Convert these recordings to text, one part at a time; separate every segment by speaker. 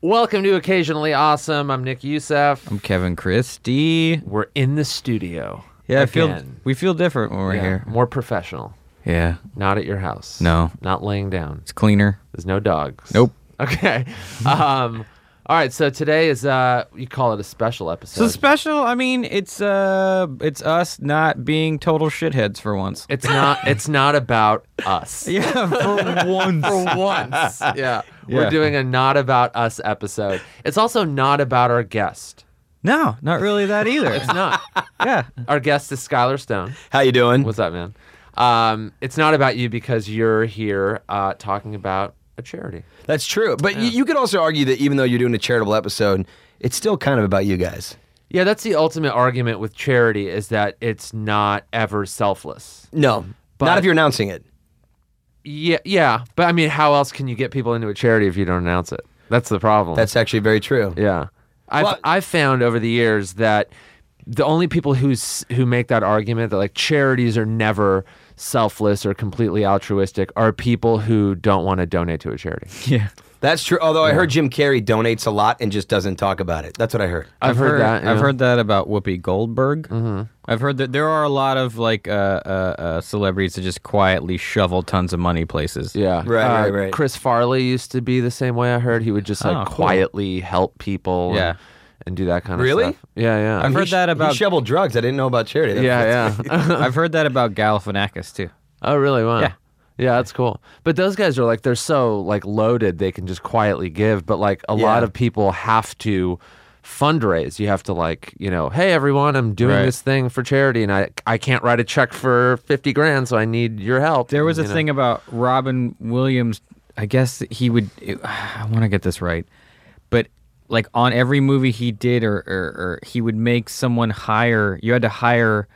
Speaker 1: Welcome to Occasionally Awesome. I'm Nick Youssef.
Speaker 2: I'm Kevin Christie.
Speaker 1: We're in the studio.
Speaker 2: Yeah, I feel
Speaker 1: again.
Speaker 2: we feel different when we're
Speaker 1: Yeah,
Speaker 2: here.
Speaker 1: More professional.
Speaker 2: Yeah,
Speaker 1: Not at your house.
Speaker 2: No.
Speaker 1: Not laying down.
Speaker 2: it's cleaner.
Speaker 1: There's no dogs.
Speaker 2: Nope.
Speaker 1: Okay. Um, all right. So today is, uh, you call it a special episode.
Speaker 2: So special. I mean, it's uh, it's us not being total shitheads for once.
Speaker 1: it's not. It's not about us.
Speaker 2: Yeah, for once.
Speaker 1: For once, yeah. we're
Speaker 2: Yeah.
Speaker 1: doing a not about us episode. It's also not about our guest.
Speaker 2: No, not really that either.
Speaker 1: It's not.
Speaker 2: yeah,
Speaker 1: our guest is Skylar Stone.
Speaker 3: How you doing?
Speaker 1: What's up, man? Um, it's not about you because you're here uh, talking about a charity.
Speaker 3: That's true. But you, you could also argue that even though you're doing a charitable episode, it's still kind of about you guys.
Speaker 1: Yeah, that's the ultimate argument with charity is that it's not ever selfless.
Speaker 3: No,
Speaker 1: But-
Speaker 3: not if you're announcing it.
Speaker 1: Yeah, yeah, but I mean, how else can you get people into a charity if you don't announce it? That's the problem.
Speaker 3: That's actually very true.
Speaker 1: yeah. I've
Speaker 3: Well-
Speaker 1: I've found over the years that the only people who s- who make that argument that like charities are never selfless or completely altruistic are people who don't want to donate to a charity.
Speaker 2: yeah.
Speaker 3: That's true. Although I heard Jim Carrey donates a lot and just doesn't talk about it. That's what I heard.
Speaker 1: I've heard, that.
Speaker 2: I've
Speaker 1: yeah.
Speaker 2: heard that Mm-hmm. about Whoopi Goldberg. I've heard that there are a lot of like uh, uh, uh, celebrities that just quietly shovel tons of money places.
Speaker 1: Yeah. Uh,
Speaker 3: Right, right, right.
Speaker 1: Chris Farley used to be the same way I heard. He would just like
Speaker 2: Oh, cool.
Speaker 1: quietly help people and-
Speaker 2: Yeah.
Speaker 1: and, do that kind of
Speaker 3: Really?
Speaker 1: stuff. Yeah, yeah.
Speaker 2: I've heard
Speaker 3: He sh-
Speaker 2: that about
Speaker 3: he shoveled drugs. I didn't know about charity. That's- that's-
Speaker 1: yeah, yeah.
Speaker 2: I've heard that about Galifianakis too.
Speaker 1: oh, really? Wow.
Speaker 2: Yeah.
Speaker 1: Yeah, that's cool. But those guys are like they're so like loaded they can just quietly give, but like a lot
Speaker 3: Yeah.
Speaker 1: of people have to fundraise. You have to like, you know, hey everyone, I'm doing
Speaker 2: Right.
Speaker 1: this thing for charity and I I can't write a check for 50 grand, so I need your help.
Speaker 2: There was a
Speaker 1: you know?
Speaker 2: thing about Robin Williams. I guess that he would. I want to get this right, but like on every movie he did, or, or or he would make someone hire. You had to hire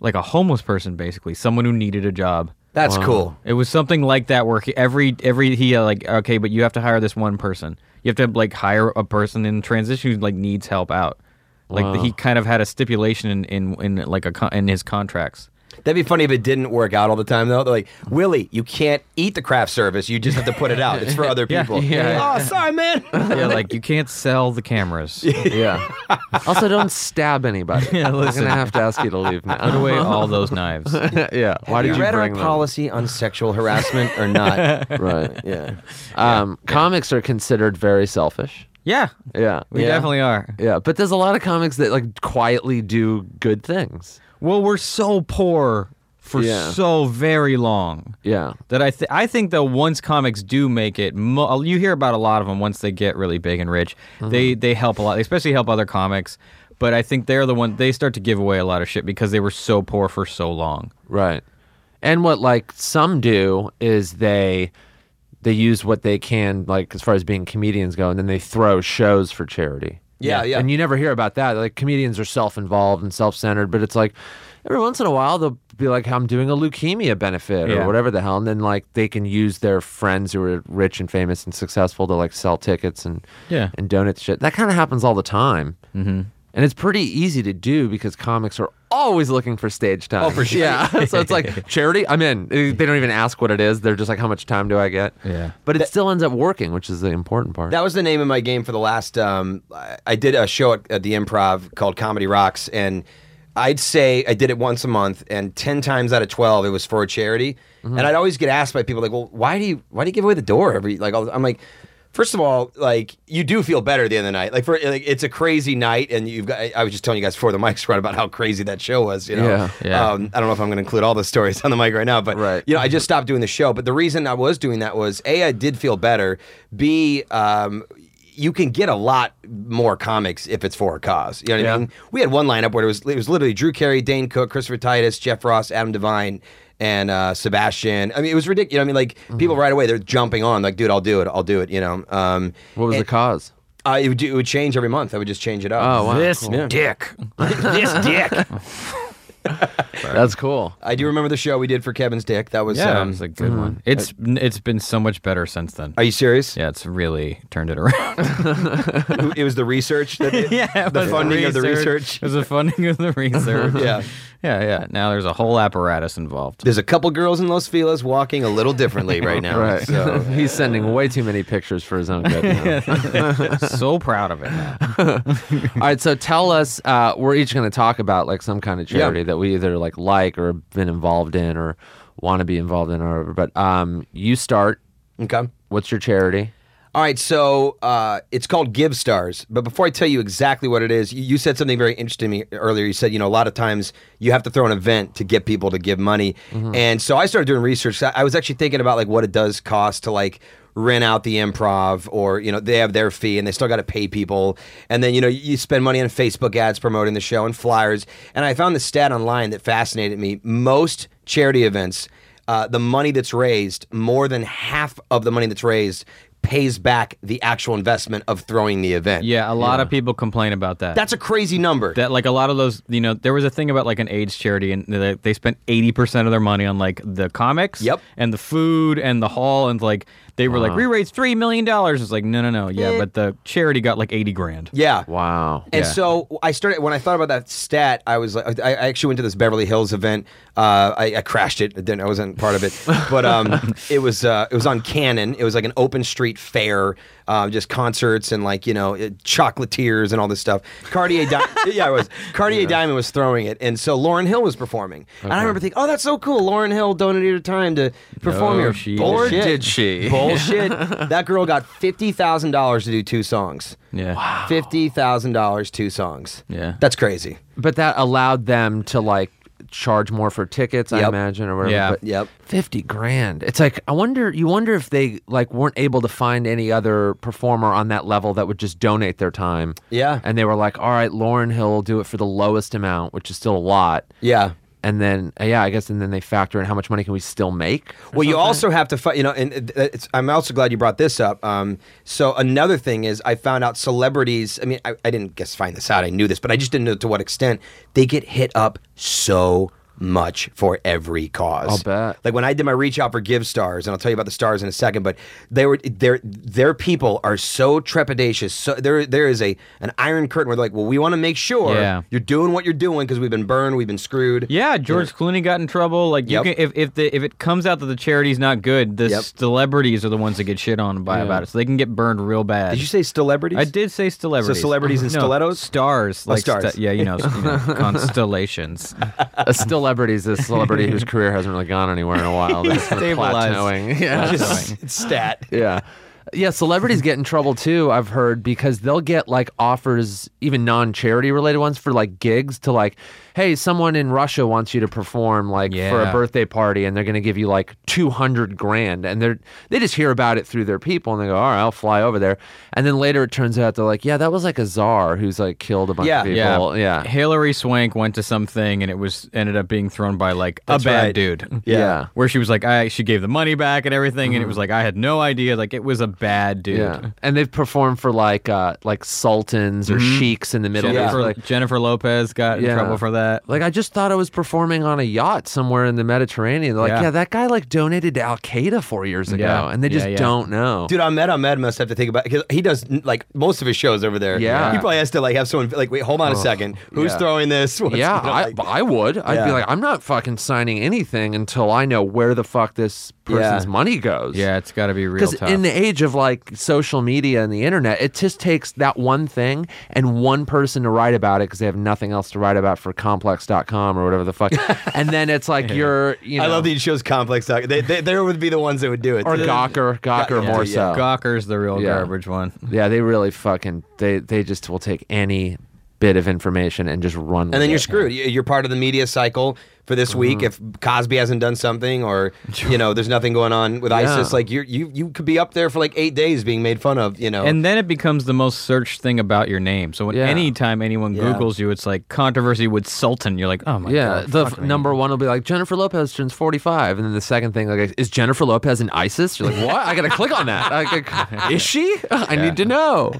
Speaker 2: like a homeless person, basically, someone who needed a job.
Speaker 3: That's cool.
Speaker 2: It was something like that where he, every every he uh, like okay, but you have to hire this one person. You have to like hire a person in transition who like needs help out. Like he kind of had a stipulation in in, in like a con- in his contracts.
Speaker 3: That'd be funny if it didn't work out all the time, though. They're like, Willie, you can't eat the craft service. You just have to put it out. It's for other
Speaker 2: Yeah,
Speaker 3: people.
Speaker 2: yeah.
Speaker 3: Oh, sorry, man.
Speaker 2: Yeah, like you can't sell the cameras.
Speaker 1: Yeah. also, don't stab anybody.
Speaker 2: Yeah,
Speaker 1: I'm
Speaker 2: listen.
Speaker 1: gonna have to ask you to leave
Speaker 2: Put
Speaker 1: now.
Speaker 2: away all those knives.
Speaker 1: yeah. Why
Speaker 3: Have
Speaker 1: did
Speaker 3: you
Speaker 1: you
Speaker 3: read our
Speaker 1: bring them?
Speaker 3: policy on sexual harassment or not?
Speaker 1: Right.
Speaker 3: yeah.
Speaker 1: Um, Comics are considered very selfish.
Speaker 2: Yeah,
Speaker 1: Yeah.
Speaker 2: we
Speaker 1: yeah.
Speaker 2: definitely are.
Speaker 1: Yeah, but there's a lot of comics that like quietly do good things.
Speaker 2: Well, we're so poor for
Speaker 1: Yeah.
Speaker 2: so very long
Speaker 1: Yeah.
Speaker 2: that I th- I think though once comics do make it, mo- uh, you hear about a lot of them once they get really big and rich.
Speaker 1: Uh-huh.
Speaker 2: They they help a lot. They especially help other comics. But I think they're the one they start to give away a lot of shit because they were so poor for so long.
Speaker 1: Right. And what like some do is they they use what they can like as far as being comedians go, and then they throw shows for charity.
Speaker 3: Yeah, yeah.
Speaker 1: And you never hear about that. Like comedians are self-involved and self-centered, but it's like every once in a while they'll be like, "I'm doing a leukemia benefit" or
Speaker 2: Yeah.
Speaker 1: whatever the hell, and then like they can use their friends who are rich and famous and successful to like sell tickets and
Speaker 2: Yeah.
Speaker 1: and donate shit. That kind of happens all the time. Mm-hmm. And it's pretty easy to do because comics are always looking for stage time. Oh,
Speaker 3: for sure.
Speaker 1: Yeah. so it's like charity. I'm in. They they don't even ask what it is. They're just like, how much time do I get?
Speaker 2: Yeah.
Speaker 1: But it still ends up working, which is the important part.
Speaker 3: That was the name of my game for the last. Um, I- I did a show at, at the Improv called Comedy Rocks, and I'd say I did it once a month, and ten times out of twelve, it was for a charity.
Speaker 1: Mm-hmm.
Speaker 3: And I'd always get asked by people like, "Well, why do you why do you give away the door every like?" all- I'm like. First of all, like you do feel better at the end of the night. Like for like, it's a crazy night, and you've got. I- I was just telling you guys before the mics run about how crazy that show was. You know,
Speaker 1: Yeah,
Speaker 2: yeah.
Speaker 3: Um, I don't know if I'm going to include all the stories on the mic right now, but
Speaker 1: Right.
Speaker 3: you know, I just stopped doing the show. But the reason I was doing that was A, I did feel better. B, um, you can get a lot more comics if it's for a cause. You know what
Speaker 1: Yeah.
Speaker 3: I mean? We had one lineup where it was it was literally Drew Carey, Dane Cook, Christopher Titus, Jeff Ross, Adam Devine, and uh, Sebastian. I mean, it was ridiculous. You know, what I mean, like
Speaker 1: Mm-hmm.
Speaker 3: people right away they're jumping on, like, dude, I'll do it, I'll do it. You know, um,
Speaker 1: what was the cause?
Speaker 3: uh, it, would, do- it would change every month. I would just change it up.
Speaker 1: Oh, wow.
Speaker 2: this
Speaker 1: cool.
Speaker 2: dick.
Speaker 3: this dick.
Speaker 1: That's cool.
Speaker 3: I do remember the show we did for Kevin's dick. That was.
Speaker 2: Yeah,
Speaker 3: um,
Speaker 2: it's a good
Speaker 1: Mm-hmm.
Speaker 2: one. It's it's been so much better since then.
Speaker 3: are you serious?
Speaker 2: Yeah, it's really turned it around.
Speaker 3: it was the research that
Speaker 2: yeah, it
Speaker 3: the
Speaker 2: was
Speaker 3: funding of the research.
Speaker 2: It
Speaker 3: Uh-huh.
Speaker 2: was the funding of the research.
Speaker 3: Yeah.
Speaker 2: yeah, yeah. Now there's a whole apparatus involved.
Speaker 3: There's a couple girls in Los Feliz walking a little differently right now.
Speaker 1: Right.
Speaker 3: So
Speaker 1: He's sending way too many pictures for his own good. now.
Speaker 2: so proud of it. Now.
Speaker 1: All right. So tell us, uh, we're each going to talk about like some kind of charity that we either like like or have been involved in or want to be involved in or whatever. But um, you start.
Speaker 3: okay.
Speaker 1: What's your charity?
Speaker 3: All right, so uh, it's called Give Stars. But before I tell you exactly what it is, you, you said something very interesting to me earlier. You said, you know, a lot of times you have to throw an event to get people to give money. And so I started doing research. I, I was actually thinking about like what it does cost to like rent out the improv or you know they have their fee and they still got to pay people and then you know you spend money on facebook ads promoting the show and flyers and i found this stat online that fascinated me most charity events uh, the money that's raised more than half of the money that's raised pays back the actual investment of throwing the event.
Speaker 2: Yeah, a lot of people complain about that.
Speaker 3: That's a crazy number.
Speaker 2: that like a lot of those, you know, there was a thing about like an AIDS charity, and they, they spent eighty percent of their money on like the comics,
Speaker 3: Yep. Uh-huh.
Speaker 2: and the food and the hall, and like they were like, we raised three million dollars. It's like, no, no, no,
Speaker 3: Eh.
Speaker 2: yeah, but the charity got like eighty grand.
Speaker 3: yeah.
Speaker 1: Wow.
Speaker 3: And
Speaker 2: Yeah.
Speaker 3: so I started when I thought about that stat. I was like, I, I actually went to this Beverly Hills event. Uh, I, I crashed it. I didn't. I wasn't part of it, but um, it was uh, it was on Cannon. It was like an open street fair, um, just concerts and like you know it, chocolatiers and all this stuff. Cartier, Di- yeah, it was Cartier Diamond was throwing it, and so Lauren Hill was performing. And I remember thinking, oh, that's so cool. Lauren Hill donated her time to perform
Speaker 2: No,
Speaker 3: here.
Speaker 2: she
Speaker 1: Or
Speaker 3: Bullshit.
Speaker 1: did she?
Speaker 3: Bullshit. that girl got fifty thousand dollars to do two songs.
Speaker 2: Yeah,
Speaker 3: Fifty thousand dollars, two songs.
Speaker 2: Yeah.
Speaker 3: that's crazy.
Speaker 1: But that allowed them to like charge more for tickets, I
Speaker 3: Yep.
Speaker 1: imagine, or whatever.
Speaker 2: Yeah.
Speaker 1: But
Speaker 3: Yep.
Speaker 1: Fifty grand. It's like I wonder. You wonder if they like weren't able to find any other performer on that level that would just donate their time.
Speaker 3: Yeah.
Speaker 1: And they were like, all right, Lauren Hill will do it for the lowest amount, which is still a lot.
Speaker 3: Yeah.
Speaker 1: And then uh, yeah, I guess, and then they factor in how much money can we still make. or
Speaker 3: Well, you
Speaker 1: something.
Speaker 3: also have to, fi- you know, and it- it's, I'm also glad you brought this up. Um, so another thing is, I found out celebrities. I mean, I, I didn't guess find this out. I knew this, but I just didn't know to what extent they get hit up so much for every cause.
Speaker 1: I'll bet.
Speaker 3: Like when I did my reach out for Give Stars, and I'll tell you about the stars in a second, but they were their their people are so trepidatious. So there there is a an iron curtain where they're like, well, we want to make sure
Speaker 2: Yeah.
Speaker 3: you're doing what you're doing because we've been burned, we've been screwed.
Speaker 2: Yeah, George Clooney got in trouble. Like you
Speaker 3: Yep.
Speaker 2: can, if if the if it comes out that the charity's not good, the
Speaker 3: Yep.
Speaker 2: celebrities are the ones that get shit on by about it, so they can get burned real bad.
Speaker 3: Did you say celebrities?
Speaker 2: I did say celebrities. Uh-huh.
Speaker 3: celebrities and
Speaker 2: No,
Speaker 3: stilettos?
Speaker 2: stars,
Speaker 1: Oh,
Speaker 2: like
Speaker 3: stars.
Speaker 2: sta- yeah, you know, s- you know, constellations.
Speaker 1: a celebrity is a celebrity whose career hasn't really gone anywhere in a while. That's
Speaker 2: Stabilized.
Speaker 1: plateauing. Yeah.
Speaker 3: Just- it's stat.
Speaker 1: yeah. Yeah, celebrities get in trouble too, I've heard, because they'll get like offers, even non charity related ones for like gigs to like, hey, someone in Russia wants you to perform like for a
Speaker 2: Yeah.
Speaker 1: birthday party and they're gonna give you like two hundred grand and they're they just hear about it through their people and they go, All right, I'll fly over there. And then later it turns out they're like, Yeah, that was like a czar who's like killed a bunch
Speaker 3: Yeah.
Speaker 1: of people. Yeah.
Speaker 2: Hillary Swank went to something and it was ended up being thrown by like a bad
Speaker 3: right.
Speaker 2: dude.
Speaker 1: Yeah. Yeah. Mm-hmm.
Speaker 2: Where she was like, I she gave the money back and everything, and it was like I had no idea. Like it was a bad dude.
Speaker 1: Yeah. And they've performed for like uh like sultans or sheiks in the Middle East.
Speaker 2: Jennifer,
Speaker 1: Like,
Speaker 2: Jennifer Lopez got in
Speaker 1: Yeah.
Speaker 2: trouble for that.
Speaker 1: Like I just thought I was performing on a yacht somewhere in the Mediterranean. They're like, yeah,
Speaker 2: Yeah.
Speaker 1: that guy like donated to Al Qaeda four years ago,
Speaker 2: Yeah.
Speaker 1: and they just
Speaker 2: Yeah, yeah.
Speaker 1: don't know.
Speaker 3: Dude, Ahmed Ahmed must have to think about because he does like most of his shows over there.
Speaker 1: Yeah.
Speaker 3: he probably has to like have someone like wait, hold on a second, who's
Speaker 1: yeah.
Speaker 3: throwing this? What's-
Speaker 1: yeah,
Speaker 3: you know,
Speaker 1: I,
Speaker 3: like-
Speaker 1: I would. I'd be
Speaker 3: Yeah.
Speaker 1: like, I'm not fucking signing anything until I know where the fuck this person's
Speaker 3: Yeah.
Speaker 1: money goes.
Speaker 2: Yeah, it's got to be real
Speaker 1: Because
Speaker 2: tough.
Speaker 1: in the age of like social media and the internet, it just takes that one thing and one person to write about it because they have nothing else to write about for complex.com or whatever the fuck. and then it's like you're, you know,
Speaker 3: I love that he shows complex. Doc. They, they they would be the ones that would do it.
Speaker 1: or Gawker, Gawker
Speaker 3: Yeah,
Speaker 1: more
Speaker 3: yeah.
Speaker 1: so.
Speaker 2: Gawker's the real
Speaker 1: Yeah.
Speaker 2: garbage one.
Speaker 1: Yeah, they really fucking they they just will take any bit of information and just run.
Speaker 3: and then you're screwed. You- You're part of the media cycle for
Speaker 1: Mm-hmm.
Speaker 3: this week. If Cosby hasn't done something, or you know, there's nothing going on with ISIS, like you you you could be up there for like eight days being made fun of. You know,
Speaker 2: And then it becomes the most searched thing about your name. So when
Speaker 1: Yeah.
Speaker 2: anytime anyone
Speaker 3: Yeah.
Speaker 2: Googles you, it's like controversy with Sultan. You're like, oh my
Speaker 1: Yeah,
Speaker 2: god.
Speaker 1: the
Speaker 2: fuck
Speaker 1: f-
Speaker 2: me.
Speaker 1: number one will be like Jennifer Lopez turns 45, and then the second thing like is Jennifer Lopez in ISIS? You're like, what? I gotta click on that. I gotta- is she? I need to know.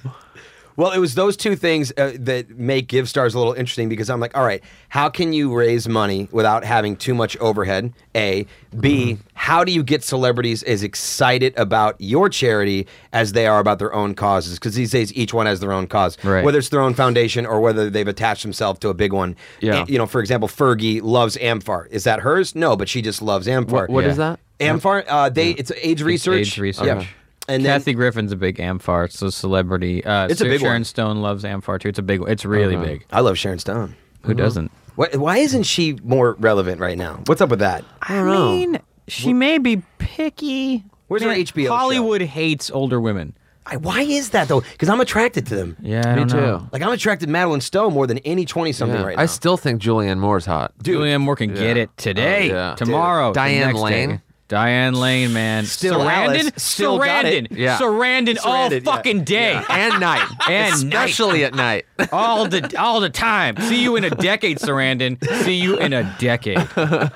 Speaker 3: Well, it was those two things uh, that make Give Stars a little interesting because I'm like, all right, how can you raise money without having too much overhead? A. B, How do you get celebrities as excited about your charity as they are about their own causes? Because these days, each one has their own cause,
Speaker 2: Right.
Speaker 3: whether it's their own foundation or whether they've attached themselves to a big one.
Speaker 1: Yeah.
Speaker 3: And, you know, for example, Fergie loves Amfar. Is that hers? No, but she just loves Amfar.
Speaker 1: What what is
Speaker 2: Yeah.
Speaker 1: that?
Speaker 3: Amfar? Uh, they it's age research.
Speaker 2: Age research.
Speaker 3: Yeah. And then,
Speaker 2: Kathy Griffin's a big Amfar, so celebrity. Uh,
Speaker 3: It's a
Speaker 2: Sir
Speaker 3: big
Speaker 2: Sharon
Speaker 3: one.
Speaker 2: Stone loves Amfar too. It's a big. one. It's really big.
Speaker 3: I love Sharon Stone.
Speaker 2: Who doesn't?
Speaker 3: Why, why isn't she more relevant right now? What's up with that?
Speaker 2: I don't mean, know. She may be picky.
Speaker 3: Where's her
Speaker 2: Man,
Speaker 3: HBO show?
Speaker 2: Hollywood hates older women.
Speaker 3: I, why is that though? Because I'm attracted to them.
Speaker 2: Yeah, I
Speaker 1: Me
Speaker 2: don't
Speaker 1: too.
Speaker 2: know.
Speaker 3: Like I'm attracted to Madeline Stowe more than any twenty something
Speaker 1: Yeah.
Speaker 3: right now.
Speaker 1: I still think Julianne Moore's hot.
Speaker 2: Julianne Moore can get it today,
Speaker 1: Oh, yeah.
Speaker 2: tomorrow, the
Speaker 1: Diane
Speaker 2: next
Speaker 1: Lane.
Speaker 2: day. Diane Lane, man.
Speaker 3: Still
Speaker 2: Sarandon,
Speaker 3: Alice, still got
Speaker 2: Sarandon,
Speaker 3: it.
Speaker 1: Yeah.
Speaker 2: Sarandon, all
Speaker 3: Sarandon, yeah.
Speaker 2: fucking day,
Speaker 1: and night,
Speaker 2: And
Speaker 1: especially at night.
Speaker 2: all the all the time. See you in a decade, Sarandon. See you in a decade,
Speaker 1: Oh,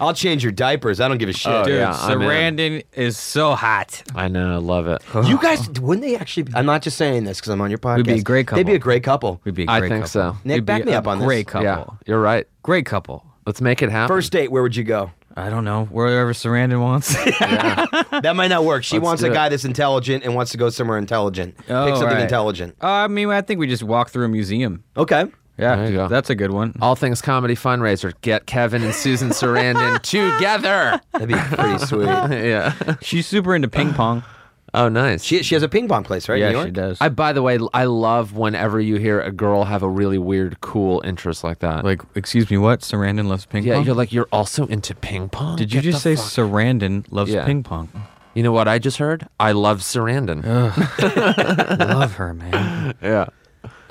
Speaker 3: I'll change your diapers. I don't give a shit.
Speaker 2: dude.
Speaker 1: yeah, I'm in.
Speaker 2: Sarandon is so hot.
Speaker 1: I know, I love it.
Speaker 3: You guys, wouldn't they actually? Oh. I'm not just saying this because I'm on your podcast.
Speaker 2: We'd be a great
Speaker 3: They'd be
Speaker 2: couple.
Speaker 3: a great couple.
Speaker 2: We'd be. A
Speaker 1: I
Speaker 2: great
Speaker 1: think
Speaker 2: couple.
Speaker 1: so.
Speaker 3: Nick,
Speaker 2: We'd be
Speaker 3: back me
Speaker 2: a
Speaker 3: up on this.
Speaker 2: great
Speaker 1: Yeah,
Speaker 2: couple.
Speaker 1: you're right.
Speaker 2: Great couple.
Speaker 1: Let's make it happen.
Speaker 3: First date, where would you go?
Speaker 2: I don't know wherever Sarandon wants.
Speaker 3: That might not work. She
Speaker 1: Let's
Speaker 3: wants
Speaker 1: do
Speaker 3: a
Speaker 1: it.
Speaker 3: guy that's intelligent and wants to go somewhere intelligent.
Speaker 2: Oh,
Speaker 3: Pick something
Speaker 2: right.
Speaker 3: intelligent.
Speaker 2: Uh, I mean, I think we just walk through a museum.
Speaker 3: Okay.
Speaker 2: Yeah,
Speaker 1: There you go.
Speaker 2: that's a good one.
Speaker 1: All Things Comedy Fundraiser. Get Kevin and Susan Sarandon together.
Speaker 3: That'd be pretty sweet.
Speaker 1: yeah.
Speaker 2: She's super into ping pong.
Speaker 1: Oh, nice.
Speaker 3: She, she has a ping pong place, right? in New
Speaker 2: yeah,
Speaker 3: York?
Speaker 2: she does.
Speaker 1: I, by the way, I love whenever you hear a girl have a really weird, cool interest like that.
Speaker 2: like, excuse me, what? Sarandon loves ping
Speaker 1: yeah,
Speaker 2: pong.
Speaker 1: you're like, you're also into ping pong?
Speaker 2: Did you
Speaker 1: Get
Speaker 2: just say
Speaker 1: the fuck-
Speaker 2: Sarandon loves
Speaker 1: Yeah.
Speaker 2: ping pong?
Speaker 1: You know what I just heard? I love Sarandon.
Speaker 2: Love her, man.
Speaker 1: yeah.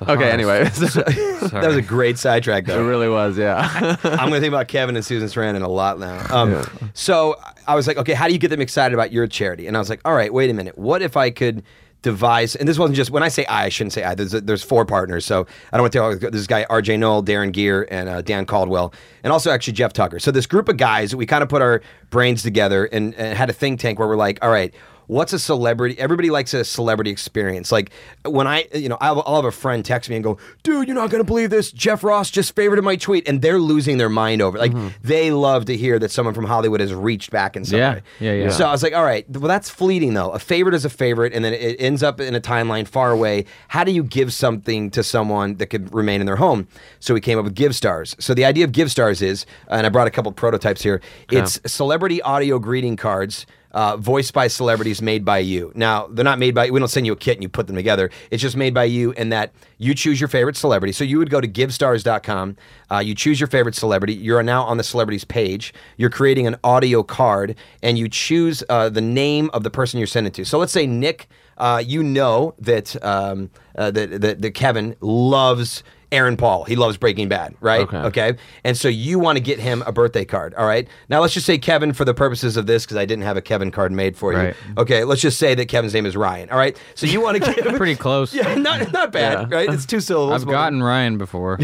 Speaker 1: Okay,
Speaker 2: hottest.
Speaker 1: anyway.
Speaker 2: Sorry.
Speaker 3: That was a great sidetrack,
Speaker 1: it
Speaker 3: though.
Speaker 1: really was, yeah.
Speaker 3: I'm going to think about Kevin and Susan Sarandon a lot now. Um, So I was like, okay, how do you get them excited about your charity? And I was like, all right, wait a minute. What if I could devise? And this wasn't just when I say I, I shouldn't say I. There's, there's four partners, so I don't want to tell this guy R.J. Noel, Darren Gear, and uh, Dan Caldwell, and also actually Jeff Tucker. So this group of guys, we kind of put our brains together and, and had a think tank where we're like, all right. What's a celebrity? Everybody likes a celebrity experience. Like when I, you know, I'll, I'll have a friend text me and go, "Dude, you're not gonna believe this. Jeff Ross just favorited my tweet," and they're losing their mind over. it.
Speaker 2: Mm-hmm.
Speaker 3: Like they love to hear that someone from Hollywood has reached back in some
Speaker 2: Yeah,
Speaker 3: way.
Speaker 2: yeah, yeah.
Speaker 3: So I was like, all right, well, that's fleeting though. A favorite is a favorite, and then it ends up in a timeline far away. How do you give something to someone that could remain in their home? So we came up with Give Stars. So the idea of Give Stars is, and I brought a couple prototypes here. It's celebrity audio greeting cards. Uh, voiced by celebrities made by you. Now, they're not made by we don't send you a kit and you put them together. It's just made by you and that you choose your favorite celebrity. So you would go to givestars.com, uh, you choose your favorite celebrity, you're now on the celebrities page, you're creating an audio card, and you choose uh, the name of the person you're sending to. So let's say Nick, uh, you know that, um, uh, that, that, that Kevin loves Aaron Paul. He loves Breaking Bad, right?
Speaker 1: Okay.
Speaker 3: Okay. And so you want to get him a birthday card. All right. Now let's just say Kevin for the purposes of this, because I didn't have a Kevin card made for
Speaker 2: Right.
Speaker 3: you. Okay. Let's just say that Kevin's name is Ryan. All right. So you want to give.
Speaker 2: Pretty close.
Speaker 3: Yeah, not, not bad, right? It's two syllables.
Speaker 2: I've
Speaker 3: but-
Speaker 2: gotten Ryan before.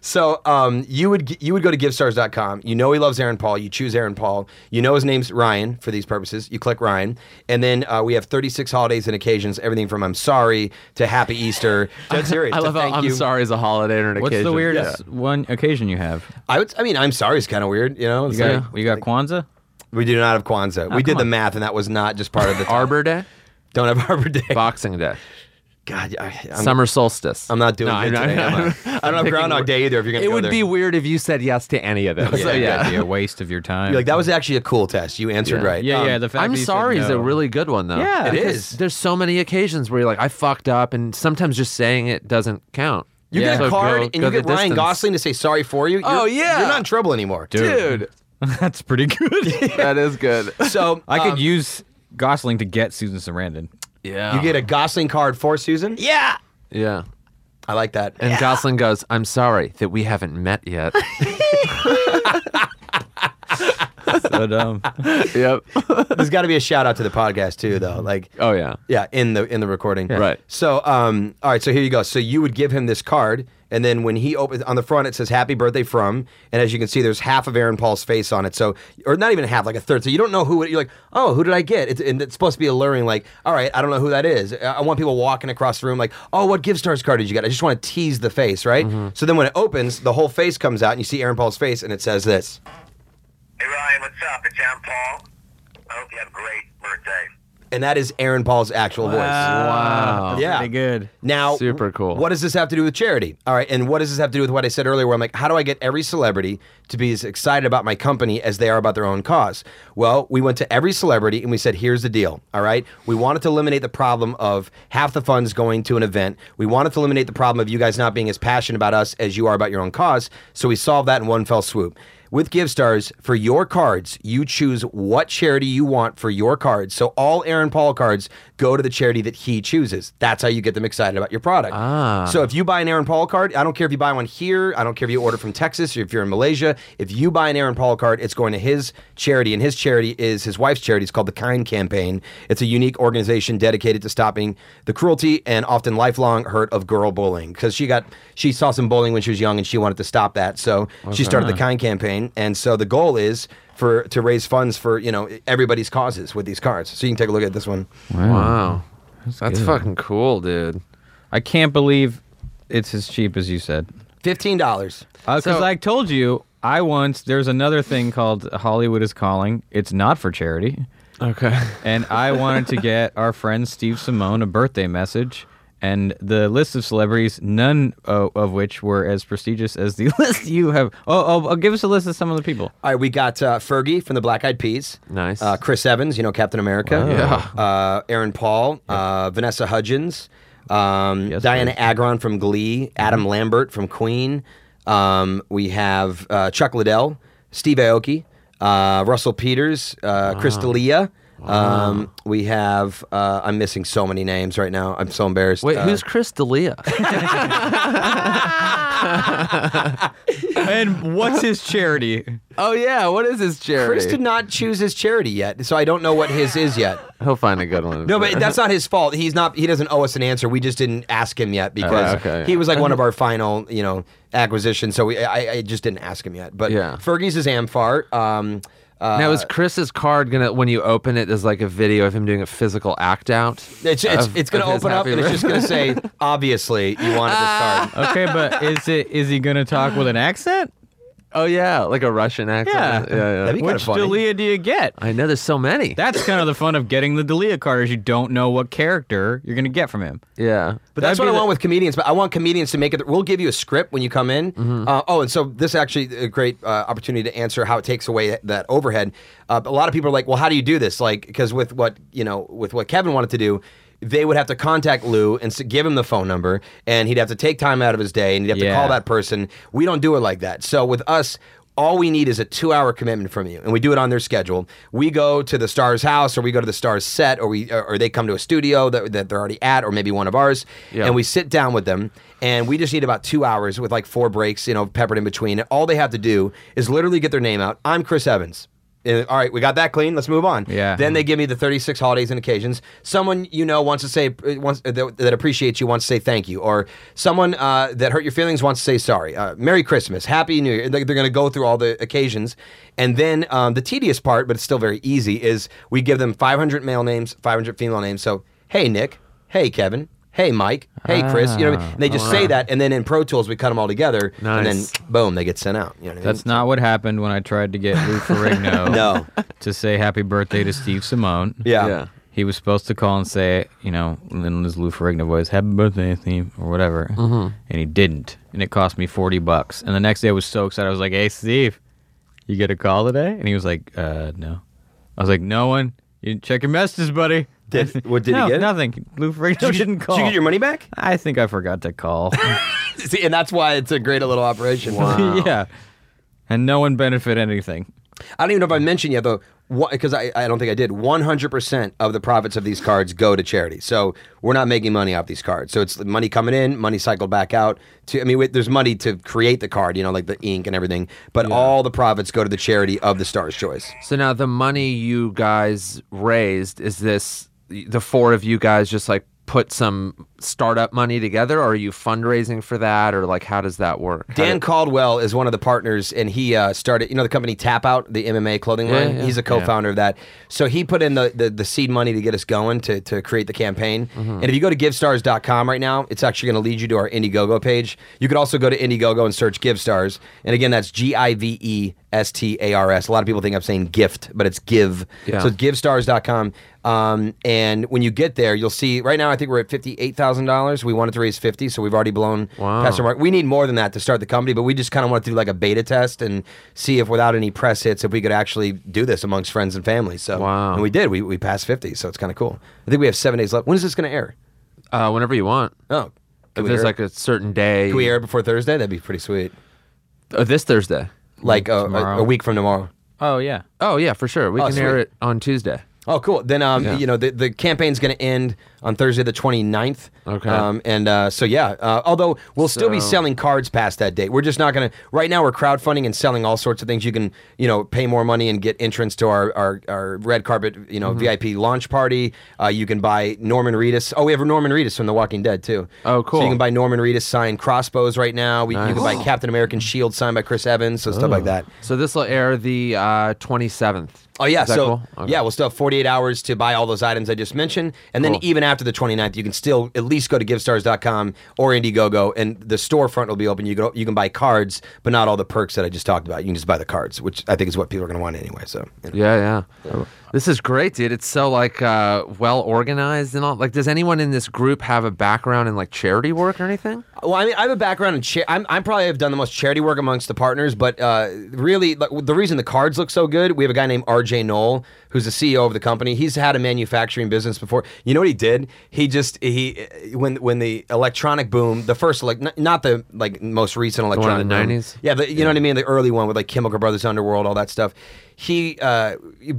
Speaker 3: so um, you would g- you would go to givestars.com. You know he loves Aaron Paul. You choose Aaron Paul. You know his name's Ryan for these purposes. You click Ryan, and then uh, we have 36 holidays and occasions. Everything from I'm sorry to Happy Easter. Dead serious.
Speaker 1: I
Speaker 3: to
Speaker 1: love how
Speaker 3: thank
Speaker 1: I'm
Speaker 3: you.
Speaker 1: sorry is a holiday or an
Speaker 2: What's
Speaker 1: occasion.
Speaker 2: the weirdest one occasion you have?
Speaker 3: I would. I mean, I'm sorry is kind of weird. You know, It's
Speaker 2: You
Speaker 3: like-
Speaker 2: got, you got Kwanzaa?
Speaker 3: We do not have Kwanzaa.
Speaker 1: Ah,
Speaker 3: we did
Speaker 2: come
Speaker 3: the
Speaker 2: on.
Speaker 3: math, and that was not just part of the.
Speaker 1: Arbor Day,
Speaker 3: Don't have Arbor Day.
Speaker 1: Boxing Day,
Speaker 3: God, I, I'm,
Speaker 1: Summer Solstice.
Speaker 3: I'm not doing
Speaker 1: No,
Speaker 3: good
Speaker 1: I'm not-
Speaker 3: today. am
Speaker 1: I'm
Speaker 3: I? I don't have
Speaker 1: picking
Speaker 3: Groundhog
Speaker 1: wor-
Speaker 3: Day either. If you're gonna,
Speaker 1: It
Speaker 3: go
Speaker 1: would
Speaker 3: there.
Speaker 1: be weird if you said yes to any of those.
Speaker 3: Yeah, yeah.
Speaker 2: That'd be a waste of your time.
Speaker 3: You're like that was actually a cool test. You answered
Speaker 1: Yeah.
Speaker 3: right.
Speaker 2: Yeah,
Speaker 3: Um,
Speaker 2: yeah. The fact
Speaker 1: I'm
Speaker 2: that you said
Speaker 1: sorry is a
Speaker 2: no.
Speaker 1: really good one though.
Speaker 2: Yeah. It
Speaker 1: Because
Speaker 3: is.
Speaker 1: There's so many occasions where you're like, I fucked up, and sometimes just saying it doesn't count.
Speaker 3: You
Speaker 2: Yeah.
Speaker 3: get a
Speaker 1: So
Speaker 3: card
Speaker 1: go-
Speaker 3: and
Speaker 1: go
Speaker 3: you
Speaker 1: the
Speaker 3: get Ryan
Speaker 1: distance.
Speaker 3: Gosling to say sorry for you. You're-
Speaker 1: Oh, yeah.
Speaker 3: you're not in trouble anymore,
Speaker 1: dude.
Speaker 2: That's pretty good.
Speaker 1: that is good.
Speaker 3: So
Speaker 2: I could
Speaker 3: um,
Speaker 2: use Gosling to get Susan Sarandon.
Speaker 1: Yeah.
Speaker 3: you get a Gosling card for Susan. Yeah,
Speaker 1: yeah.
Speaker 3: I like that.
Speaker 1: And Jocelyn goes, I'm sorry that we haven't met yet.
Speaker 2: so dumb.
Speaker 1: yep.
Speaker 3: There's got to be a shout out to the podcast too, though. Like,
Speaker 1: Oh yeah.
Speaker 3: yeah, in the in the recording,
Speaker 1: Right.
Speaker 3: So, um, all right. So here you go. So you would give him this card, and then when he opens on the front, it says "Happy Birthday from," and as you can see, there's half of Aaron Paul's face on it. So, or not even half, like a third. So you don't know who. It, you're like, oh, who did I get? It's, and it's supposed to be alluring. Like, all right, I don't know who that is. I, I want people walking across the room, like, oh, what Give Stars card did you get? I just want to tease the face, right? So then when it opens, the whole face comes out, and you see Aaron Paul's face, and it says this.
Speaker 4: Hey Ryan, what's up? It's John Paul. I hope you have a great birthday.
Speaker 3: And that is Aaron Paul's actual voice.
Speaker 1: Wow.
Speaker 3: Yeah.
Speaker 2: Pretty good.
Speaker 3: Now,
Speaker 1: Super cool.
Speaker 3: What does this have to do with charity? All right, and what does this have to do with what I said earlier, where I'm like, how do I get every celebrity to be as excited about my company as they are about their own cause? Well, we went to every celebrity and we said, here's the deal. All right, we wanted to eliminate the problem of half the funds going to an event. We wanted to eliminate the problem of you guys not being as passionate about us as you are about your own cause. So we solved that in one fell swoop. With GiveStars, for your cards, you choose what charity you want for your cards. So all Aaron Paul cards go to the charity that he chooses. That's how you get them excited about your product. Ah. So if you buy an Aaron Paul card, I don't care if you buy one here, I don't care if you order from Texas or if you're in Malaysia, if you buy an Aaron Paul card, it's going to his charity. And his charity is his wife's charity. It's called the Kind Campaign. It's a unique organization dedicated to stopping the cruelty and often lifelong hurt of girl bullying. Because she got she saw some bullying when she was young and she wanted to stop that. So she started the Kind Campaign. And so the goal is for to raise funds for, you know, everybody's causes with these cards. So you can take a look at this one.
Speaker 1: Wow. Oh. That's, fucking cool, dude.
Speaker 2: I can't believe it's as cheap as you said.
Speaker 3: Fifteen dollars.
Speaker 2: Because
Speaker 1: So-
Speaker 2: Uh, I told you, I once there's another thing called Hollywood is Calling. It's not for charity,
Speaker 1: Okay.
Speaker 2: and I wanted to get our friend Steve Simone a birthday message. And the list of celebrities, none uh, of which were as prestigious as the list you have. Oh, oh, oh, give us a list of some of the people.
Speaker 3: All right, we got uh, Fergie from the Black Eyed Peas.
Speaker 1: Nice.
Speaker 3: Uh, Chris Evans, you know Captain America.
Speaker 1: Yeah.
Speaker 3: Uh, Aaron Paul, uh, Vanessa Hudgens, um,
Speaker 2: Yes,
Speaker 3: Diana
Speaker 2: please.
Speaker 3: Agron from Glee, Adam
Speaker 1: Mm-hmm.
Speaker 3: Lambert from Queen. Um, we have uh, Chuck Liddell, Steve Aoki, uh, Russell Peters, uh, Chris D'Elia. Um, we have. Uh, I'm missing so many names right now. I'm so embarrassed.
Speaker 1: Wait,
Speaker 3: Uh,
Speaker 1: who's Chris D'Elia?
Speaker 2: And what's his charity?
Speaker 1: oh yeah, what is his charity?
Speaker 3: Chris did not choose his charity yet, so I don't know what his is yet.
Speaker 1: He'll find a good one.
Speaker 3: No, but that's not his fault. He's not. He doesn't owe us an answer. We just didn't ask him yet
Speaker 1: Oh,
Speaker 3: because
Speaker 1: okay.
Speaker 3: he was like one of our final, you know, acquisitions. So we, I, I just didn't ask him yet. But
Speaker 1: Yeah.
Speaker 3: Fergie's is Amfar. Um, uh,
Speaker 1: now is Chris's card gonna when you open it? There's like a video of him doing a physical act out.
Speaker 3: it's it's,
Speaker 1: of-
Speaker 3: it's going to
Speaker 1: of his
Speaker 3: open up
Speaker 1: happy
Speaker 3: and it's just
Speaker 1: birthday.
Speaker 3: going to say, obviously, you wanted to start.
Speaker 2: Okay, but is it is he gonna talk with an accent?
Speaker 1: Oh yeah, like a Russian accent.
Speaker 2: Yeah.
Speaker 1: yeah.
Speaker 3: That'd be kinda
Speaker 2: Which
Speaker 3: funny.
Speaker 2: Dalia do you get?
Speaker 1: I know there's so many.
Speaker 2: That's kind of the fun of getting the Dalia card is you don't know what character you're gonna get from him.
Speaker 1: yeah.
Speaker 3: But
Speaker 2: That'd
Speaker 3: that's what
Speaker 2: be
Speaker 3: I
Speaker 2: the-
Speaker 3: want with comedians. But I want comedians to make it. We'll give you a script when you come in.
Speaker 2: Mm-hmm.
Speaker 3: Uh, oh, and so this actually a great uh, opportunity to answer how it takes away that overhead. Uh, but a lot of people are like, "Well, how do you do this?" Like, because with what you know, with what Kevin wanted to do, they would have to contact Lou and s- give him the phone number, and he'd have to take time out of his day and he'd have to
Speaker 2: Yeah.
Speaker 3: call that person. We don't do it like that. So with us. All we need is a two-hour commitment from you, and we do it on their schedule. We go to the star's house, or we go to the star's set, or we, or or they come to a studio that, that they're already at, or maybe one of ours,
Speaker 1: Yeah.
Speaker 3: and we sit down with them and we just need about two hours with like four breaks you know peppered in between and all they have to do is literally get their name out i'm chris evans Uh, all right we got that clean let's move on
Speaker 2: Yeah.
Speaker 3: then they give me the 36 holidays and occasions someone you know wants to say uh, wants uh, that, that appreciates you wants to say thank you or someone uh, that hurt your feelings wants to say sorry uh, merry christmas happy new year Like, they're going to go through all the occasions and then um, the tedious part but it's still very easy is we give them 500 male names 500 female names so hey nick hey kevin hey mike hey chris you know what I mean? And they just say that and then in pro tools we cut them all together and
Speaker 1: Ah. Nice.
Speaker 3: then boom they get sent out you know what I
Speaker 2: That's not what happened when I tried to get Lou Ferrigno
Speaker 3: mean? no
Speaker 2: to say happy birthday to Steve Simone.
Speaker 3: yeah.
Speaker 1: Yeah.
Speaker 2: He was supposed to call and say, you know, in his Lou Ferrigno voice, happy birthday, Steve, or whatever.
Speaker 3: Mm-hmm.
Speaker 2: And he didn't. And it cost me 40 bucks. And the next day I was so excited. I was like, hey, Steve, you get a call today? And he was like, uh, no. I was like, no one. You didn't check your messages, buddy.
Speaker 3: Did- what, did he
Speaker 2: no,
Speaker 3: get it?
Speaker 2: Nothing. Lou Ferrigno
Speaker 3: Did you,
Speaker 2: didn't call.
Speaker 3: did you get your money back
Speaker 2: I think I forgot to call.
Speaker 3: See, and that's why it's a great little operation
Speaker 2: yeah. And no one benefited anything.
Speaker 3: I don't even know if I mentioned yet, though, because I, I don't think I did. 100% of the profits of these cards go to charity. So we're not making money off these cards. So it's the money coming in, money cycled back out. To I mean, wait, there's money to create the card, you know, like the ink and everything. But all the profits go to the charity of the Star's Choice.
Speaker 1: So now the money you guys raised is this the four of you guys just like put some startup money together or are you fundraising for that or like how does that work? How
Speaker 3: Dan
Speaker 1: did-
Speaker 3: Caldwell is one of the partners, and he uh, started, you know, the company Tap Out, the MMA clothing line.
Speaker 1: yeah,
Speaker 3: He's a co-founder of that. So he put in the, the the seed money to get us going to to create the campaign.
Speaker 1: Mm-hmm.
Speaker 3: And if you go to GiveStars.com right now, it's actually going to lead you to our Indiegogo page. You could also go to Indiegogo and search GiveStars. And again, that's G I V E S T A R S. A lot of people think I'm saying gift, but it's give.
Speaker 1: Yeah.
Speaker 3: So it's givestars.com. Um, and when you get there, you'll see right now, I think we're at $58,000. We wanted to raise 50, so we've already blown
Speaker 1: Wow.
Speaker 3: past our mark. We need more than that to start the company, but we just kind of want to do like a beta test and see if without any press hits, if we could actually do this amongst friends and family. So,
Speaker 1: Wow.
Speaker 3: and we did, we, we passed 50. So it's kind of cool. I think we have seven days left. When is this going to air?
Speaker 1: uh, whenever you want.
Speaker 3: Oh,
Speaker 1: If
Speaker 3: can we
Speaker 1: there's
Speaker 3: air,
Speaker 1: like a certain day.
Speaker 3: can we air it before Thursday? That'd be pretty sweet.
Speaker 1: Oh, this Thursday.
Speaker 3: Like a, a,
Speaker 2: Tomorrow.
Speaker 3: a week from tomorrow.
Speaker 2: Oh yeah.
Speaker 1: Oh yeah, for sure. We
Speaker 3: Oh,
Speaker 1: can air
Speaker 3: sweet.
Speaker 1: it on Tuesday.
Speaker 3: Oh, cool. Then, um,
Speaker 1: Yeah.
Speaker 3: you know, the, the campaign's going to end on Thursday the 29th.
Speaker 1: Okay.
Speaker 3: Um, and uh, so, yeah, uh, although we'll still be
Speaker 1: So-
Speaker 3: selling cards past that date. We're just not going to, right now, we're crowdfunding and selling all sorts of things. You can, you know, pay more money and get entrance to our, our, our red carpet,
Speaker 1: Mm-hmm.
Speaker 3: you know, VIP launch party. Uh, you can buy Norman Reedus. Oh, we have Norman Reedus from The Walking Dead, too.
Speaker 1: Oh,
Speaker 3: So
Speaker 1: cool.
Speaker 3: you can buy Norman Reedus signed crossbows right now. We, You can buy
Speaker 1: Nice.
Speaker 3: Captain American Shield signed by Chris Evans, so stuff like that.
Speaker 1: So this will air the uh, 27th.
Speaker 3: Oh yeah,
Speaker 1: Is that
Speaker 3: so
Speaker 1: cool? Okay.
Speaker 3: yeah, we'll still have 48 hours to buy all those items I just mentioned, and then
Speaker 1: Cool.
Speaker 3: even after the 29th, you can still at least go to givestars.com or Indiegogo, and the storefront will be open. You go, you can buy cards, but not all the perks that I just talked about. You can just buy the cards, which I think is what people are going to want anyway. So you know.
Speaker 1: Yeah, yeah. This is great, dude. It's so like uh, well organized and all. Like, does anyone in this group have a background in like charity work or anything?
Speaker 3: Well, I mean, I have a background in cha- I'm, I'm probably have done the most charity work amongst the partners, but uh, really, like, the reason the cards look so good, we have a guy named R.J. Knoll who's the CEO of the company. He's had a manufacturing business before. You know what he did? He just he when when the electronic boom, the first like n- not the like most recent
Speaker 1: in
Speaker 3: electronic
Speaker 1: the
Speaker 3: boom.
Speaker 1: 90s?
Speaker 3: Yeah, the, you know what I mean. The early one with like Chemical Brothers, Underworld, all that stuff. He uh,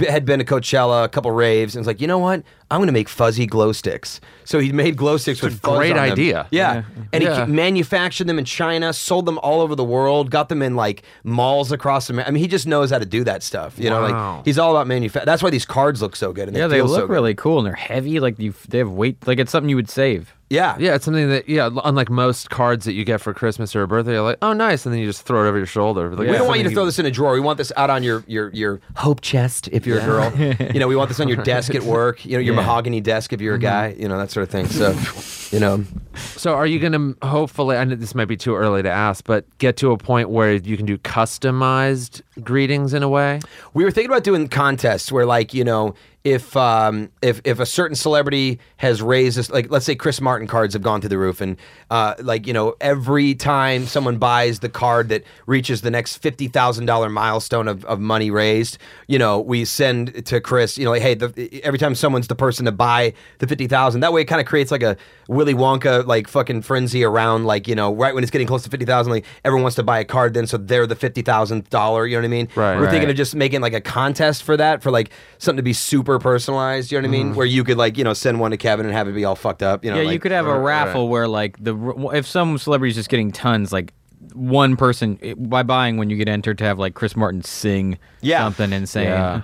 Speaker 3: had been to Coachella, a couple raves, and was like, you know what? I'm going to make fuzzy glow sticks. So he made glow sticks with fuzz
Speaker 1: great
Speaker 3: on them.
Speaker 1: idea.
Speaker 3: Yeah. And
Speaker 1: Yeah.
Speaker 3: he manufactured them in China, sold them all over the world, got them in like malls across America. I mean, he just knows how to do that stuff. You know,
Speaker 1: Wow.
Speaker 3: like he's all about manufacturing. That's why these cards look so good. And
Speaker 2: Yeah,
Speaker 3: they,
Speaker 2: they
Speaker 3: feel so
Speaker 2: look
Speaker 3: good.
Speaker 2: really cool and they're heavy. Like you, they have weight. Like it's something you would save.
Speaker 3: Yeah.
Speaker 1: Yeah, it's something that yeah. Unlike most cards that you get for Christmas or a birthday, you're like, oh, nice, and then you just throw it over your shoulder. Like,
Speaker 3: We
Speaker 1: it's
Speaker 3: don't want you to
Speaker 1: something
Speaker 3: throw this in a drawer. We want this out on your your your hope chest if you're a girl. you know, we want this on your desk at work. You know, your mahogany desk if you're a guy. You know, that sort of thing. So, you know,
Speaker 1: So, are you going to hopefully? I know this might be too early to ask, but get to a point where you can do customized greetings in a way.
Speaker 3: We were thinking about doing contests where, like, you know, if um, if if a certain celebrity has raised, this, like, let's say Chris Martin cards have gone through the roof, and uh, like, you know, every time someone buys the card that reaches the next fifty thousand dollar milestone of, of money raised, you know, we send to Chris, you know, like, hey, the, every time someone's the person to buy the fifty thousand, that way it kind of creates like a Willy Wonka like fucking frenzy around, like, you know, right when it's getting close to fifty thousand, like everyone wants to buy a card, then so they're the fifty thousandth dollar, you know what I mean?
Speaker 1: Right.
Speaker 3: We're thinking
Speaker 2: Right.
Speaker 3: of just making like a contest for that, for like something to be super personalized. You know what I
Speaker 1: Mm-hmm.
Speaker 3: mean? Where you could like you know send one to Kevin and have it be all fucked up. You know,
Speaker 2: Yeah, you
Speaker 3: like-
Speaker 2: could have a raffle where like the r- if some celebrity's just getting tons, like one person eh, by buying when you get entered to have like Chris Martin sing
Speaker 3: Yeah.
Speaker 2: something and saying,
Speaker 1: Yeah.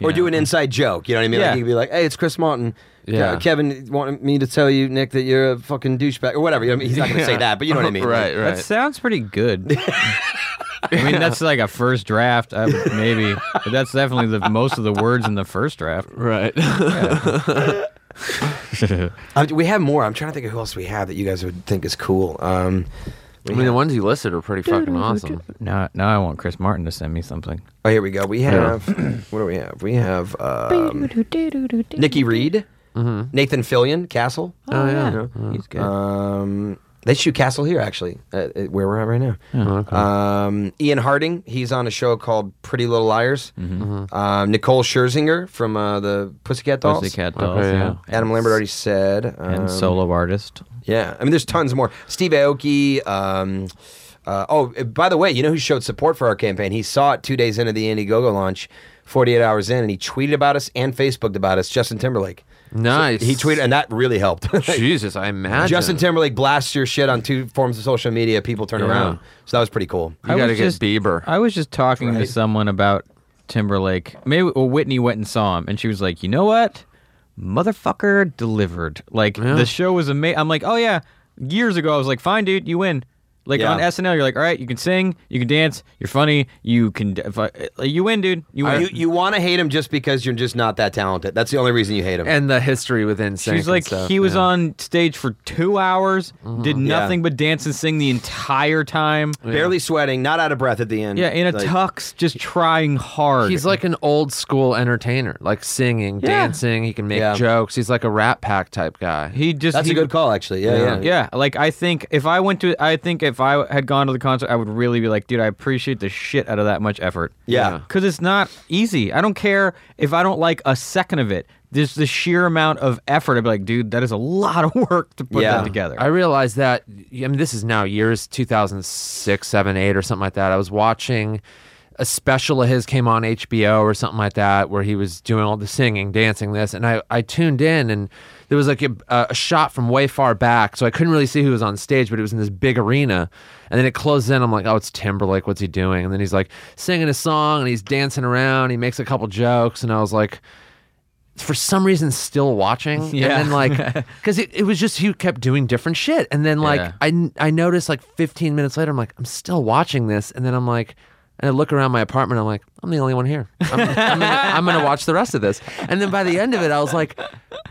Speaker 2: you
Speaker 3: or
Speaker 2: know.
Speaker 3: do an inside joke. You know what I mean?
Speaker 2: Yeah.
Speaker 3: Like you could be like, hey, it's Chris Martin.
Speaker 1: Yeah.
Speaker 3: Yeah. Kevin wanted me to tell you, Nick, that you're a fucking douchebag or whatever. You know what I mean? He's not gonna say that, but you know what I mean?
Speaker 1: Right,
Speaker 3: Like,
Speaker 1: right.
Speaker 2: That sounds pretty good. I mean, that's like a first draft, uh, maybe. But that's definitely the most of the words in the first draft.
Speaker 1: right.
Speaker 3: I'm- we have more. I'm trying to think of who else we have that you guys would think is cool. Um,
Speaker 1: I mean, the ones you listed are pretty fucking awesome.
Speaker 2: Now, now I want Chris Martin to send me something.
Speaker 3: oh, here we go. We have what do we have? We have um, Nikki Reed, Nathan Fillion, Castle.
Speaker 2: Mm-hmm. Oh, yeah. He's good.
Speaker 3: Um, they shoot Castle here, actually, uh, uh, where we're at right now.
Speaker 2: Oh,
Speaker 1: okay.
Speaker 3: Um, Ian Harding, he's on a show called Pretty Little Liars.
Speaker 2: Mm-hmm.
Speaker 3: Um, Nicole Scherzinger from uh, the Pussycat Dolls.
Speaker 2: Pussycat
Speaker 1: Okay,
Speaker 2: Dolls,
Speaker 1: yeah.
Speaker 2: yeah.
Speaker 3: Adam Lambert already said.
Speaker 2: And
Speaker 3: um,
Speaker 2: solo artist.
Speaker 3: Yeah, I mean, there's tons more. Steve Aoki. Um, Uh, oh, eh, by the way, you know who showed support for our campaign? He saw it two days into the Indiegogo launch, 48 hours in, and he tweeted about us and Facebooked about us, Justin Timberlake.
Speaker 1: Nice.
Speaker 3: He tweeted, and that really helped.
Speaker 1: Jesus, I imagine.
Speaker 3: Justin Timberlake blasts your shit on two forms of social media, people turn around. So that was pretty cool.
Speaker 1: You
Speaker 2: I
Speaker 1: gotta
Speaker 2: was
Speaker 1: get
Speaker 2: just-
Speaker 1: Bieber.
Speaker 2: I was just talking to someone about Timberlake. Maybe well, Whitney went and saw him, and she was like, "You know what, motherfucker delivered." Like the show was amazing. I'm like, "Oh yeah." Years ago, I was like, "Fine, dude, you win." Like
Speaker 3: Yeah.
Speaker 2: on SNL, you're like, "All right, you can sing, you can dance, you're funny, you can, if I- like, you win, dude, you win."
Speaker 3: You, you want to hate him just because you're just not that talented. That's the only reason you hate him.
Speaker 1: and the history within. Sync
Speaker 2: She's
Speaker 1: and
Speaker 2: like,
Speaker 1: stuff,
Speaker 2: he was
Speaker 1: yeah. Mm-hmm.
Speaker 2: on stage for two hours, did nothing but dance and sing the entire time.
Speaker 3: Barely sweating, not out of breath at the end.
Speaker 2: Yeah, in a
Speaker 3: Like,
Speaker 2: tux, just trying hard.
Speaker 1: He's like an old school entertainer, like singing, dancing. He can make
Speaker 3: Yeah.
Speaker 1: jokes. He's like a Rat Pack type guy.
Speaker 2: he just
Speaker 3: That's
Speaker 2: he,
Speaker 3: a good call, actually. Yeah, yeah.
Speaker 2: Yeah, like I think if I went to, I think if I had gone to the concert, I would really be like, dude, I appreciate the shit out of that much effort.
Speaker 3: Yeah.
Speaker 2: because it's not easy. I don't care if I don't like a second of it. There's the sheer amount of effort. I'd be like, dude, that is a lot of work to put
Speaker 3: Yeah.
Speaker 2: that together.
Speaker 1: I realized that. I mean, this is now years 2006, 7, 8, or something like that. I was watching a special of his came on HBO or something like that, where he was doing all the singing, dancing, this, and I I tuned in and there was like a, a shot from way far back, so I couldn't really see who was on stage, but it was in this big arena, and then it closes in. I'm like, oh, it's Timberlake. What's he doing? And then he's like singing a song and he's dancing around. He makes a couple jokes, and I was like for some reason still watching
Speaker 2: Yeah.
Speaker 1: and then like because it, it was just he kept doing different shit and then like
Speaker 2: Yeah.
Speaker 1: I, n- I noticed like 15 minutes later i'm like i'm still watching this and then i'm like and i look around my apartment i'm like i'm the only one here i'm, I'm, gonna, I'm gonna watch the rest of this and then by the end of it i was like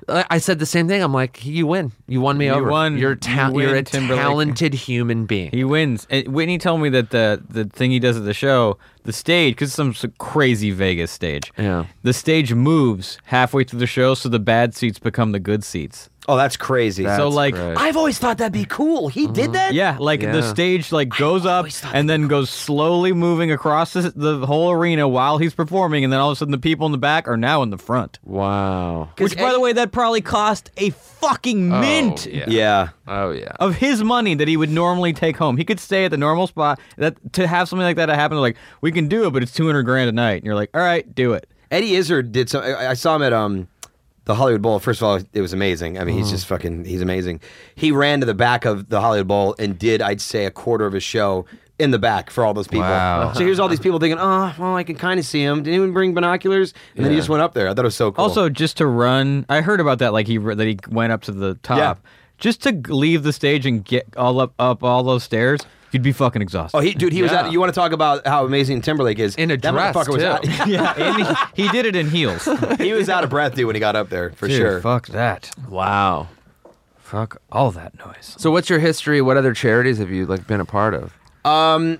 Speaker 1: i I said the same thing i'm like you win you won me over
Speaker 2: won.
Speaker 1: you're,
Speaker 2: You
Speaker 1: ta-
Speaker 2: win,
Speaker 1: you're a
Speaker 2: Timberlake."
Speaker 1: talented human being
Speaker 2: He wins. And Whitney told me that the the thing he does at the show, the stage, because some s- crazy Vegas stage.
Speaker 1: Yeah.
Speaker 2: The stage moves halfway through the show, so the bad seats become the good seats.
Speaker 3: Oh, that's crazy.
Speaker 2: so like, Uh-huh.
Speaker 1: great.
Speaker 3: I've always thought that'd be cool. He did that?
Speaker 2: yeah, like the
Speaker 1: Yeah.
Speaker 2: stage like goes up and then goes slowly moving across the, the whole arena while he's performing, and then all of a sudden the people in the back are now in the front.
Speaker 1: wow
Speaker 2: Which, by the way, that probably cost a fucking mint.
Speaker 1: Oh, yeah.
Speaker 3: Yeah.
Speaker 1: oh yeah
Speaker 2: of his money that he would normally take home. He could stay at the normal spot. That to have something like that happen, they're like we can do it, but it's two hundred grand a night. And you're like, all right, do it.
Speaker 3: Eddie Izzard did some. I, I saw him at um, the Hollywood Bowl. First of all, it was amazing. I mean,
Speaker 1: Mm-hmm.
Speaker 3: he's just fucking. He's amazing. He ran to the back of the Hollywood Bowl and did, I'd say, a quarter of his show in the back for all those people.
Speaker 2: Wow.
Speaker 3: So here's all these people thinking, oh, well, I can kind of see him. Did anyone bring binoculars? And then he just went up there. I thought it was so cool.
Speaker 2: Also, just to run, I heard about that. Like he that he went up to the top, just to g- leave the stage and get all up up all those stairs. You'd be fucking exhausted.
Speaker 3: Oh, he, dude, he was
Speaker 1: Yeah.
Speaker 3: out. You want to talk about how amazing Timberlake is?
Speaker 1: In a
Speaker 3: that
Speaker 1: dress,
Speaker 3: motherfucker was
Speaker 1: too.
Speaker 3: out.
Speaker 2: yeah, and he, he did it in heels.
Speaker 3: he was out of breath, dude, when he got up there for
Speaker 2: Dude,
Speaker 3: sure.
Speaker 2: Fuck that.
Speaker 1: wow
Speaker 2: Fuck all that noise.
Speaker 1: so what's your history what other charities have you like been a part of
Speaker 3: Uh,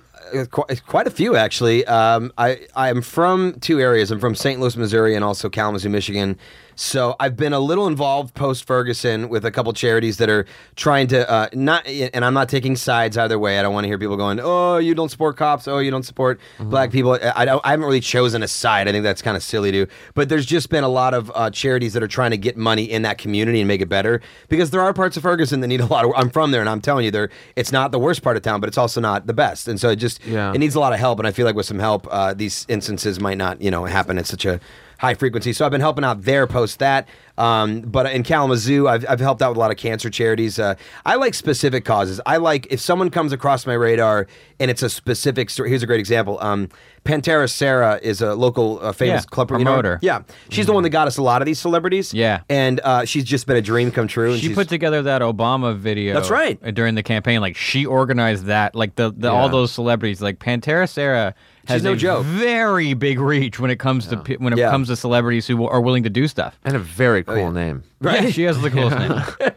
Speaker 3: qu- quite a few actually. Um, I I am from two areas. I'm from St. Louis, Missouri, and also Kalamazoo, Michigan. So I've been a little involved post Ferguson with a couple charities that are trying to uh, not. And I'm not taking sides either way. I don't want to hear people going, "Oh, you don't support cops. Oh, you don't support black people." I, I don't. I haven't really chosen a side. I think that's kind of silly to. But there's just been a lot of uh, charities that are trying to get money in that community and make it better because there are parts of Ferguson that need a lot of. I'm from there, and I'm telling you, there it's not the worst part of town, but it's also not the best. And so it just
Speaker 1: Yeah.
Speaker 3: it needs a lot of help. And I feel like with some help, uh, these instances might not you know happen at such a high frequency. So I've been helping out there post that. Um, but in Kalamazoo, I've, I've helped out with a lot of cancer charities. Uh, I like specific causes. I like if someone comes across my radar and it's a specific story. Here's a great example. Um, Pantera Sarah is a local uh, famous
Speaker 2: Yeah,
Speaker 3: club you know her?
Speaker 2: promoter. Mm-hmm.
Speaker 3: yeah, she's the one that got us a lot of these celebrities.
Speaker 2: Yeah.
Speaker 3: and uh, she's just been a dream come true. and
Speaker 2: She
Speaker 3: she's-
Speaker 2: put together that Obama video. uh,
Speaker 3: That's right.
Speaker 2: During the campaign, like she organized that. Like the, the all
Speaker 1: Yeah.
Speaker 2: those celebrities, like Pantera Sarah has
Speaker 3: She's no
Speaker 2: a
Speaker 3: joke.
Speaker 2: very big reach when it comes to to when it
Speaker 3: Yeah.
Speaker 2: comes to celebrities who are willing to do stuff.
Speaker 1: and a very
Speaker 2: Oh,
Speaker 1: cool name
Speaker 2: Right. she has the coolest name.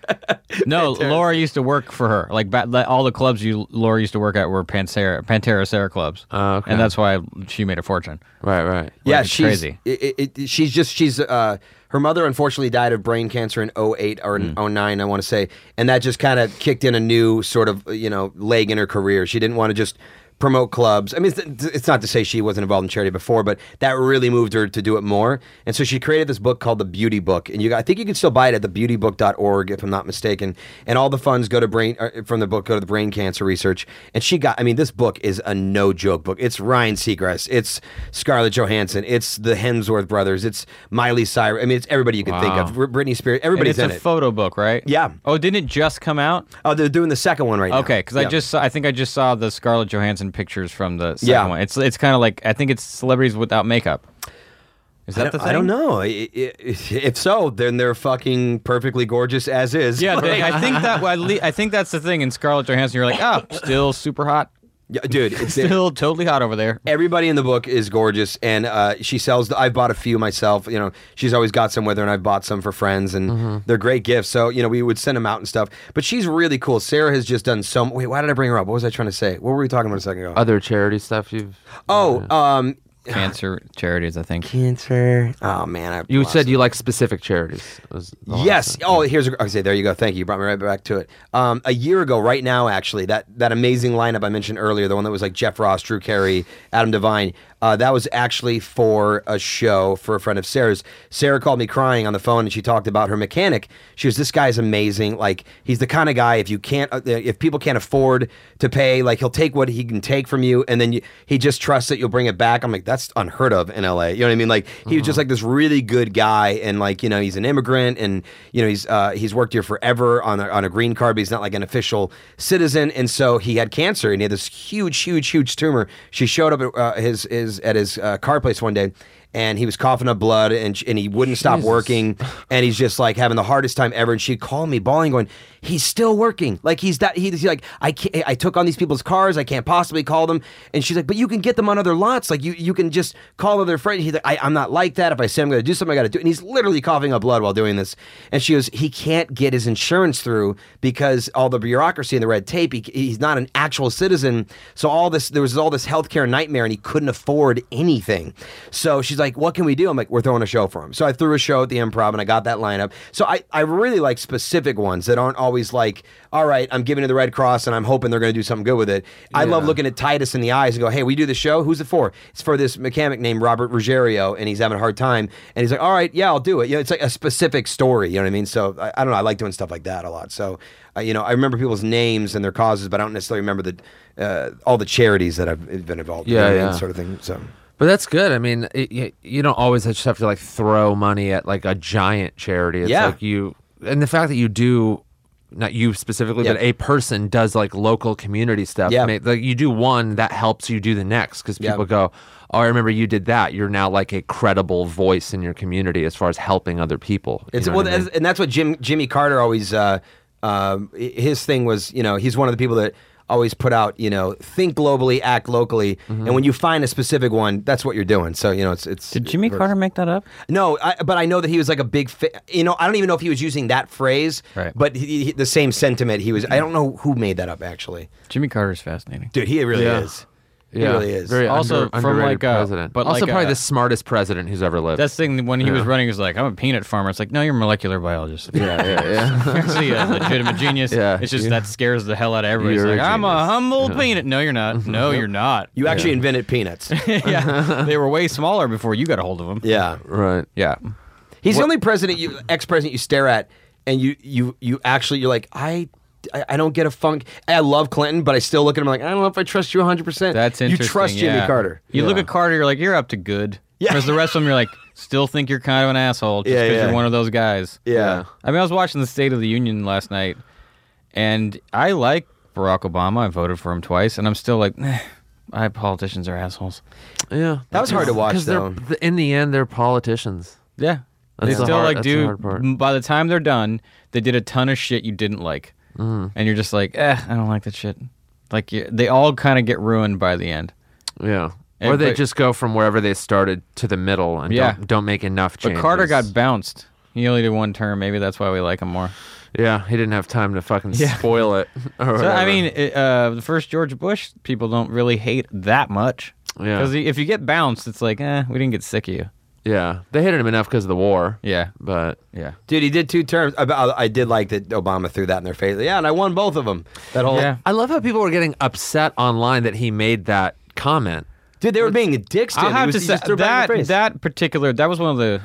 Speaker 2: No, Laura used to work for her. Like ba- like, all the clubs you Laura used to work at were Pantera Pantera Sarah clubs.
Speaker 1: Oh, okay.
Speaker 2: And that's why she made a fortune.
Speaker 1: right right
Speaker 3: yeah,
Speaker 2: it's
Speaker 3: she's
Speaker 2: crazy.
Speaker 3: It, it- it- she's just she's uh, her mother unfortunately died of brain cancer in 08 or
Speaker 2: Hmm.
Speaker 3: in 09, I want to say, and that just kind of kicked in a new sort of you know leg in her career. She didn't want to just promote clubs. I mean, it's, it's not to say she wasn't involved in charity before, but that really moved her to do it more. And so she created this book called The Beauty Book, and you I think you can still buy it at thebeautybook.org if I'm not mistaken. And all the funds go to brain uh, from the book go to the brain cancer research. And she got I mean, this book is a no joke book. It's Ryan Seacrest, it's Scarlett Johansson, it's the Hemsworth brothers, it's Miley Cyrus. I mean, it's everybody you can think of. Br- Britney Spears,
Speaker 2: And
Speaker 3: everybody's
Speaker 2: it's a
Speaker 3: in it.
Speaker 2: photo book, right?
Speaker 3: Yeah.
Speaker 2: Oh, didn't it just come out?
Speaker 3: oh, they're doing the second one right now.
Speaker 2: Okay, because I
Speaker 3: Yeah.
Speaker 2: just saw, I think I just saw the Scarlett Johansson pictures from the second
Speaker 3: Yeah.
Speaker 2: one. It's it's kind of like I think it's celebrities without makeup. Is that
Speaker 3: I don't,
Speaker 2: the thing?
Speaker 3: I don't know. I- I- If so, then they're fucking perfectly gorgeous as is.
Speaker 2: Yeah, they, I think that well, at lea- I think that's the thing in Scarlett Johansson. You're like, oh, still super hot,
Speaker 3: Yeah, dude. It's,
Speaker 2: still totally hot over there.
Speaker 3: everybody in the book is gorgeous, and uh, she sells. I bought a few myself. You know, she's always got some with her, and I've bought some for friends, and
Speaker 1: Mm-hmm.
Speaker 3: they're great gifts. So you know, we would send them out and stuff. But she's really cool. Sarah has just done so. Wait, why did I bring her up? What was I trying to say? What were we talking about a second ago?
Speaker 1: Other charity stuff you've.
Speaker 3: oh,
Speaker 1: uh,
Speaker 3: um,
Speaker 2: Cancer charities, I think.
Speaker 3: cancer. Oh man, I
Speaker 1: You
Speaker 3: lost
Speaker 1: said
Speaker 3: it.
Speaker 1: you like specific charities. was the last
Speaker 3: Yes.
Speaker 1: thing.
Speaker 3: Oh, here's a, okay. There you go. Thank you. You brought me right back to it. Um, a year ago, right now, actually, that that amazing lineup I mentioned earlier, the one that was like Jeff Ross, Drew Carey, Adam Devine, uh, that was actually for a show for a friend of Sarah's. Sarah called me crying on the phone, and she talked about her mechanic. She was, "This guy's amazing. Like, he's the kind of guy if you can't, uh, if people can't afford to pay, like he'll take what he can take from you, and then you, he just trusts that you'll bring it back." I'm like, that's unheard of in LA. You know what I mean? Like, he was just like this really good guy, and like you know, he's an immigrant, and you know, he's uh, he's worked here forever on a, on a green card, but he's not like an official citizen, and so he had cancer, and he had this huge, huge, huge tumor. She showed up at uh, his his at his uh, car place one day. And he was coughing up blood, and sh- and he wouldn't stop working, and he's just like having the hardest time ever. And she called me, bawling, going, "He's still working. Like he's that. He's like, I can't. I took on these people's cars. I can't possibly call them." And she's like, "But you can get them on other lots. Like you you can just call other friends." He's like, I, "I'm not like that. If I say I'm going to do something, I got to do." it." And he's literally coughing up blood while doing this. And she goes, "He can't get his insurance through because all the bureaucracy and the red tape. He, he's not an actual citizen. So all this there was all this healthcare nightmare, and he couldn't afford anything. So she's like, "What can we do?" I'm like, "We're throwing a show for him." So I threw a show at the Improv, and I got that lineup. So I I really like specific ones that aren't always like, "All right, I'm giving to the Red Cross, and I'm hoping they're going to do something good with it." I love looking at Titus in the eyes and go, "Hey, we do the show. Who's it for?" It's for this mechanic named Robert Ruggiero, and he's having a hard time, and he's like, "All right, yeah, I'll do it." You know, it's like a specific story. You know what I mean? So I, I don't know. I like doing stuff like that a lot. So. Uh, you know, I remember people's names and their causes, but I don't necessarily remember the uh, all the charities that I've been involved
Speaker 1: Yeah,
Speaker 3: in,
Speaker 1: yeah.
Speaker 3: and sort of thing. So
Speaker 1: But that's good. I mean, it, you, you don't always just have to like throw money at like a giant charity. It's
Speaker 3: Yeah.
Speaker 1: like you and the fact that you do not you specifically,
Speaker 3: Yeah.
Speaker 1: but a person does like local community stuff.
Speaker 3: Yeah.
Speaker 1: ma- like you do one that helps you do the next because
Speaker 3: Yeah.
Speaker 1: people go, "Oh, I remember you did that." You're now like a credible voice in your community as far as helping other people. You
Speaker 3: It's
Speaker 1: know
Speaker 3: well,
Speaker 1: what I mean?
Speaker 3: that's- and that's what Jim Jimmy Carter always. Uh, um, i- his thing was, you know, he's one of the people that always put out, you know, think globally, act locally,
Speaker 1: Mm-hmm.
Speaker 3: and when you find a specific one, that's what you're doing. So you know, it's it's.
Speaker 2: Did Jimmy
Speaker 3: it works.
Speaker 2: Carter make that up?
Speaker 3: No, I, but I know that he was like a big, fa- you know, I don't even know if he was using that phrase,
Speaker 2: Right.
Speaker 3: but he, he- the same sentiment. He was. I don't know who made that up actually.
Speaker 2: Jimmy Carter's fascinating.
Speaker 3: Dude, he really
Speaker 1: Yeah.
Speaker 3: is.
Speaker 1: Yeah.
Speaker 3: He really is.
Speaker 1: Very
Speaker 2: Also,
Speaker 1: under-
Speaker 2: from,
Speaker 1: underrated
Speaker 2: like, a-
Speaker 1: president,
Speaker 2: but
Speaker 1: also
Speaker 2: like
Speaker 1: probably
Speaker 2: a-
Speaker 1: the smartest president who's ever lived.
Speaker 2: That's the thing. When he was running, he was like, "I'm a peanut farmer." It's like, no, you're a molecular biologist.
Speaker 1: yeah, yeah, yeah.
Speaker 2: You're actually a legitimate genius.
Speaker 1: Yeah.
Speaker 2: It's just
Speaker 1: Yeah.
Speaker 2: that scares the hell out of everybody. It's
Speaker 1: You're a
Speaker 2: like, I'm a
Speaker 1: genius."
Speaker 2: humble peanut. No, you're not. No, you're not.
Speaker 3: You actually invented peanuts.
Speaker 2: yeah, they were way smaller before you got a hold of them.
Speaker 3: yeah.
Speaker 1: right.
Speaker 2: Yeah.
Speaker 3: He's the only president you ex president you stare at and you you you actually you're like I I I don't get a funk. I love Clinton, but I still look at him like I don't know if I trust you 100. percent
Speaker 2: That's interesting.
Speaker 3: You trust Jimmy
Speaker 2: yeah.
Speaker 3: Carter.
Speaker 2: You look at Carter, you're like, you're up to good.
Speaker 3: Yeah.
Speaker 2: Whereas the rest of them, you're like, still think you're kind of an asshole just
Speaker 3: Yeah,
Speaker 2: because
Speaker 3: yeah.
Speaker 2: you're one of those guys.
Speaker 3: Yeah.
Speaker 2: I mean, I was watching the State of the Union last night, and I like Barack Obama. I voted for him twice, and I'm still like, "Nah, I politicians are assholes.
Speaker 1: Yeah,
Speaker 3: That was hard to watch,
Speaker 1: Because they're-
Speaker 3: though.
Speaker 1: th- in the end, they're politicians.
Speaker 2: Yeah.
Speaker 1: That's
Speaker 2: they
Speaker 1: the
Speaker 2: still
Speaker 1: hard-
Speaker 2: like
Speaker 1: that's the
Speaker 2: do
Speaker 1: hard part.
Speaker 2: m- by the time they're done, they did a ton of shit you didn't like.
Speaker 1: Mm-hmm.
Speaker 2: And you're just like, eh, I don't like that shit. Like you, they all kind of get ruined by the end.
Speaker 1: Yeah.
Speaker 2: And-
Speaker 1: or they
Speaker 2: but-
Speaker 1: just go from wherever they started to the middle and
Speaker 2: Yeah.
Speaker 1: don't, don't make enough
Speaker 2: But
Speaker 1: changes.
Speaker 2: Carter got bounced. He only did one term. Maybe that's why we like him more.
Speaker 1: Yeah, he didn't have time to fucking spoil it. or
Speaker 2: So I
Speaker 1: whatever.
Speaker 2: mean, it, uh, the first George Bush people don't really hate that much.
Speaker 1: Yeah.
Speaker 2: Because if you get bounced, it's like, eh, we didn't get sick of you.
Speaker 1: Yeah, they hated him enough because of the war.
Speaker 2: Yeah.
Speaker 1: but
Speaker 2: Yeah.
Speaker 3: Dude, he did two terms. I, I I did like that Obama threw that in their face. Yeah, and I won both of them. That whole
Speaker 2: Yeah.
Speaker 1: I love how people were getting upset online that he made that comment.
Speaker 3: dude, they were being dicks. To
Speaker 2: I'll
Speaker 3: him. He
Speaker 2: have
Speaker 3: was-
Speaker 2: to
Speaker 3: he
Speaker 2: say
Speaker 3: just threw it back in their
Speaker 2: that
Speaker 3: face.
Speaker 2: that particular that was one of the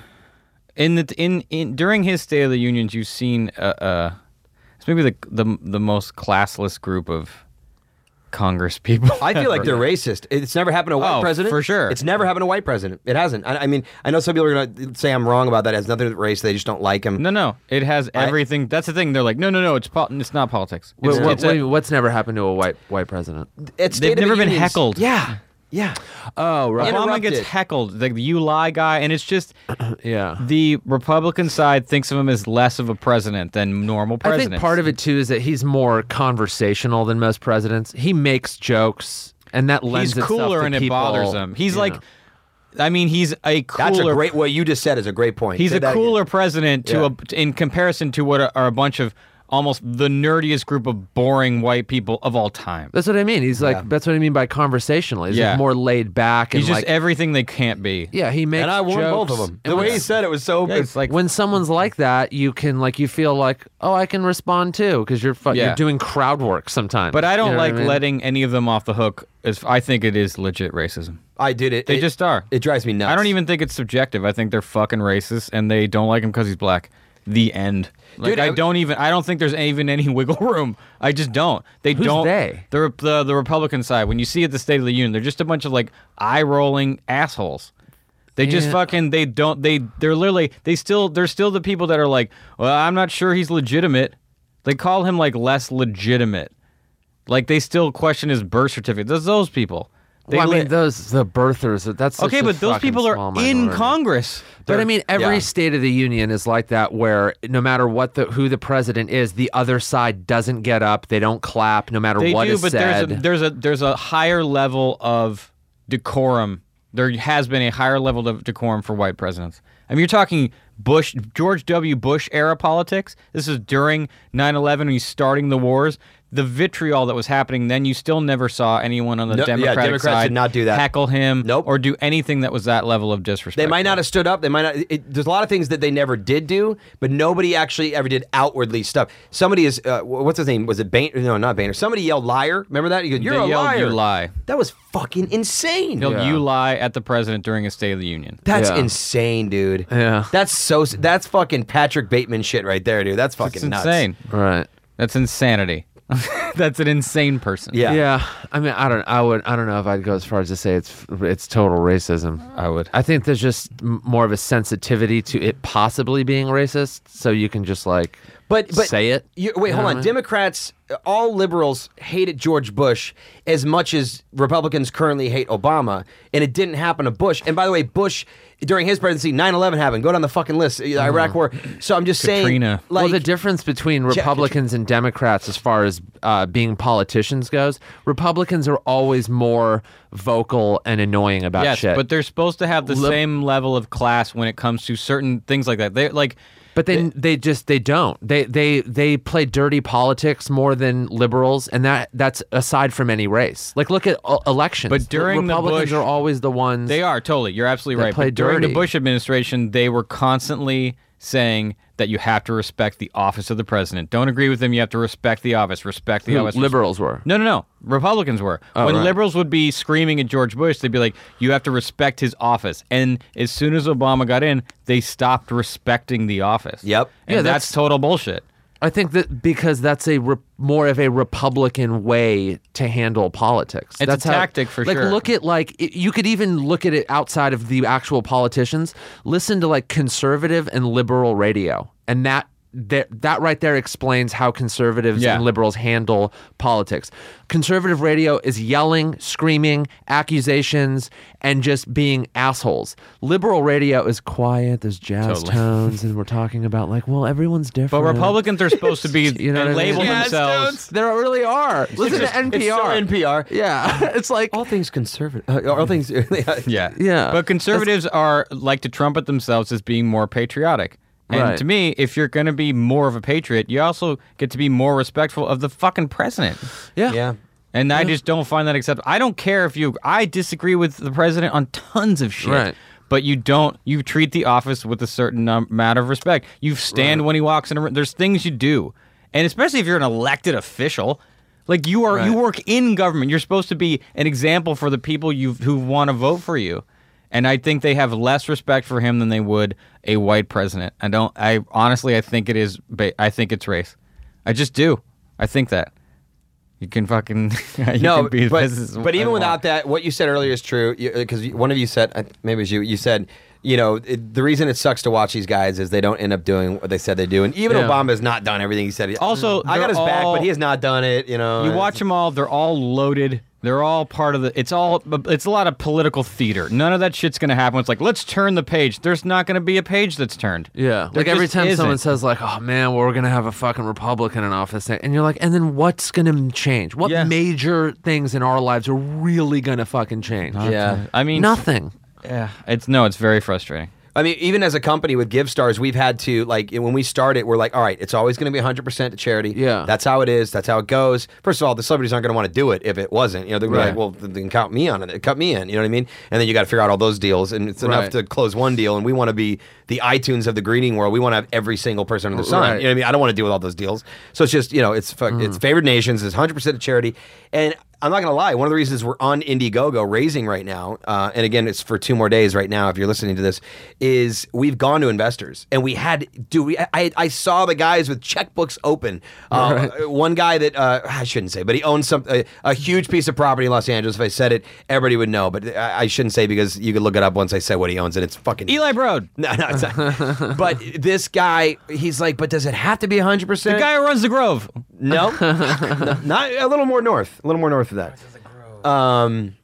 Speaker 2: in the in, in during his State of the Unions you've seen uh, uh it's maybe the the the most classless group of Congress people.
Speaker 3: I feel like they're racist. It's never happened to a white
Speaker 2: Oh,
Speaker 3: president.
Speaker 2: for sure.
Speaker 3: It's never happened to a white president. It hasn't. I, I mean, I know some people are going to say I'm wrong about that. It has nothing to do with race. They just don't like him.
Speaker 2: no, no, it has everything. that's the thing. They're like, no, no, no, it's pol- it's not politics. It's,
Speaker 1: What- what-
Speaker 2: it's a-
Speaker 1: what do you- what's never happened to a white white president?
Speaker 3: It's State
Speaker 2: they've
Speaker 3: of the
Speaker 2: never been
Speaker 3: Unions.
Speaker 2: heckled.
Speaker 3: Yeah. Yeah.
Speaker 1: Oh right,
Speaker 2: Obama
Speaker 3: interrupted.
Speaker 2: gets heckled, like the you lie guy, and it's just
Speaker 1: yeah.
Speaker 2: the Republican side thinks of him as less of a president than normal
Speaker 1: I
Speaker 2: presidents.
Speaker 1: think part of it too is that he's more conversational than most presidents. He makes jokes, and that lends
Speaker 2: he's cooler
Speaker 1: itself to
Speaker 2: and it
Speaker 1: people,
Speaker 2: bothers him. He's
Speaker 1: you
Speaker 2: like,
Speaker 1: know.
Speaker 2: I mean, he's a cooler.
Speaker 3: That's a great. What you just said is a great point.
Speaker 2: he's
Speaker 3: Say
Speaker 2: a
Speaker 3: that
Speaker 2: cooler
Speaker 3: again.
Speaker 2: president to
Speaker 3: Yeah.
Speaker 2: a, in comparison to what are, are a bunch of almost the nerdiest group of boring white people of all time.
Speaker 1: That's what I mean. He's like, that's what I mean by conversational. He's
Speaker 2: Yeah.
Speaker 1: like more laid back and
Speaker 2: He's just
Speaker 1: like,
Speaker 2: everything they can't be.
Speaker 1: yeah, he makes.
Speaker 3: And I won
Speaker 1: jokes.
Speaker 3: both of them.
Speaker 1: And
Speaker 3: The way
Speaker 1: when-
Speaker 3: he said it was so.
Speaker 2: Yeah, it's like
Speaker 1: when someone's like that, you can like you feel like, oh, I can respond too because you're fu-
Speaker 2: Yeah.
Speaker 1: you're doing crowd work sometimes.
Speaker 2: but I don't
Speaker 1: You know what
Speaker 2: like
Speaker 1: mean?
Speaker 2: letting any of them off the hook. As I think it is legit racism.
Speaker 3: I did it.
Speaker 2: They
Speaker 3: it,
Speaker 2: just are.
Speaker 3: It drives me nuts.
Speaker 2: I don't even think it's subjective. I think they're fucking racist and they don't like him because he's black. The end. Like
Speaker 3: Dude,
Speaker 2: I,
Speaker 3: I-
Speaker 2: don't even. I don't think there's even any wiggle room. I just don't. They
Speaker 1: Who's
Speaker 2: don't.
Speaker 1: they?
Speaker 2: The, Re- the the Republican side. When you see at the State of the Union, they're just a bunch of like eye rolling assholes. They just
Speaker 1: Yeah.
Speaker 2: fucking. They don't. They they're literally. They still. They're still the people that are like. Well, I'm not sure he's legitimate. They call him like less legitimate. Like they still question his birth certificate. Those those people. They
Speaker 1: Well, I
Speaker 2: li-
Speaker 1: mean, those the birthers. That's such
Speaker 2: Okay,
Speaker 1: a
Speaker 2: but those
Speaker 1: fucking
Speaker 2: people
Speaker 1: small
Speaker 2: are in
Speaker 1: minority.
Speaker 2: Congress.
Speaker 1: But I mean, every
Speaker 3: yeah.
Speaker 1: state of the union is like that, where no matter what the who the president is, the other side doesn't get up. They don't clap, no matter
Speaker 2: They
Speaker 1: what
Speaker 2: do,
Speaker 1: is
Speaker 2: but
Speaker 1: said.
Speaker 2: there's a there's a there's a higher level of decorum. There has been a higher level of decorum for white presidents. I mean, you're talking Bush, George W. Bush era politics. This is during 9/11 when he's starting the wars. The vitriol that was happening then, you still never saw anyone on the
Speaker 3: No- yeah,
Speaker 2: Democratic
Speaker 3: Democrats
Speaker 2: side
Speaker 3: did not do that.
Speaker 2: heckle him,
Speaker 3: Nope.
Speaker 2: or do anything that was that level of disrespect.
Speaker 3: They might not have stood up. They might not. It, there's a lot of things that they never did do, but nobody actually ever did outwardly stuff. Somebody is, uh, wh- what's his name? Was it Boehner? No, not Boehner. Somebody yelled liar. Remember that? He goes, You're
Speaker 2: They
Speaker 3: a
Speaker 2: yelled,
Speaker 3: liar.
Speaker 2: "You lie."
Speaker 3: That was fucking insane.
Speaker 2: They'll-
Speaker 1: Yeah.
Speaker 2: You lie at the president during a State of the Union.
Speaker 3: That's
Speaker 1: Yeah.
Speaker 3: insane, dude.
Speaker 1: Yeah.
Speaker 3: That's so, s- that's fucking Patrick Bateman shit right there, dude. That's fucking
Speaker 2: That's
Speaker 3: nuts.
Speaker 2: insane.
Speaker 1: right.
Speaker 2: That's insanity. That's an insane person.
Speaker 3: Yeah.
Speaker 1: Yeah. I mean, I don't. I would. I don't know if I'd go as far as to say it's it's total racism.
Speaker 2: I would.
Speaker 1: I think there's just m- more of a sensitivity to it possibly being racist, so you can just like,
Speaker 3: But, but
Speaker 1: say it. Uh-huh.
Speaker 3: You, wait,
Speaker 1: You know
Speaker 3: hold
Speaker 1: what
Speaker 3: on.
Speaker 1: I mean?
Speaker 3: Democrats, all liberals hated George Bush as much as Republicans currently hate Obama, and it didn't happen to Bush. And by the way, Bush during his presidency, 9-11 happened. Go down the fucking list. The
Speaker 1: Uh-huh.
Speaker 3: Iraq War. So I'm just
Speaker 2: Katrina.
Speaker 3: saying, like,
Speaker 1: well, the difference between
Speaker 3: could you-
Speaker 1: Republicans and Democrats, as far as uh, being politicians goes, Republicans are always more vocal and annoying about
Speaker 2: yes,
Speaker 1: Ah, shit.
Speaker 2: but they're supposed to have the
Speaker 1: Lib-
Speaker 2: same level of class when it comes to certain things like that. They like
Speaker 1: But they, they just they don't they they they play dirty politics more than liberals and that that's aside from any race. Like look at uh, elections.
Speaker 2: But during the
Speaker 1: Republicans
Speaker 2: Bush-
Speaker 1: are always the ones
Speaker 2: they are totally. You're absolutely
Speaker 1: They
Speaker 2: right.
Speaker 1: play
Speaker 2: But during the
Speaker 1: dirty.
Speaker 2: Bush administration, they were constantly saying that you have to respect the office of the president. Don't agree with them. You have to respect the office. Respect the
Speaker 1: who
Speaker 2: office.
Speaker 1: liberals were.
Speaker 2: No, no, no. Republicans were. when
Speaker 1: right.
Speaker 2: liberals would be screaming at George Bush, they'd be like, "You have to respect his office." And as soon as Obama got in, they stopped respecting the office.
Speaker 3: Yep.
Speaker 2: And
Speaker 1: Yeah,
Speaker 2: that's,
Speaker 1: that's-
Speaker 2: total bullshit.
Speaker 1: I think that because that's a re- more of a Republican way to handle politics.
Speaker 2: It's a
Speaker 1: that's how-
Speaker 2: tactic for
Speaker 1: like,
Speaker 2: sure.
Speaker 1: Look at like it, you could even look at it outside of the actual politicians. Listen to like conservative and liberal radio, and that that that right there explains how conservatives
Speaker 2: Yeah.
Speaker 1: and liberals handle politics. Conservative radio is yelling, screaming, accusations, and just being assholes. Liberal radio is quiet. There's jazz
Speaker 2: Totally.
Speaker 1: tones, and we're talking about like, well, everyone's
Speaker 2: But
Speaker 1: different.
Speaker 2: Republicans are supposed to be
Speaker 1: You know what I
Speaker 2: and
Speaker 1: mean?
Speaker 2: label
Speaker 1: Yeah,
Speaker 2: themselves.
Speaker 1: There really are. Listen to NPR.
Speaker 3: It's so NPR.
Speaker 1: yeah, it's like
Speaker 3: All things conservative. uh, all things.
Speaker 2: Yeah.
Speaker 1: Yeah.
Speaker 2: But conservatives are like to trumpet themselves as being more patriotic. And
Speaker 1: Right.
Speaker 2: to me, if you're going to be more of a patriot, you also get to be more respectful of the fucking president.
Speaker 1: yeah,
Speaker 3: Yeah.
Speaker 2: And I just don't find that acceptable. I don't care if you. I disagree with the president on tons of shit.
Speaker 1: Right.
Speaker 2: but you don't. You treat the office with a certain um, amount of respect. You stand when he walks in a room. There's things you do, and especially if you're an elected official, like you are. You
Speaker 1: Right.
Speaker 2: work in government. You're supposed to be an example for the people you who want to vote for you. And I think they have less respect for him than they would a white president. I don't. I honestly, I think it is. ba- I think it's race. I just do. I think that. You can fucking you
Speaker 3: no,
Speaker 2: can be
Speaker 3: but,
Speaker 2: this is
Speaker 3: but even
Speaker 2: I
Speaker 3: without
Speaker 2: want.
Speaker 3: that, what you said earlier is true. Because one of you said, I- maybe it was you, you said, you know, it, the reason it sucks to watch these guys is they don't end up doing what they said they do. And even
Speaker 1: Yeah.
Speaker 3: Obama has not done everything he said. he-
Speaker 2: Also,
Speaker 3: I got
Speaker 2: they're
Speaker 3: his back,
Speaker 2: all-
Speaker 3: but he has not done it. You know,
Speaker 2: You
Speaker 3: and-
Speaker 2: watch them all; they're all loaded. They're all part of the. It's all. It's a lot of political theater. None of that shit's gonna happen. It's like let's turn the page. There's not gonna be a page that's turned.
Speaker 1: Yeah.
Speaker 2: There
Speaker 1: like every
Speaker 2: just
Speaker 1: time someone
Speaker 2: isn't.
Speaker 1: says like, "Oh man, well, we're going to have a fucking Republican in office." And you're like, "And then what's going to change? What
Speaker 2: Yeah.
Speaker 1: major things in our lives are really going to fucking change?"
Speaker 3: Yeah.
Speaker 2: I mean
Speaker 1: Nothing.
Speaker 2: Yeah, it's no. It's very frustrating.
Speaker 3: I mean, even as a company with GiveStars, we've had to like when we started, we're like, all right, it's always going to be 100 percent to charity.
Speaker 1: Yeah.
Speaker 3: that's how it is. That's how it goes. First of all, the celebrities aren't going to want to do it if it wasn't. You know, they're
Speaker 2: Right.
Speaker 3: like, well, th- then count me on it, cut me in. You know what I mean? And then you got to figure out all those deals, and it's enough
Speaker 1: Right.
Speaker 3: to close one deal. And we want to be the iTunes of the greeting world. We want to have every single person under the sun.
Speaker 1: Right.
Speaker 3: You know what I mean? I don't want to deal with all those deals. So it's just you know, it's fuck, it's favored nations. It's 100 percent to charity, and I'm not gonna lie. One of the reasons we're on Indiegogo raising right now, uh, and again, it's for two more days right now. If you're listening to this, is we've gone to investors and we had do we? I, I saw the guys with checkbooks open. Uh, One guy that uh, I shouldn't say, but he owns some a, a huge piece of property in Los Angeles. If I said it, everybody would know. But I, I shouldn't say because you could look it up once I say what he owns, and it's fucking
Speaker 2: Eli Broad,
Speaker 3: No, no, it's not. but this guy, he's like, but does it have to be 100?
Speaker 2: the
Speaker 3: percent
Speaker 2: guy who runs the Grove.
Speaker 3: no, No, not a little more north, a little more north of that. Um,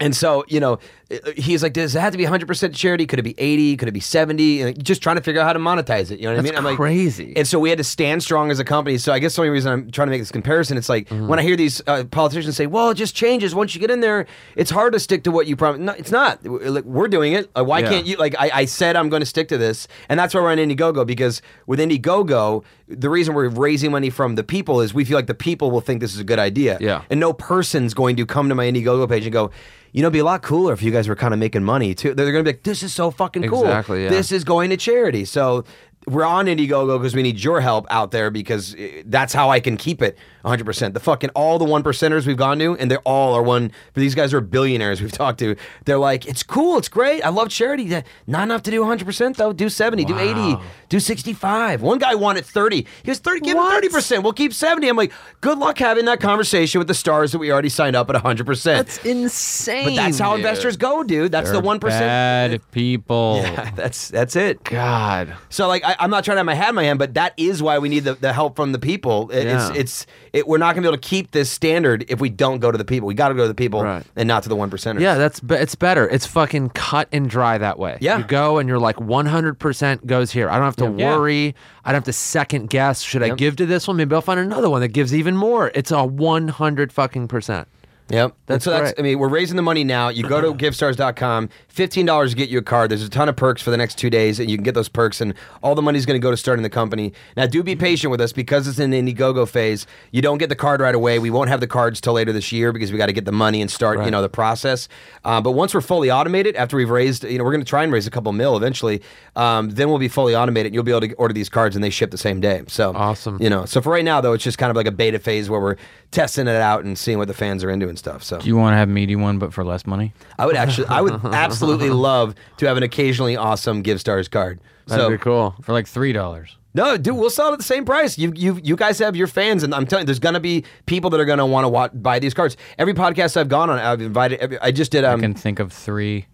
Speaker 3: and so you know, i- he's like, does it have to be 100 percent charity? Could it be 80? Could it be 70? And just trying to figure out how to monetize it. You know what
Speaker 1: That's
Speaker 3: I mean? I'm
Speaker 1: crazy.
Speaker 3: Like, and so we had to stand strong as a company. So I guess the only reason I'm trying to make this comparison, it's like when I hear these uh, politicians say, "Well, it just changes once you get in there." It's hard to stick to what you promise. No, it's not. W- like, We're doing it. Uh, why
Speaker 1: Yeah.
Speaker 3: can't you? Like I, I said, I'm going to stick to this, and that's why we're on Indiegogo because with Indiegogo, the reason we're raising money from the people is we feel like the people will think this is a good idea.
Speaker 1: Yeah.
Speaker 3: and no person's going to come to my Indiegogo page and go. You know, it'd be a lot cooler if you guys were kind of making money too. They're going to be like, "This is so fucking cool.
Speaker 1: Exactly, yeah.
Speaker 3: This is going to charity." So we're on Indiegogo because we need your help out there because eh, that's how I can keep it 100. percent The fucking all the one percenters we've gone to, and they're all are one. But these guys are billionaires we've talked to. They're like, "It's cool. It's great. I love charity. Th- Not enough to do 100 percent though. Do 70. Do 80. Do 65." One guy wanted 30. He was 30. Give him 30 percent. We'll keep 70. I'm like, good luck having that conversation with the stars that we already signed up at 100 percent.
Speaker 1: insane.
Speaker 3: But that's how investors go, dude. That's the one percent.
Speaker 2: Bad people.
Speaker 3: That's that's it.
Speaker 1: God.
Speaker 3: So like, I, I'm not trying to have my hat in my hand, but that is why we need the, the help from the people. It-
Speaker 1: Yeah.
Speaker 3: It's it's it, we're not going to be able to keep this standard if we don't go to the people. We got to go to the people
Speaker 1: Right.
Speaker 3: and not to the one percenters.
Speaker 1: Yeah, that's be- it's better. It's fucking cut and dry that way.
Speaker 3: Yeah.
Speaker 1: you go and you're like 100% goes here. I don't have to
Speaker 2: Yeah.
Speaker 1: worry. I don't have to second guess. Should I give to this one? Maybe I'll find another one that gives even more. It's a 100 fucking percent.
Speaker 3: Yep. That's,
Speaker 1: That's
Speaker 3: so that's,
Speaker 1: correct.
Speaker 3: I mean, we're raising the money now. You go to giftstars.com, $15 to get you a card. There's a ton of perks for the next two days, and you can get those perks, and all the money's going to go to starting the company. Now, do be patient with us because it's in the Indiegogo phase. You don't get the card right away. We won't have the cards till later this year because we got to get the money and start, you know, the process. Uh, but once we're fully automated, after we've raised, you know, we're going to try and raise a couple mil eventually, um, then we'll be fully automated. And you'll be able to order these cards, and they ship the same day. So
Speaker 1: Awesome.
Speaker 3: You know, so for right now, though, it's just kind of like a beta phase where we're testing it out and seeing what the fans are into and stuff. So
Speaker 2: Do you want to have me do one, but for less money?
Speaker 3: I would actually, I would absolutely love to have an occasionally awesome Give Stars card.
Speaker 1: That'd
Speaker 3: so
Speaker 1: be cool.
Speaker 2: For like three dollars.
Speaker 3: no, dude, we'll sell it at the same price. You, you, you guys have your fans, and I'm telling you, there's gonna be people that are gonna want to wa- buy these cards. Every podcast I've gone on, I've invited. Every, I just did.
Speaker 2: I
Speaker 3: Um,
Speaker 2: can think of three.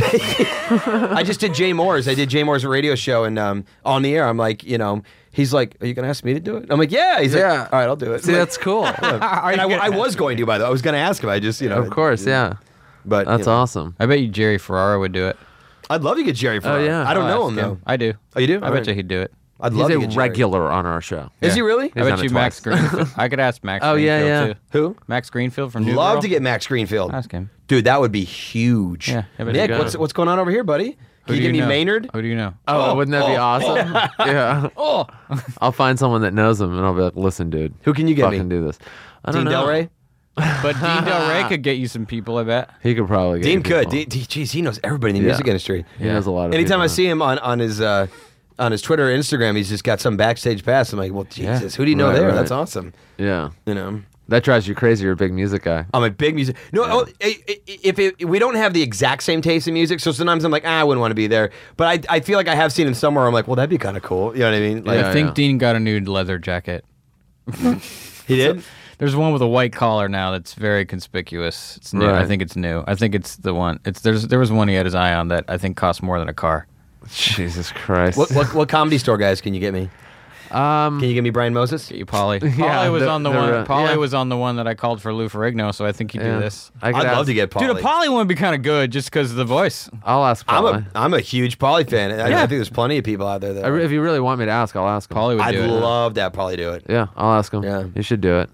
Speaker 3: I just did Jay Moore's. I did Jay Moore's radio show, and um, on the air, I'm like, you know, he's like, "Are you gonna ask me to do it?" I'm like, "Yeah." He's
Speaker 1: Yeah.
Speaker 3: like, "All right, I'll do it."
Speaker 1: See,
Speaker 3: I'm like,
Speaker 1: that's cool.
Speaker 3: and I, I was going to, by the way. I was going to ask him. I just, you know,
Speaker 1: of course, yeah.
Speaker 3: But you
Speaker 1: That's
Speaker 3: know.
Speaker 1: awesome.
Speaker 2: I bet you Jerry Ferrara would do it.
Speaker 3: I'd love to get Jerry. Ferrara.
Speaker 1: Oh, yeah.
Speaker 3: I don't
Speaker 1: I'll
Speaker 3: know
Speaker 2: Ask
Speaker 3: him
Speaker 2: him.
Speaker 3: though.
Speaker 2: I do.
Speaker 3: Oh, you do?
Speaker 2: I
Speaker 3: All
Speaker 2: bet
Speaker 3: right.
Speaker 2: you he'd do it.
Speaker 3: I'd
Speaker 1: He's
Speaker 3: love
Speaker 1: a
Speaker 3: to get Jerry.
Speaker 1: regular on our show.
Speaker 3: Is he really?
Speaker 1: He's
Speaker 2: I bet
Speaker 1: done it
Speaker 2: you Max
Speaker 1: twice.
Speaker 2: Greenfield. I could ask Max.
Speaker 1: Oh, yeah,
Speaker 2: Greenfield,
Speaker 1: yeah.
Speaker 2: Too.
Speaker 3: Who?
Speaker 2: Max Greenfield from New
Speaker 3: Love
Speaker 2: Girl?
Speaker 3: to get Max Greenfield.
Speaker 2: Ask him.
Speaker 3: Dude, that would be huge.
Speaker 2: Yeah, I bet
Speaker 3: Nick,
Speaker 2: you got
Speaker 3: what's
Speaker 2: it.
Speaker 3: what's going on over here, buddy? Can you give me
Speaker 2: know?
Speaker 3: Maynard?
Speaker 2: Who do you know?
Speaker 1: Oh, wouldn't that be awesome? yeah. Oh, I'll find someone that knows him and I'll be like, "Listen, dude,
Speaker 3: Who can you get me?
Speaker 1: fucking do this?" I
Speaker 3: Dean
Speaker 1: don't know.
Speaker 3: Delray?
Speaker 2: But Dean Del Rey could get you some people, I bet.
Speaker 1: He could probably. Get
Speaker 3: Dean
Speaker 1: people.
Speaker 3: could. Dean, Dean- geez, he knows everybody in the
Speaker 1: Yeah.
Speaker 3: music industry.
Speaker 1: He knows a lot of.
Speaker 3: Anytime
Speaker 1: people.
Speaker 3: I see him on on his uh, on his Twitter or Instagram, he's just got some backstage pass. I'm like, well,
Speaker 1: Yeah.
Speaker 3: Jesus, who do you know
Speaker 1: Right,
Speaker 3: there?
Speaker 1: right.
Speaker 3: That's awesome.
Speaker 1: Yeah,
Speaker 3: You know.
Speaker 1: that drives you crazy. You're a big music guy.
Speaker 3: I'm a big music. No, oh, i- i- if it, we don't have the exact same taste in music, so sometimes I'm like, ah, I wouldn't want to be there. But I, I feel like I have seen him somewhere. I'm like, well, that'd be kind of cool. You know what I mean? Like,
Speaker 1: Yeah,
Speaker 2: I think
Speaker 1: yeah.
Speaker 2: Dean got a new leather jacket.
Speaker 3: He did.
Speaker 2: There's one with a white collar now that's very conspicuous. It's new. I
Speaker 1: Right.
Speaker 2: think it's new. I think it's the one. It's there's there was one he had his eye on that I think cost more than a car.
Speaker 1: Jesus Christ.
Speaker 3: What, what what comedy store guys can you get me? Um, can you get me Brian Moses?
Speaker 2: Get you, Polly. Polly
Speaker 1: Yeah,
Speaker 2: was
Speaker 1: the-
Speaker 2: on the,
Speaker 1: the,
Speaker 2: one.
Speaker 1: uh,
Speaker 2: Polly
Speaker 1: yeah.
Speaker 2: was on the one that I called for Lou Ferrigno, so I think he'd
Speaker 1: Yeah.
Speaker 2: do this.
Speaker 1: I could
Speaker 3: I'd
Speaker 1: ask,
Speaker 3: love to get Polly.
Speaker 2: Dude, a Polly one would be kind of good just because of the voice.
Speaker 1: I'll ask
Speaker 3: I'm
Speaker 1: Polly.
Speaker 3: a I'm a huge Polly fan. I, I
Speaker 2: Yeah.
Speaker 3: think there's plenty of people out there that
Speaker 1: I re- if you really want me to ask, I'll ask him.
Speaker 2: Polly would
Speaker 3: I'd
Speaker 2: do it.
Speaker 3: love to have Polly do it.
Speaker 1: Yeah, I'll ask him.
Speaker 3: Yeah.
Speaker 1: you should do it.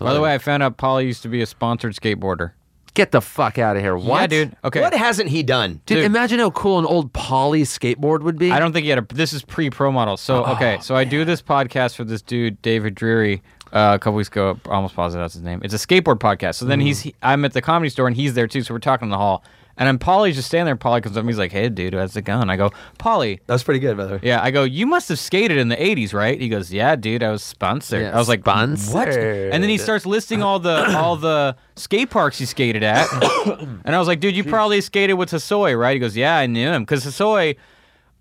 Speaker 2: By the way, I found out Polly used to be a sponsored skateboarder.
Speaker 1: get the fuck out of here. What,
Speaker 2: Yeah, dude. Okay.
Speaker 3: What hasn't he done?
Speaker 1: Dude,
Speaker 2: Dude.
Speaker 1: imagine how cool an old Polly skateboard would be.
Speaker 2: I don't think he had a. This is pre pro model. So okay, so I do this podcast for this dude David Dreary uh, a couple weeks ago. Almost positive that's his name. It's a skateboard podcast. So then he's he, I'm at the comedy store and he's there too. So we're talking in the hall, and I'm Polly's just standing there. and Polly comes up. and He's like, "Hey, dude, how's it going?" I go, "Polly."
Speaker 3: That's pretty good, by the way.
Speaker 2: Yeah, I go. You must have skated in the '80s, right? He goes, "Yeah, dude, I was sponsored." I was like, "What?" And then he starts listing all the all the skate parks he skated at, and I was like, "Dude, you probably skated with Hassoy, right?" He goes, "Yeah, I knew him because Hassoy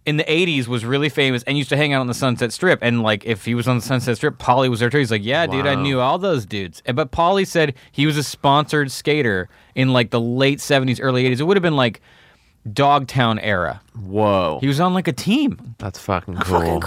Speaker 2: in the '80s was really famous and used to hang out on the Sunset Strip. And like, if he was on the Sunset Strip, Polly was there too. He's like, "Yeah, dude, I
Speaker 1: Wow.
Speaker 2: knew all those dudes." And- But Polly said he was a sponsored skater in like the late '70s, early '80s. It would have been like Dogtown era.
Speaker 1: Whoa,
Speaker 2: He was on like a team.
Speaker 1: that's fucking cool.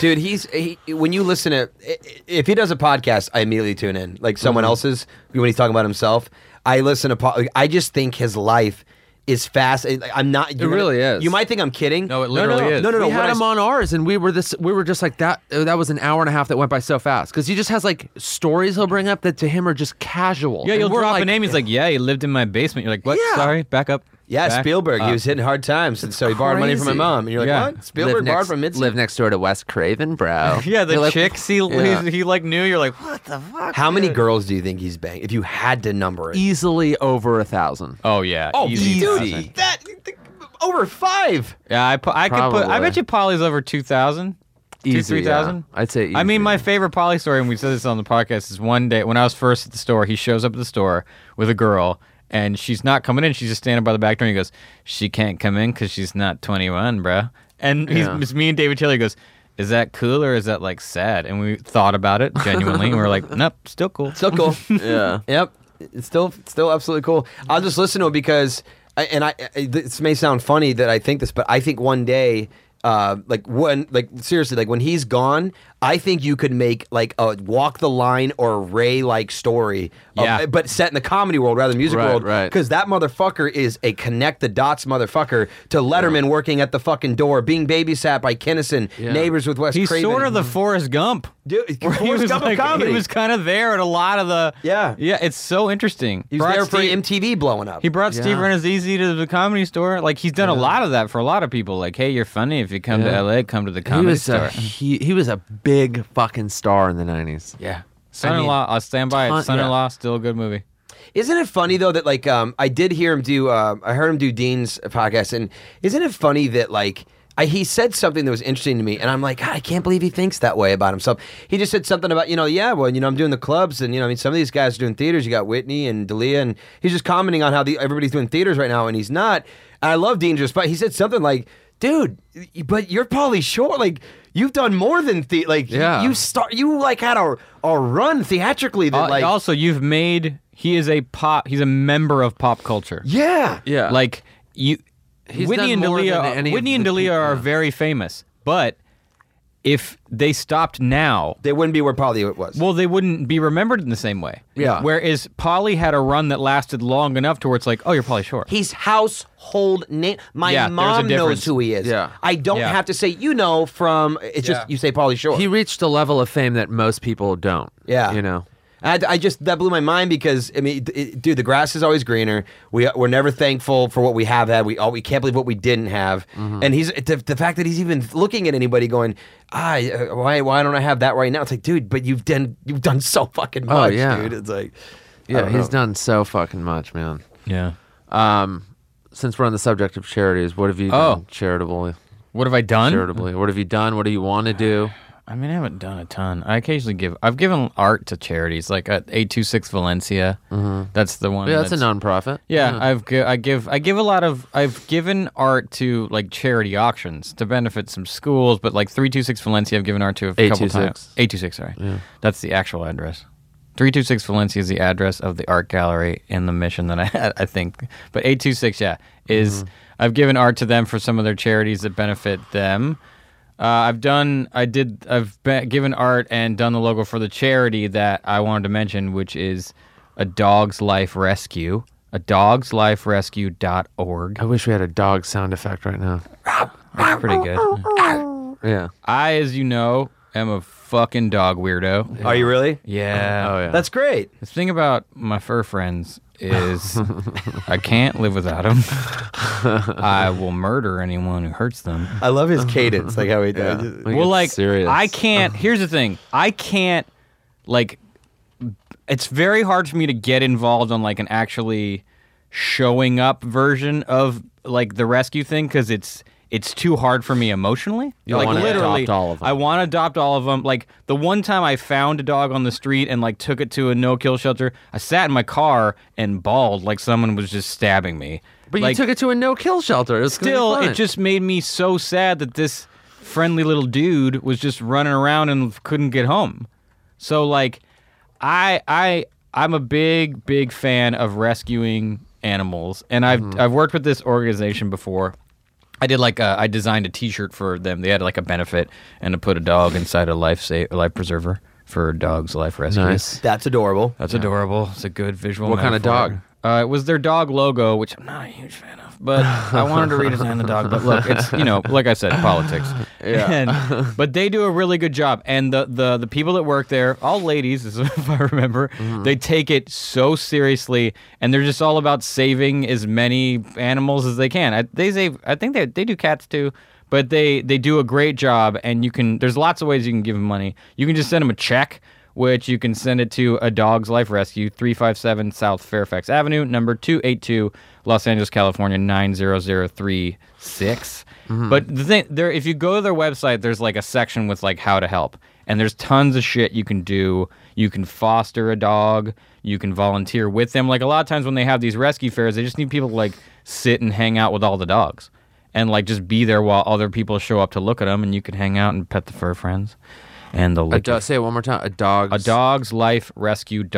Speaker 3: Dude, he's he, when you listen to i- i- if he does a podcast, I immediately tune in. Like someone else's when he's talking about himself, I listen to. po- I just think his life is fast. I- I'm not. It
Speaker 1: really is.
Speaker 3: You might think I'm kidding.
Speaker 2: No, it literally
Speaker 3: no, no,
Speaker 2: is.
Speaker 3: No, no, no.
Speaker 1: we
Speaker 3: when
Speaker 1: had
Speaker 3: I
Speaker 1: him
Speaker 3: s-
Speaker 1: on ours, and we were this. We were just like that. uh, That was an hour and a half that went by so fast because he just has like stories he'll bring up that to him are just casual.
Speaker 2: Yeah,
Speaker 1: And
Speaker 2: you'll
Speaker 1: we're
Speaker 2: drop
Speaker 1: like,
Speaker 2: a name. He's like, yeah, he lived in my basement. You're like, what?
Speaker 1: Yeah.
Speaker 2: Sorry, back up.
Speaker 3: Yeah,
Speaker 2: Back
Speaker 3: Spielberg.
Speaker 2: up.
Speaker 3: He was hitting hard times, and so he borrowed money from my
Speaker 1: crazy.
Speaker 3: mom. And you're like,
Speaker 2: Yeah.
Speaker 3: what? Spielberg
Speaker 1: live next,
Speaker 3: borrowed from Mitzi.
Speaker 1: live next door to Wes Craven, bro.
Speaker 2: Yeah, the
Speaker 1: You're like,
Speaker 2: chicks he,
Speaker 1: Yeah.
Speaker 2: he he like knew. You're like, what the?
Speaker 3: How many girls do you think he's banged? If you had to number
Speaker 1: E-
Speaker 3: it,
Speaker 1: easily over a thousand.
Speaker 2: Oh yeah.
Speaker 3: oh, dude,
Speaker 2: thousand.
Speaker 3: that th- over five.
Speaker 2: Yeah, I, pu- I could put. I
Speaker 1: Probably.
Speaker 2: bet you Polly's over two thousand. Two
Speaker 1: Easy,
Speaker 2: three thousand.
Speaker 1: yeah. I'd say
Speaker 2: I
Speaker 1: easy.
Speaker 2: mean, my favorite Polly story, and we said this on the podcast, is one day when I was first at the store. He shows up at the store with a girl, and she's not coming in. She's just standing by the back door. and He goes, "She can't come in because she's not twenty one, bruh. And he's
Speaker 1: Yeah.
Speaker 2: it's me and David Taylor he goes. Is that cool or is that like sad? And we thought about it genuinely, and we were like, nope, still cool.
Speaker 3: Still cool.
Speaker 1: Yeah.
Speaker 3: Yep, it's still it's still absolutely cool. I'll just listen to it because, I, and I, I this may sound funny that I think this, but I think one day, uh, like when, like seriously, like when he's gone, I think you could make like a walk the line or Ray like story, of-
Speaker 2: Yeah.
Speaker 3: but set in the comedy world rather than music
Speaker 1: Right,
Speaker 3: world,
Speaker 1: right.
Speaker 3: Because that motherfucker is a connect the dots motherfucker to Letterman working at the fucking door, being babysat by Kinnison,
Speaker 1: Yeah.
Speaker 3: neighbors with Wes.
Speaker 2: He's
Speaker 3: Craven.
Speaker 2: sort of the Forrest Gump.
Speaker 3: Dude,
Speaker 2: Where
Speaker 3: Forrest Gump of
Speaker 2: like-
Speaker 3: comedy.
Speaker 2: He was kind of there at a lot of the.
Speaker 3: Yeah.
Speaker 2: Yeah, it's so interesting.
Speaker 3: He was
Speaker 2: Brought
Speaker 3: there for
Speaker 2: Steve-
Speaker 3: MTV blowing up.
Speaker 2: He brought Steve
Speaker 1: Yeah.
Speaker 2: Renazzisi to the comedy store. Like he's done a lot of that for a lot of people. Like, hey, you're funny if you come
Speaker 1: Yeah.
Speaker 2: to LA, come to the
Speaker 1: He
Speaker 2: comedy
Speaker 1: was uh,
Speaker 2: store.
Speaker 1: a he, he was a big fucking star in the nineties.
Speaker 2: yeah. Son-in-law, I'll stand by
Speaker 1: ton- yeah.
Speaker 2: it. Son-in-law, still a good movie.
Speaker 3: Isn't it funny though that like um, I did hear him do uh, I heard him do Dean's podcast and isn't it funny that like I, he said something that was interesting to me and I'm like God I can't believe he thinks that way about himself. He just said something about you know yeah well you know I'm doing the clubs and you know I mean some of these guys are doing theaters. You got Whitney and Dalia and he's just commenting on how the, everybody's doing theaters right now and he's not. And I love Dean's response. He said something like dude y- but you're probably short like. You've done more than the like y-
Speaker 1: Yeah.
Speaker 3: you start you like had a a run theatrically that
Speaker 2: Uh,
Speaker 3: like
Speaker 2: also, you've made he is a pop. He's a member of pop culture.
Speaker 3: yeah
Speaker 1: Yeah.
Speaker 2: Like you,
Speaker 1: He's
Speaker 2: Whitney
Speaker 1: done
Speaker 2: and
Speaker 1: more
Speaker 2: D'Elia.
Speaker 1: than any of
Speaker 2: Whitney and
Speaker 1: the
Speaker 2: D'Elia
Speaker 1: people-
Speaker 2: are
Speaker 1: yeah.
Speaker 2: very famous, but if they stopped now,
Speaker 3: They wouldn't be where Polly was.
Speaker 2: Well, they wouldn't be remembered in the same way.
Speaker 1: Yeah.
Speaker 2: Whereas Polly had a run that lasted long enough to where it's like, oh, you're Polly Shore.
Speaker 3: He's household name. My
Speaker 2: Yeah, there's a
Speaker 3: mom knows
Speaker 2: difference.
Speaker 3: who he is.
Speaker 1: Yeah.
Speaker 3: I don't
Speaker 2: Yeah.
Speaker 3: have to say, you know, from. It's just you say Polly Shore.
Speaker 1: He reached a level of fame that most people don't.
Speaker 3: yeah.
Speaker 1: You know.
Speaker 3: I, I just that blew my mind because I mean, it- it- dude, the grass is always greener. We we're never thankful for what we have had. We all we can't believe what we didn't have.
Speaker 2: Mm-hmm.
Speaker 3: And he's the, the fact that he's even looking at anybody going, ah, uh,
Speaker 2: Oh,
Speaker 3: why why don't I have that right now? It's like, dude, but you've done you've done so fucking much,
Speaker 1: yeah.
Speaker 3: dude. It's like
Speaker 1: Yeah,
Speaker 3: don't
Speaker 1: he's
Speaker 3: know.
Speaker 1: done so fucking much, man.
Speaker 2: Yeah.
Speaker 1: Since we're on the subject of charities, what have you
Speaker 2: Oh.
Speaker 1: done charitably?
Speaker 2: What have I done?
Speaker 1: Charitably, what have you done? What do you want to do?
Speaker 2: I mean, I haven't done a ton. I occasionally give. I've given art to charities, like at eight two six Valencia. That's the one.
Speaker 1: Yeah, that's a nonprofit.
Speaker 2: Yeah, I've gi- I give I give a lot of I've given art to like charity auctions to benefit some schools, but like three two six Valencia, I've given art to a couple
Speaker 1: 826.
Speaker 2: times. Eight two six, sorry, that's the actual address. Three two six Valencia is the address of the art gallery in the mission that I had, I think. But eight two six, yeah, is I've given art to them for some of their charities that benefit them. Uh, I've done I did I've be- given art and done the logo for the charity that I wanted to mention, which is a dog's life rescue a dog's life rescue.org
Speaker 1: I wish we had a dog sound effect right now.
Speaker 2: that's pretty good
Speaker 1: Yeah.
Speaker 2: i as you know am a fucking dog weirdo
Speaker 3: Are you really?
Speaker 2: yeah
Speaker 1: Oh yeah.
Speaker 3: That's great.
Speaker 2: the thing about my fur friends is i can't live without them i will murder anyone who hurts them
Speaker 3: I love his cadence, like how he does.
Speaker 1: Like,
Speaker 2: well,
Speaker 1: it's
Speaker 2: like
Speaker 1: serious.
Speaker 2: I can't. Here's the thing: I can't. Like, it's very hard for me to get involved on like an actually showing up version of like the rescue thing because it's it's too hard for me emotionally.
Speaker 1: You
Speaker 2: like
Speaker 1: wanna
Speaker 2: literally,
Speaker 1: adopt all of 'em.
Speaker 2: I want to adopt all of them. Like the one time I found a dog on the street and like took it to a no kill shelter, I sat in my car and bawled like someone was just stabbing me.
Speaker 1: But you
Speaker 2: like,
Speaker 1: took it to a no-kill shelter. It was gonna be
Speaker 2: still, it
Speaker 1: fun.
Speaker 2: just made me so sad that this friendly little dude was just running around and couldn't get home. So like, I I I'm a big big fan of rescuing animals, and I've
Speaker 1: Mm-hmm.
Speaker 2: I've worked with this organization before. I did like a, I designed a T-shirt for them. They had like a benefit and to put a dog inside a life sa- life preserver for dogs life rescue.
Speaker 1: nice.
Speaker 3: That's adorable.
Speaker 2: That's adorable. It's a good visual.
Speaker 1: What kind of
Speaker 2: metaphor. Uh, it was their dog logo, which I'm not a huge fan of, but I wanted to redesign the dog. But look, it's you know, like I said, politics. And, but they do a really good job, and the the the people that work there, all ladies, is if I remember,
Speaker 1: Mm-hmm.
Speaker 2: they take it so seriously, and they're just all about saving as many animals as they can. I, they save, I think they they do cats too. But they, they do a great job, and you can. There's lots of ways you can give them money. You can just send them a check, which you can send it to a dog's life rescue 357 south fairfax avenue number 282 los angeles california 90036 but the thing there if you go to their website there's like a section with like how to help and there's tons of shit you can do you can foster a dog you can volunteer with them like a lot of times when they have these rescue fairs they just need people to like sit and hang out with all the dogs and like just be there while other people show up to look at them and you can hang out and pet the fur friends and they'll
Speaker 1: A
Speaker 2: lick
Speaker 1: do- say it one more time. A dog.
Speaker 2: a dog's life rescue.org.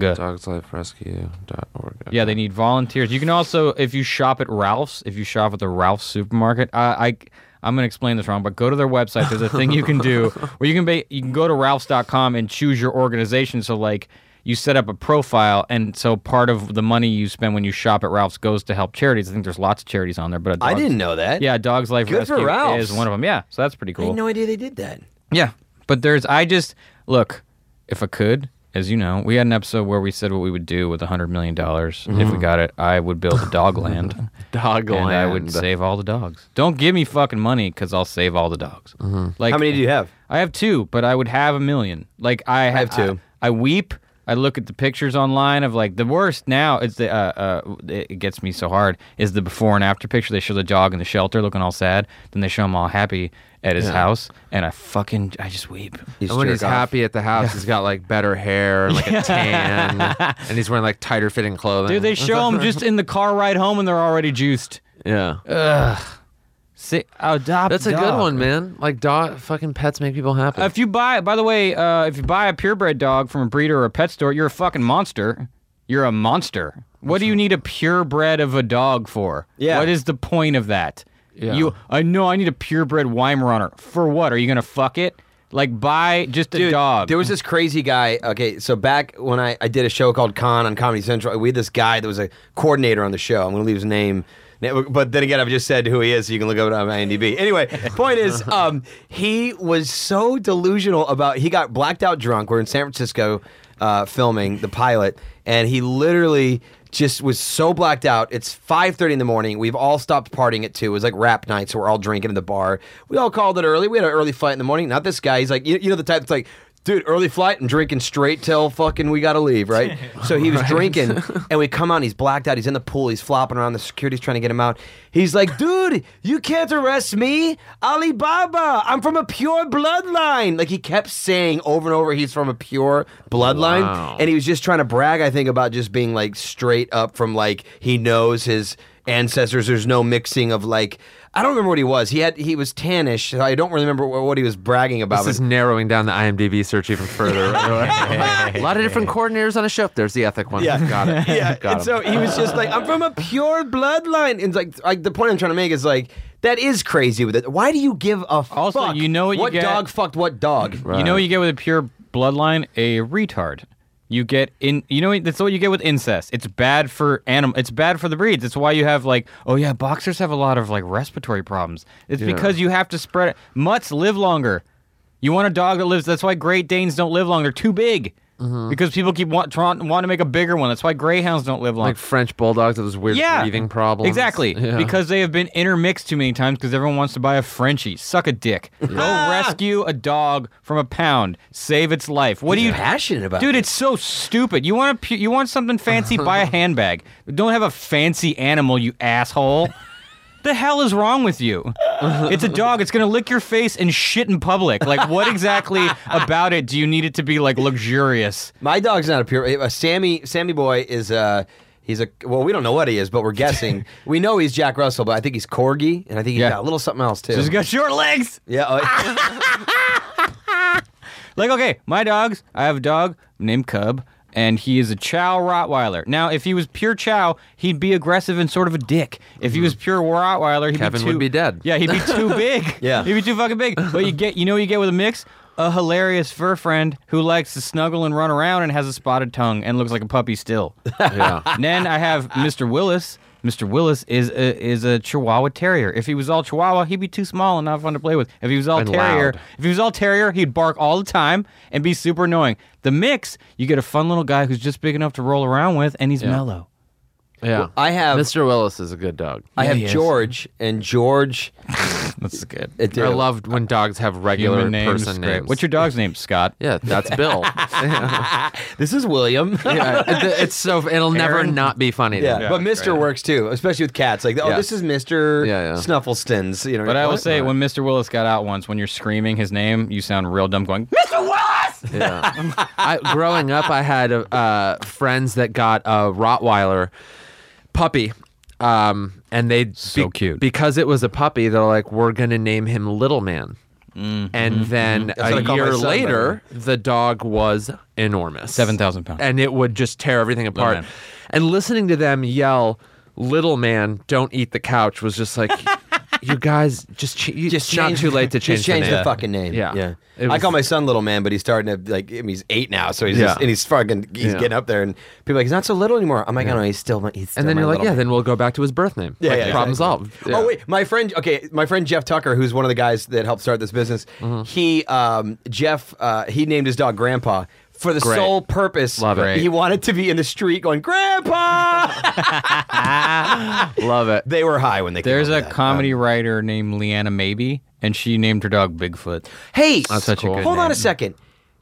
Speaker 1: Dogs Life Rescue dot org.
Speaker 2: Yeah, they need volunteers. You can also, if you shop at Ralph's, if you shop at the Ralph's supermarket, I, I I'm gonna explain this wrong, but go to their website. There's a thing you can do where you can ba- you can go to Ralph's.com and choose your organization. So like you set up a profile, and so part of the money you spend when you shop at Ralph's goes to help charities. I think there's lots of charities on there, but a
Speaker 3: I
Speaker 2: dog's-
Speaker 3: didn't know that.
Speaker 2: Yeah, Dogs Life
Speaker 3: Good for
Speaker 2: Rescue
Speaker 3: Ralph's.
Speaker 2: is one of them. Yeah, so that's pretty
Speaker 3: I
Speaker 2: cool.
Speaker 3: had no idea they did that.
Speaker 2: Yeah, but there's I just look if I could, as you know, we had an episode where we said what we would do with a hundred million dollars if we got it. I would build a dog land.
Speaker 1: Dog
Speaker 2: And I
Speaker 1: land.
Speaker 2: would save all the dogs. Don't give me fucking money because I'll save all the dogs. Like
Speaker 3: How many do you have?
Speaker 2: I have two, but I would have a million. Like I, ha-
Speaker 3: have two.
Speaker 2: I, I weep. I look at the pictures online of like the worst now. It's the uh, uh, it gets me so hard. Is the before and after picture? They show the dog in the shelter looking all sad, then they show him all happy at his house, and I fucking I just weep.
Speaker 3: He's
Speaker 1: And when
Speaker 3: jerk
Speaker 1: he's
Speaker 3: off.
Speaker 1: happy at the house, he's got like better hair, and, like a tan, and he's wearing like tighter fitting clothing.
Speaker 2: Dude, they show him just in the car ride home, and they're already juiced.
Speaker 1: yeah,
Speaker 2: See, adopt.
Speaker 1: that's Uh, a good
Speaker 2: dog.
Speaker 1: one, man. Like dog, fucking pets make people happy.
Speaker 2: If you buy, by the way, uh, if you buy a purebred dog from a breeder or a pet store, you're a fucking monster. You're a monster. What do you need a purebred of a dog for?
Speaker 3: Yeah.
Speaker 2: What is the point of that?
Speaker 1: Yeah.
Speaker 2: You, I know I need a purebred Weimaraner. For what? Are you gonna fuck it? Like buy just a
Speaker 3: Dude,
Speaker 2: dog.
Speaker 3: There was this crazy guy. Okay, so back when I, I did a show called Con on Comedy Central, we had this guy that was a coordinator on the show. I'm going to leave his name. But then again, I've just said who he is, so you can look up on IMDb. Anyway, point is, um, he was so delusional about. He got blacked out drunk. We're in San Francisco uh, filming the pilot, and he literally just was so blacked out. It's 5:30 in the morning. We've all stopped partying at 2. It was like rap night, so we're all drinking in the bar. We all called it early. We had an early flight in the morning. Not this guy. He's like you, you know the type that's like dude, early flight and drinking straight till fucking we gotta leave, right? So he was drinking, and we come out. He's blacked out. He's in the pool. He's flopping around. The security's trying to get him out. He's like, dude, you can't arrest me, Alibaba. I'm from a pure bloodline. Like he kept saying over and over, he's from a pure bloodline,
Speaker 1: Wow.
Speaker 3: and he was just trying to brag, I think, about just being like straight up from like he knows his ancestors. There's no mixing of like. I don't remember what he was. He had he was tannish. So I don't really remember wh- what he was bragging about.
Speaker 1: This
Speaker 3: but-
Speaker 1: is narrowing down the IMDb search even further. a lot of different coordinators on a show. There's the ethic one.
Speaker 3: Yeah.
Speaker 1: Got it.
Speaker 3: yeah.
Speaker 1: Got
Speaker 3: and
Speaker 1: him.
Speaker 3: so he was just like, I'm from a pure bloodline. And it's like, like the point I'm trying to make is like, that is crazy with it. Why do you give a
Speaker 2: Also,
Speaker 3: fuck
Speaker 2: you know what you get-
Speaker 3: dog fucked what dog?
Speaker 1: Right.
Speaker 2: You know what you get with a pure bloodline? A retard. You get in. You know what- that's what you get with incest. It's bad for animal. It's bad for the breeds. It's why you have like, oh yeah, boxers have a lot of like respiratory problems. It's because you have to spread. it. Mutts live longer. You want a dog that lives. That's why Great Danes don't live long. They're too big. Because people keep want trying- want to make a bigger one. That's why Greyhounds don't live long.
Speaker 1: like French bulldogs with those weird
Speaker 2: yeah,
Speaker 1: breathing problems.
Speaker 2: Exactly,
Speaker 1: Yeah.
Speaker 2: because they have been intermixed too many times. Because everyone wants to buy a Frenchie. Suck a dick.
Speaker 1: Ah!
Speaker 2: Go rescue a dog from a pound. Save its life. What do you?
Speaker 3: passionate about
Speaker 2: Dude, it's so stupid. You want a pu- you want something fancy? buy a handbag. Don't have a fancy animal, you asshole. the hell is wrong with you? it's a dog. It's gonna lick your face and shit in public. Like, what exactly about it do you need it to be like luxurious?
Speaker 3: My dog's not a pure. A Sammy Sammy boy is a. He's a well. We don't know what he is, but we're guessing. we know he's Jack Russell, but I think he's corgi, and I think he's
Speaker 2: Yeah.
Speaker 3: got a little something else too.
Speaker 2: It's got short legs.
Speaker 3: yeah, uh,
Speaker 2: Like, okay, my dogs, I have a dog named Cub, and he is a Chow Rottweiler. Now, if he was pure Chow, he'd be aggressive and sort of a dick. If he was pure Rottweiler, he'd
Speaker 1: Mm. Kevin
Speaker 2: be
Speaker 1: would
Speaker 2: too,
Speaker 1: be dead.
Speaker 2: Yeah, he'd be too big.
Speaker 3: Yeah.
Speaker 2: he'd be too fucking big. But you get, you know, what you get with a mix. A hilarious fur friend who likes to snuggle and run around and has a spotted tongue and looks like a puppy still.
Speaker 1: Yeah.
Speaker 2: And then I have Mr. Willis. Mr. Willis is a, is a Chihuahua Terrier. If he was all Chihuahua, he'd be too small and not fun to play with. If he was all
Speaker 1: And
Speaker 2: Terrier,
Speaker 1: loud.
Speaker 2: if he was all Terrier, he'd bark all the time and be super annoying. The mix, you get a fun little guy who's just big enough to roll around with, and he's mellow.
Speaker 1: Yeah.
Speaker 3: I have
Speaker 1: Mr. Willis is a good dog.
Speaker 3: I have
Speaker 2: he is.
Speaker 3: George, and George.
Speaker 2: That's good.
Speaker 3: It,
Speaker 1: I loved when dogs have regular
Speaker 2: Human names,
Speaker 1: person
Speaker 2: great.
Speaker 1: names.
Speaker 2: What's your dog's name, Scott?
Speaker 1: Yeah, that's Bill.
Speaker 3: this is William.
Speaker 1: yeah, it- it's so it'll never
Speaker 2: Aaron?
Speaker 1: not be funny. to
Speaker 3: Yeah,
Speaker 1: me.
Speaker 3: but Mister works too, especially with cats. Like, oh,
Speaker 1: Yeah.
Speaker 3: this is Mister
Speaker 1: Yeah, yeah.
Speaker 3: Snufflestins. You know,
Speaker 2: But I will
Speaker 3: what?
Speaker 2: say, when Mr. Willis got out once, when you're screaming his name, you sound real dumb going, Mr. Willis!
Speaker 1: Yeah. I, growing up, I had uh, friends that got a Rottweiler puppy. Um, and they
Speaker 2: So cute.
Speaker 1: because it was a puppy. They're like, we're gonna name him Little Man. And then
Speaker 3: Mm-hmm. what I
Speaker 1: a
Speaker 3: call my
Speaker 1: year
Speaker 3: son, by the
Speaker 1: later, the dog was enormous,
Speaker 2: 7,000 pounds.
Speaker 1: and it would just tear everything apart.
Speaker 2: man.
Speaker 1: And listening to them yell, "Little man, don't eat the couch," was just like, you guys just ch- you,
Speaker 3: just
Speaker 1: it's not
Speaker 3: change-
Speaker 1: too late to change.
Speaker 3: Just change
Speaker 1: the,
Speaker 3: the,
Speaker 1: name.
Speaker 3: fucking name.
Speaker 1: Yeah.
Speaker 3: yeah.
Speaker 1: It
Speaker 3: I
Speaker 1: was-
Speaker 3: call my son little man, but he's starting to like. I mean, he's eight now, so he's
Speaker 1: Yeah.
Speaker 3: just, and he's fucking.
Speaker 1: Yeah.
Speaker 3: He's getting up there, and people are like he's not so little anymore. I'm like, I know he's still. my- He's still
Speaker 1: And then
Speaker 3: my
Speaker 1: you're like,
Speaker 3: little
Speaker 1: yeah,
Speaker 3: man."
Speaker 1: then we'll go back to his birth name.
Speaker 3: Yeah,
Speaker 1: Like,
Speaker 3: yeah,
Speaker 1: problem
Speaker 3: exactly.
Speaker 1: solved. Yeah.
Speaker 3: Oh wait, my friend. Okay, my friend Jeff Tucker, who's one of the guys that helped start this business.
Speaker 1: Mm-hmm.
Speaker 3: He, um, Jeff, uh, he named his dog Grandpa for the
Speaker 1: Great.
Speaker 3: sole purpose.
Speaker 1: Love it.
Speaker 3: He wanted to be in the street going Grandpa.
Speaker 1: love it.
Speaker 3: they were high when they.
Speaker 2: There's
Speaker 3: came up
Speaker 2: a
Speaker 3: with that.
Speaker 2: comedy writer named Leanna Maybe, and she named her dog Bigfoot.
Speaker 3: Hey,
Speaker 2: such a cool. good
Speaker 3: hold on
Speaker 2: name.
Speaker 3: a second.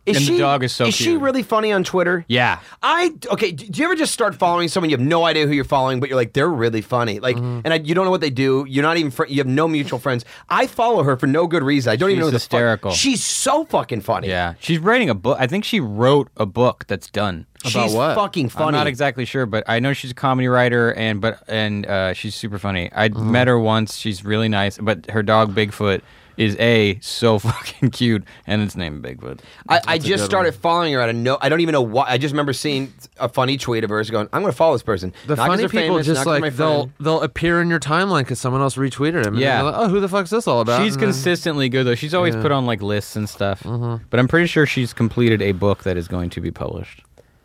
Speaker 3: Is
Speaker 2: And the
Speaker 3: she
Speaker 2: dog is so
Speaker 3: is she
Speaker 2: cute.
Speaker 3: really funny on Twitter?
Speaker 2: Yeah.
Speaker 3: I okay. d- Do you ever just start following someone you have no idea who you're following, but you're like they're really funny, like,
Speaker 2: Mm-hmm.
Speaker 3: and I, you don't know what they do. You're not even fr- you have no mutual friends. I follow her for no good reason. I don't even
Speaker 2: She's
Speaker 3: know who the fuck-
Speaker 2: hysterical.
Speaker 3: She's so fucking funny.
Speaker 2: Yeah, she's writing a book. I think she wrote a book that's done.
Speaker 3: she's
Speaker 1: what?
Speaker 3: fucking funny.
Speaker 2: I'm not exactly sure, but I know she's a comedy writer, and but and uh, she's super funny. I met her once. She's really nice, but her dog Bigfoot is a so fucking cute, and it's named Bigfoot.
Speaker 3: I, I just started following her out of no. I don't even know why. I just remember seeing a funny tweet of hers going, "I'm going to follow this person."
Speaker 1: The
Speaker 3: Not 'cause
Speaker 1: funny
Speaker 3: they're
Speaker 1: people
Speaker 3: famous, not
Speaker 1: just
Speaker 3: 'cause they're
Speaker 1: like
Speaker 3: my
Speaker 1: they'll
Speaker 3: friend.
Speaker 1: they'll appear in your timeline because someone else retweeted him.
Speaker 2: Yeah.
Speaker 1: And they're like, oh, who the fuck's this all about?
Speaker 2: She's
Speaker 1: And then-
Speaker 2: consistently good though. She's always put on like lists and stuff. But I'm pretty sure she's completed a book that is going to be published.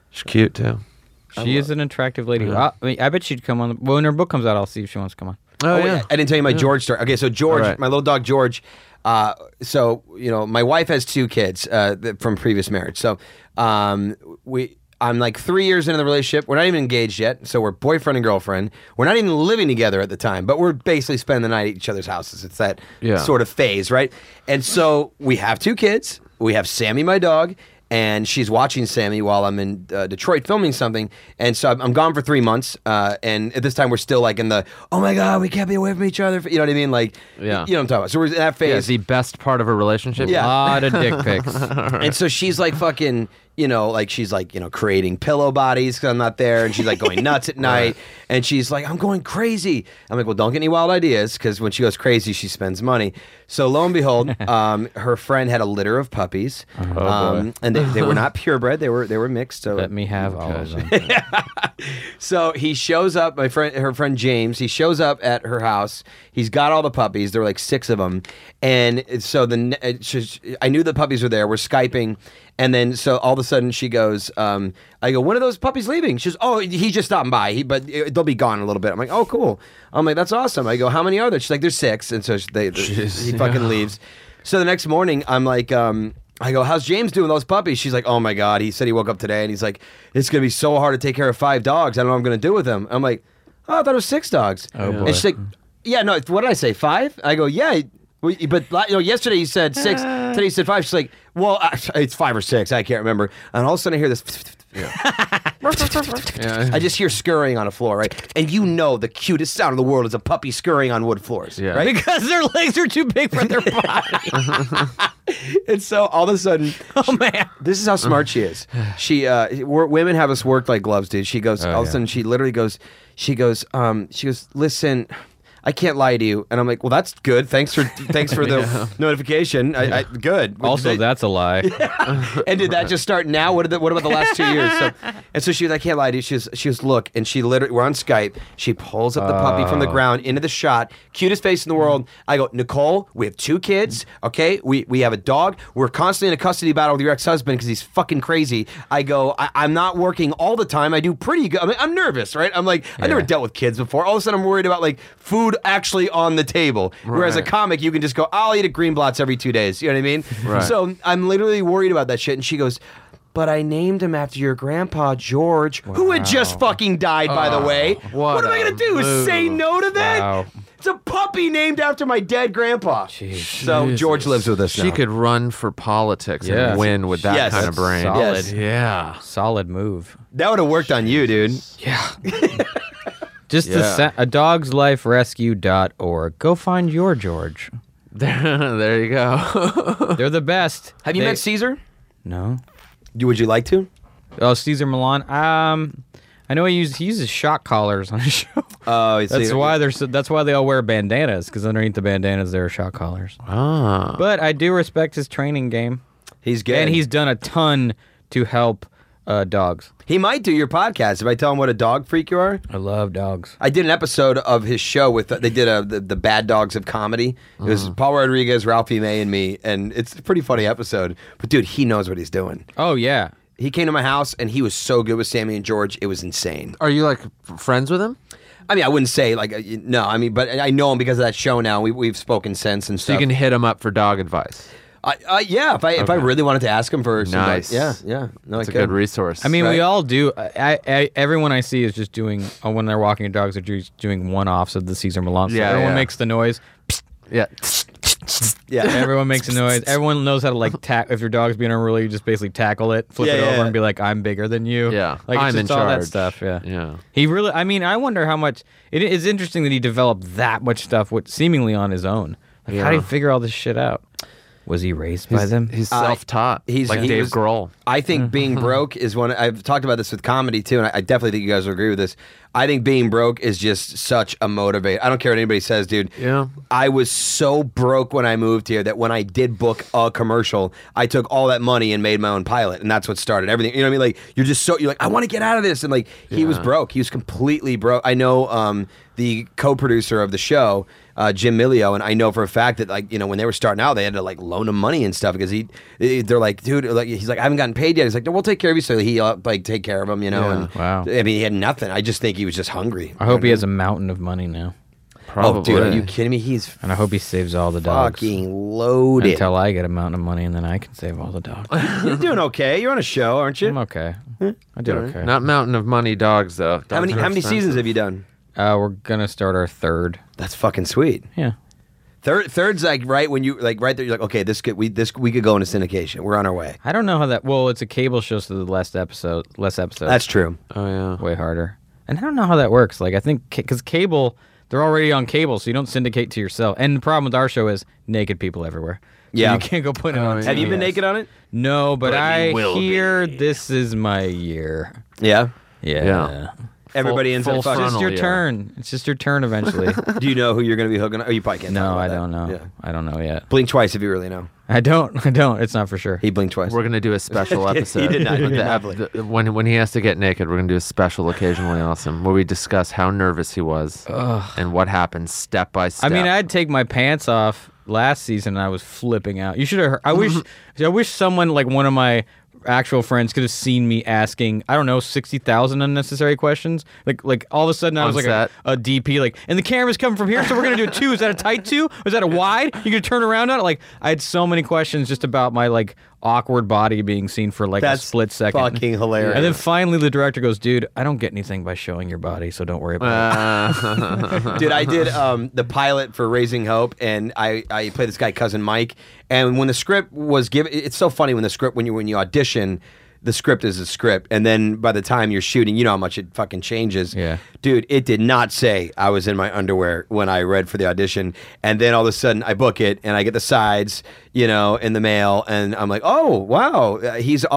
Speaker 1: She's cute too.
Speaker 2: She is an attractive lady. I, I, mean, I bet she'd come on. The, well, when her book comes out, I'll see if she wants to come on.
Speaker 1: Oh,
Speaker 3: wait,
Speaker 1: yeah.
Speaker 3: I didn't tell you my George story. Okay, so George,
Speaker 1: All right.
Speaker 3: my little dog George. Uh, so you know, my wife has two kids uh, th- from previous marriage. So um, we, I'm like three years into the relationship. We're not even engaged yet. So we're boyfriend and girlfriend. We're not even living together at the time, but we're basically spending the night at each other's houses. It's that
Speaker 1: Yeah.
Speaker 3: sort of phase, right? And so we have two kids. we have Sammy, my dog, and she's watching Sammy while I'm in uh, Detroit filming something. And so I'm, I'm gone for three months. Uh, and at this time, we're still like in the, oh my God, we can't be away from each other. You know what I mean? Like,
Speaker 1: Yeah.
Speaker 3: you know what I'm talking about. So we're in that
Speaker 1: Is
Speaker 3: phase.
Speaker 1: the best part of a relationship? Uh,
Speaker 2: A
Speaker 3: Yeah.
Speaker 2: lot of dick pics.
Speaker 3: and so she's like fucking, you know, like she's like, you know, creating pillow bodies because I'm not there. And she's like going nuts at night. And she's like, I'm going crazy. I'm like, well, don't get any wild ideas because when she goes crazy, she spends money. So lo and behold, um, her friend had a litter of puppies.
Speaker 2: Oh,
Speaker 3: um, and they, they were not purebred. They were they were mixed. So
Speaker 2: Let me have all of them.
Speaker 3: so he shows up. My friend, her friend James, he shows up at her house. He's got all the puppies. There were like six of them, and so the ne- it's just- I knew the puppies were there. We're skyping, and then so all of a sudden she goes, um, I go, when are those puppies leaving? She goes, oh, he's just stopping by. He, but it- they'll be gone in a little bit. I'm like, oh, cool. I'm like, that's awesome. I go, how many are there? She's like, there's six, and so she- they, he fucking leaves. So the next morning, I'm like, um, I go, how's James doing with those puppies? She's like, oh my God. He said he woke up today and he's like, it's going to be so hard to take care of five dogs. I don't know what I'm going to do with them. I'm like, oh, I thought it was six dogs. Oh,
Speaker 2: boy.
Speaker 3: And she's like, yeah, no, what did I say? Five? I go, yeah. well, you- But la- you know, yesterday you said six. Today you said five. She's like, well, I- it's five or six. I can't remember. And all of a sudden I hear this.
Speaker 1: Yeah.
Speaker 3: I just hear scurrying on a floor, right? And you know the cutest sound in the world is a puppy scurrying on wood floors,
Speaker 1: Yeah.
Speaker 3: right?
Speaker 2: because their legs are too big for their body.
Speaker 3: And so all of a sudden,
Speaker 2: oh man.
Speaker 3: This is how smart she is. She, uh, we're, women have us worked like gloves, dude. She goes, all of a
Speaker 2: Oh, yeah.
Speaker 3: sudden, she literally goes, she goes, um, she goes, listen, I can't lie to you. And I'm like, well, that's good. Thanks for, thanks for the notification. I, I, good.
Speaker 2: Also, that's a lie.
Speaker 3: and did that just start now? What, did the, what about the last two years? So, and so she was, I can't lie to you. She was, she was, look, and she literally, we're on Skype. She pulls up the puppy
Speaker 1: Oh.
Speaker 3: from the ground into the shot. Cutest face in the world. I go, Nicole, we have two kids, okay? We, we have a dog. We're constantly in a custody battle with your ex husband because he's fucking crazy. I go, I, I'm not working all the time. I do pretty good. I mean, I'm nervous, right? I'm like, I never dealt with kids before. All of a sudden, I'm worried about like food actually on the table. Whereas a
Speaker 1: Right.
Speaker 3: comic, you can just go, I'll eat a green blots every two days. You know what I mean?
Speaker 1: Right.
Speaker 3: So so Oh, I'm literally worried about that shit. And she goes, but I named him after your grandpa George, who had just fucking died, by
Speaker 2: Ah,
Speaker 3: the way.
Speaker 1: what
Speaker 3: am I
Speaker 1: a
Speaker 3: gonna do?
Speaker 1: move.
Speaker 3: Say no to that?
Speaker 2: Wow.
Speaker 3: It's a puppy named after my dead grandpa. So George lives with us.
Speaker 1: She
Speaker 3: now.
Speaker 1: could run for politics
Speaker 2: Yeah.
Speaker 1: and win with that
Speaker 3: Yes.
Speaker 1: kind of brain.
Speaker 2: Solid.
Speaker 3: Yes.
Speaker 1: Yeah.
Speaker 2: Solid move.
Speaker 3: That would have worked on you, dude.
Speaker 2: Yeah. Just
Speaker 1: Yeah.
Speaker 2: the sa- a dog's life rescue.org. Go find your George.
Speaker 1: There, there you go.
Speaker 2: They're the best.
Speaker 3: Have you
Speaker 2: They-
Speaker 3: met Caesar?
Speaker 2: No.
Speaker 3: You- Would you like to?
Speaker 2: Oh, Caesar Milan. Um, I know he uses he uses shock collars on his show.
Speaker 3: Oh,
Speaker 2: That's why they're so, that's why they all wear bandanas because underneath the bandanas there are shock collars.
Speaker 1: Ah.
Speaker 2: But I do respect his training game,
Speaker 3: he's good.
Speaker 2: and he's done a ton to help uh, dogs.
Speaker 3: he might do your podcast if I tell him what a dog freak you are.
Speaker 2: I love dogs.
Speaker 3: I did an episode of his show with they did a the, the Bad Dogs of Comedy. It
Speaker 1: Mm-hmm.
Speaker 3: was Paul Rodriguez, Ralphie May, and me, and it's a pretty funny episode. But dude, he knows what he's doing.
Speaker 2: Oh yeah.
Speaker 3: He came to my house and he was so good with Sammy and George, it was insane.
Speaker 1: Are you like friends with him?
Speaker 3: I mean, I wouldn't say like uh, you- no, I mean, but I know him because of that show. Now we we've spoken since and
Speaker 1: So
Speaker 3: stuff.
Speaker 1: you can hit him up for dog advice.
Speaker 3: I, I, yeah, if I if I really wanted to ask him for some, like-
Speaker 1: Nice.
Speaker 3: yeah, yeah, no,
Speaker 1: That's
Speaker 3: I
Speaker 1: a good
Speaker 3: could.
Speaker 1: resource.
Speaker 2: I mean,
Speaker 3: Right.
Speaker 2: we all do. I, I, everyone I see is just doing uh, when they're walking their dogs. They're just doing one-offs of the Caesar Milan. So
Speaker 1: Yeah,
Speaker 2: everyone
Speaker 1: yeah.
Speaker 2: makes the noise.
Speaker 1: yeah.
Speaker 3: yeah.
Speaker 2: Everyone makes a noise. Everyone knows how to like tack. If your dog's being unruly, you just basically tackle it, flip
Speaker 3: Yeah,
Speaker 2: it
Speaker 3: yeah,
Speaker 2: over,
Speaker 3: yeah.
Speaker 2: and be like, "I'm bigger than you."
Speaker 1: Yeah.
Speaker 2: like it's
Speaker 1: I'm in
Speaker 2: just all
Speaker 1: charge.
Speaker 2: that stuff. Yeah,
Speaker 1: Yeah.
Speaker 2: He really. I mean, I wonder how much. It is interesting that he developed that much stuff, what seemingly on his own. Like, how do you
Speaker 1: Yeah.
Speaker 2: figure all this shit out? Was he raised by them?
Speaker 1: He's
Speaker 3: Uh,
Speaker 1: self-taught.
Speaker 3: he's-
Speaker 1: He's like
Speaker 3: he
Speaker 1: Dave
Speaker 3: was-
Speaker 1: Grohl.
Speaker 3: I think being broke is one. I've talked about this with comedy too, and I, I definitely think you guys will agree with this. I think being broke is just such a motivator. I don't care what anybody says, dude.
Speaker 1: Yeah.
Speaker 3: I was so broke when I moved here that when I did book a commercial, I took all that money and made my own pilot, and that's what started everything. You know what I mean? Like you're just so you're like I want to get out of this, and like he was
Speaker 1: Yeah.
Speaker 3: broke. He was completely broke. I know um, the co-producer of the show. Uh, Jim Milio and I know for a fact that like you know when they were starting out they had to like loan him money and stuff because he they're like dude like he's like I haven't gotten paid yet he's like no we'll take care of you so he uh, like take care of him you know
Speaker 1: Yeah.
Speaker 3: and
Speaker 2: Wow.
Speaker 3: I mean he had nothing I just think he was just hungry
Speaker 2: I hope he has a mountain of money now,
Speaker 1: Probably.
Speaker 3: oh dude are you kidding me he's
Speaker 2: and I hope he saves all the dogs
Speaker 3: fucking loaded
Speaker 2: until I get a mountain of money, and then I can save all the dogs.
Speaker 3: You're doing okay. You're on a show, aren't you?
Speaker 2: I'm okay. I did okay.
Speaker 1: Not mountain of money dogs though.
Speaker 3: How
Speaker 1: Dogs
Speaker 3: many
Speaker 1: are
Speaker 3: how many
Speaker 1: expensive.
Speaker 3: seasons have you done?
Speaker 2: Uh, we're gonna start our third.
Speaker 3: That's fucking sweet.
Speaker 2: Yeah.
Speaker 3: Third, third's like right when you like right there. You're like, okay, this could we this we could go into syndication. We're on our way.
Speaker 2: I don't know how that. Well, it's a cable show, so the last episode, less episodes,
Speaker 3: That's true.
Speaker 1: Oh yeah.
Speaker 2: way harder. And I don't know how that works. Like I think because cable, they're already on cable, so you don't syndicate to yourself. And the problem with our show is naked people everywhere. So
Speaker 3: Yeah.
Speaker 2: you can't go put it on.
Speaker 1: yeah.
Speaker 2: TV.
Speaker 1: Have you
Speaker 3: naked on it?
Speaker 2: No, but,
Speaker 4: you
Speaker 2: I
Speaker 4: will
Speaker 2: hear
Speaker 4: be.
Speaker 2: this is my year.
Speaker 3: Yeah.
Speaker 2: Yeah.
Speaker 1: Yeah.
Speaker 3: Everybody
Speaker 1: Full-
Speaker 3: ends up
Speaker 1: full
Speaker 3: fucking.
Speaker 2: It's
Speaker 1: frontal,
Speaker 2: your
Speaker 1: yeah.
Speaker 2: turn. It's just your turn eventually.
Speaker 3: Do you know who you're going to be hooking? up? Oh, you probably can't. talk
Speaker 2: no,
Speaker 3: about
Speaker 2: I
Speaker 3: that.
Speaker 2: don't know.
Speaker 3: Yeah.
Speaker 2: I don't know yet.
Speaker 3: Blink twice if you really know.
Speaker 2: I don't. I don't. It's not for sure.
Speaker 3: He blinked twice.
Speaker 1: We're gonna do a special
Speaker 3: He
Speaker 1: episode.
Speaker 3: did not- he
Speaker 1: With
Speaker 3: did
Speaker 1: the
Speaker 3: not
Speaker 1: ep-
Speaker 3: blink.
Speaker 1: the- when when he has to get naked, we're gonna do a special occasionally awesome where we discuss how nervous he was and what happened step by
Speaker 2: I
Speaker 1: step.
Speaker 2: mean, I'd take my pants off last season, and I was flipping out. You should have. heard- I wish. I wish someone like one of my actual friends could have seen me asking. I don't know, sixty thousand unnecessary questions. Like, like all of a sudden, I
Speaker 1: On
Speaker 2: was like a,
Speaker 1: set.
Speaker 2: a DP. Like, and the camera's coming from here, so we're gonna do a two. Is that a tight two? Or Is that a wide? You could turn around on it. Like, I had so many questions just about my like awkward body being seen for like
Speaker 3: That's
Speaker 2: a split second.
Speaker 3: fucking hilarious.
Speaker 2: And then finally, the director goes, "Dude, I don't get anything by showing your body, so don't worry about it."
Speaker 3: Dude, I did um, the pilot for Raising Hope, and I, I played this guy cousin Mike. And when the script was given, it's so funny when the script when you when you audition, the script is a script, and then by the time you're shooting, you know how much it fucking changes.
Speaker 2: Yeah.
Speaker 3: dude, it did not say I was in my underwear when I read for the audition, and then all of a sudden I book it and I get the sides, you know, in the mail, and I'm like, oh wow, uh, he's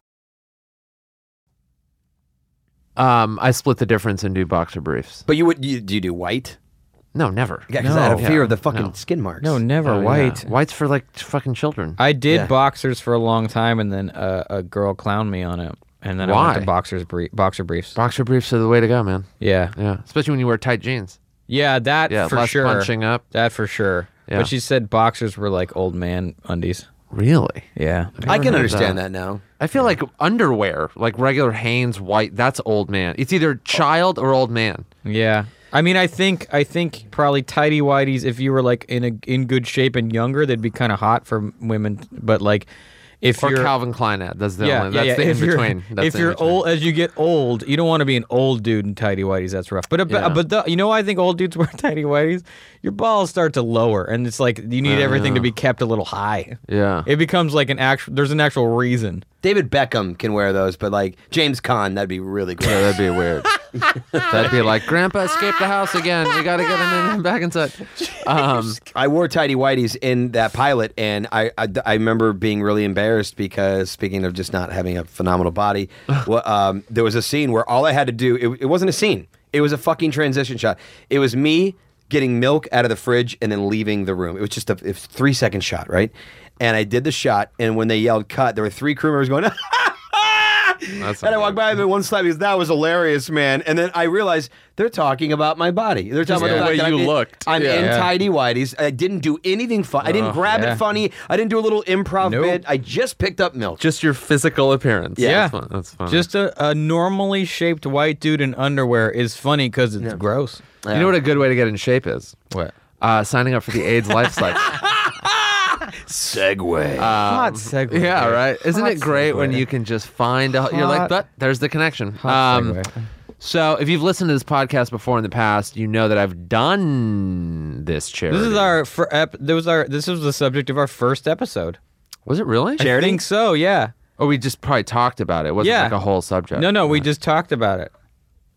Speaker 1: um, I split the difference and do boxer briefs.
Speaker 3: But you would you, do you do white?
Speaker 1: No, never.
Speaker 3: Yeah, because I had a
Speaker 1: No.
Speaker 3: fear of the
Speaker 1: Yeah,
Speaker 3: fucking
Speaker 1: no.
Speaker 3: skin marks.
Speaker 2: No, never
Speaker 1: Oh, yeah.
Speaker 2: white.
Speaker 1: White's for like t- fucking children.
Speaker 2: I did
Speaker 3: Yeah.
Speaker 2: boxers for a long time, and then uh, a girl clowned me on it, and then I went
Speaker 1: Why?
Speaker 2: to boxers brief, boxer briefs.
Speaker 1: boxer briefs are the way to go, man.
Speaker 2: yeah,
Speaker 1: Yeah, especially when you wear tight jeans.
Speaker 2: yeah, that
Speaker 1: Yeah,
Speaker 2: for
Speaker 1: less
Speaker 2: sure.
Speaker 1: punching up.
Speaker 2: That for sure.
Speaker 1: Yeah.
Speaker 2: But she said boxers were like old man undies.
Speaker 1: Really?
Speaker 2: Yeah,
Speaker 3: I
Speaker 1: Never
Speaker 3: can
Speaker 1: heard
Speaker 3: understand
Speaker 1: that.
Speaker 3: that now.
Speaker 1: I feel like underwear, like regular Hanes white, that's old man. It's either child or old man.
Speaker 2: yeah. I mean, I think I think probably tidy whities. If you were like in a in good shape and younger, they'd be kind of hot for m- women. But like, if
Speaker 1: Or
Speaker 2: you're
Speaker 1: Calvin Klein ad. That's the
Speaker 2: yeah,
Speaker 1: only.
Speaker 2: yeah,
Speaker 1: That's
Speaker 2: yeah.
Speaker 1: the
Speaker 2: if
Speaker 1: in
Speaker 2: you're,
Speaker 1: between. That's
Speaker 2: if
Speaker 1: the
Speaker 2: you're
Speaker 1: in-between.
Speaker 2: old, as you get old, you don't want to be an old dude in tidy whities. That's rough. But a,
Speaker 1: Yeah.
Speaker 2: but the, you know, why I think old dudes wear tidy whities. Your balls start to lower, and it's like you
Speaker 1: Oh,
Speaker 2: need everything to be kept a little high.
Speaker 1: Yeah.
Speaker 2: It becomes like an actual. There's an actual reason.
Speaker 3: David Beckham can wear those, but like James Caan, that'd be really
Speaker 1: Yeah,
Speaker 3: great.
Speaker 1: that'd be weird. that'd be like Grandpa escaped the house again. We gotta get him in, back inside. Um,
Speaker 3: I wore tidy whities in that pilot, and I, I I remember being really embarrassed because speaking of just not having a phenomenal body, well, um, there was a scene where all I had to do it, it wasn't a scene, it was a fucking transition shot. It was me getting milk out of the fridge and then leaving the room. It was just a it's three second shot, right? And I did the shot, and when they yelled cut, there were three crew members going.
Speaker 1: that's
Speaker 3: and I
Speaker 1: not
Speaker 3: walked
Speaker 1: good.
Speaker 3: by him in one slap because that was hilarious, man. And then I realized they're talking about my body. They're talking
Speaker 2: Yeah. The
Speaker 3: about fact
Speaker 2: way
Speaker 3: that
Speaker 2: you
Speaker 3: I'm in-
Speaker 2: looked.
Speaker 3: I'm
Speaker 2: Yeah.
Speaker 3: in
Speaker 2: Yeah.
Speaker 3: tidy whities. I didn't do anything fun. I didn't grab
Speaker 2: yeah.
Speaker 3: it funny. I didn't do a little improv
Speaker 2: Nope.
Speaker 3: bit. I just picked up milk.
Speaker 1: Just your physical appearance.
Speaker 3: Yeah.
Speaker 1: That's fun. That's fun.
Speaker 2: Just a, a normally shaped white dude in underwear is funny because it's gross.
Speaker 1: you know what a good way to get in shape is?
Speaker 2: What?
Speaker 1: Uh, signing up for the AIDS Life Cycle.
Speaker 3: segue.
Speaker 2: Hot segue.
Speaker 1: Um, Yeah,
Speaker 2: dude.
Speaker 1: right. Isn't
Speaker 2: Hot
Speaker 1: it great when
Speaker 2: segue.
Speaker 1: you can just find a you're like,
Speaker 2: Hot-
Speaker 1: but there's the connection. Um,
Speaker 2: Hot segue.
Speaker 1: so if you've listened to this podcast before in the past, you know that I've done this charity.
Speaker 2: This is our fir- ep- This was our. This was the subject of our first episode.
Speaker 1: was it really?
Speaker 2: I think so. Yeah.
Speaker 1: Or we just probably talked about it. It wasn't
Speaker 2: Yeah.
Speaker 1: like a whole subject. Oh,
Speaker 2: No, no, we just talked about it.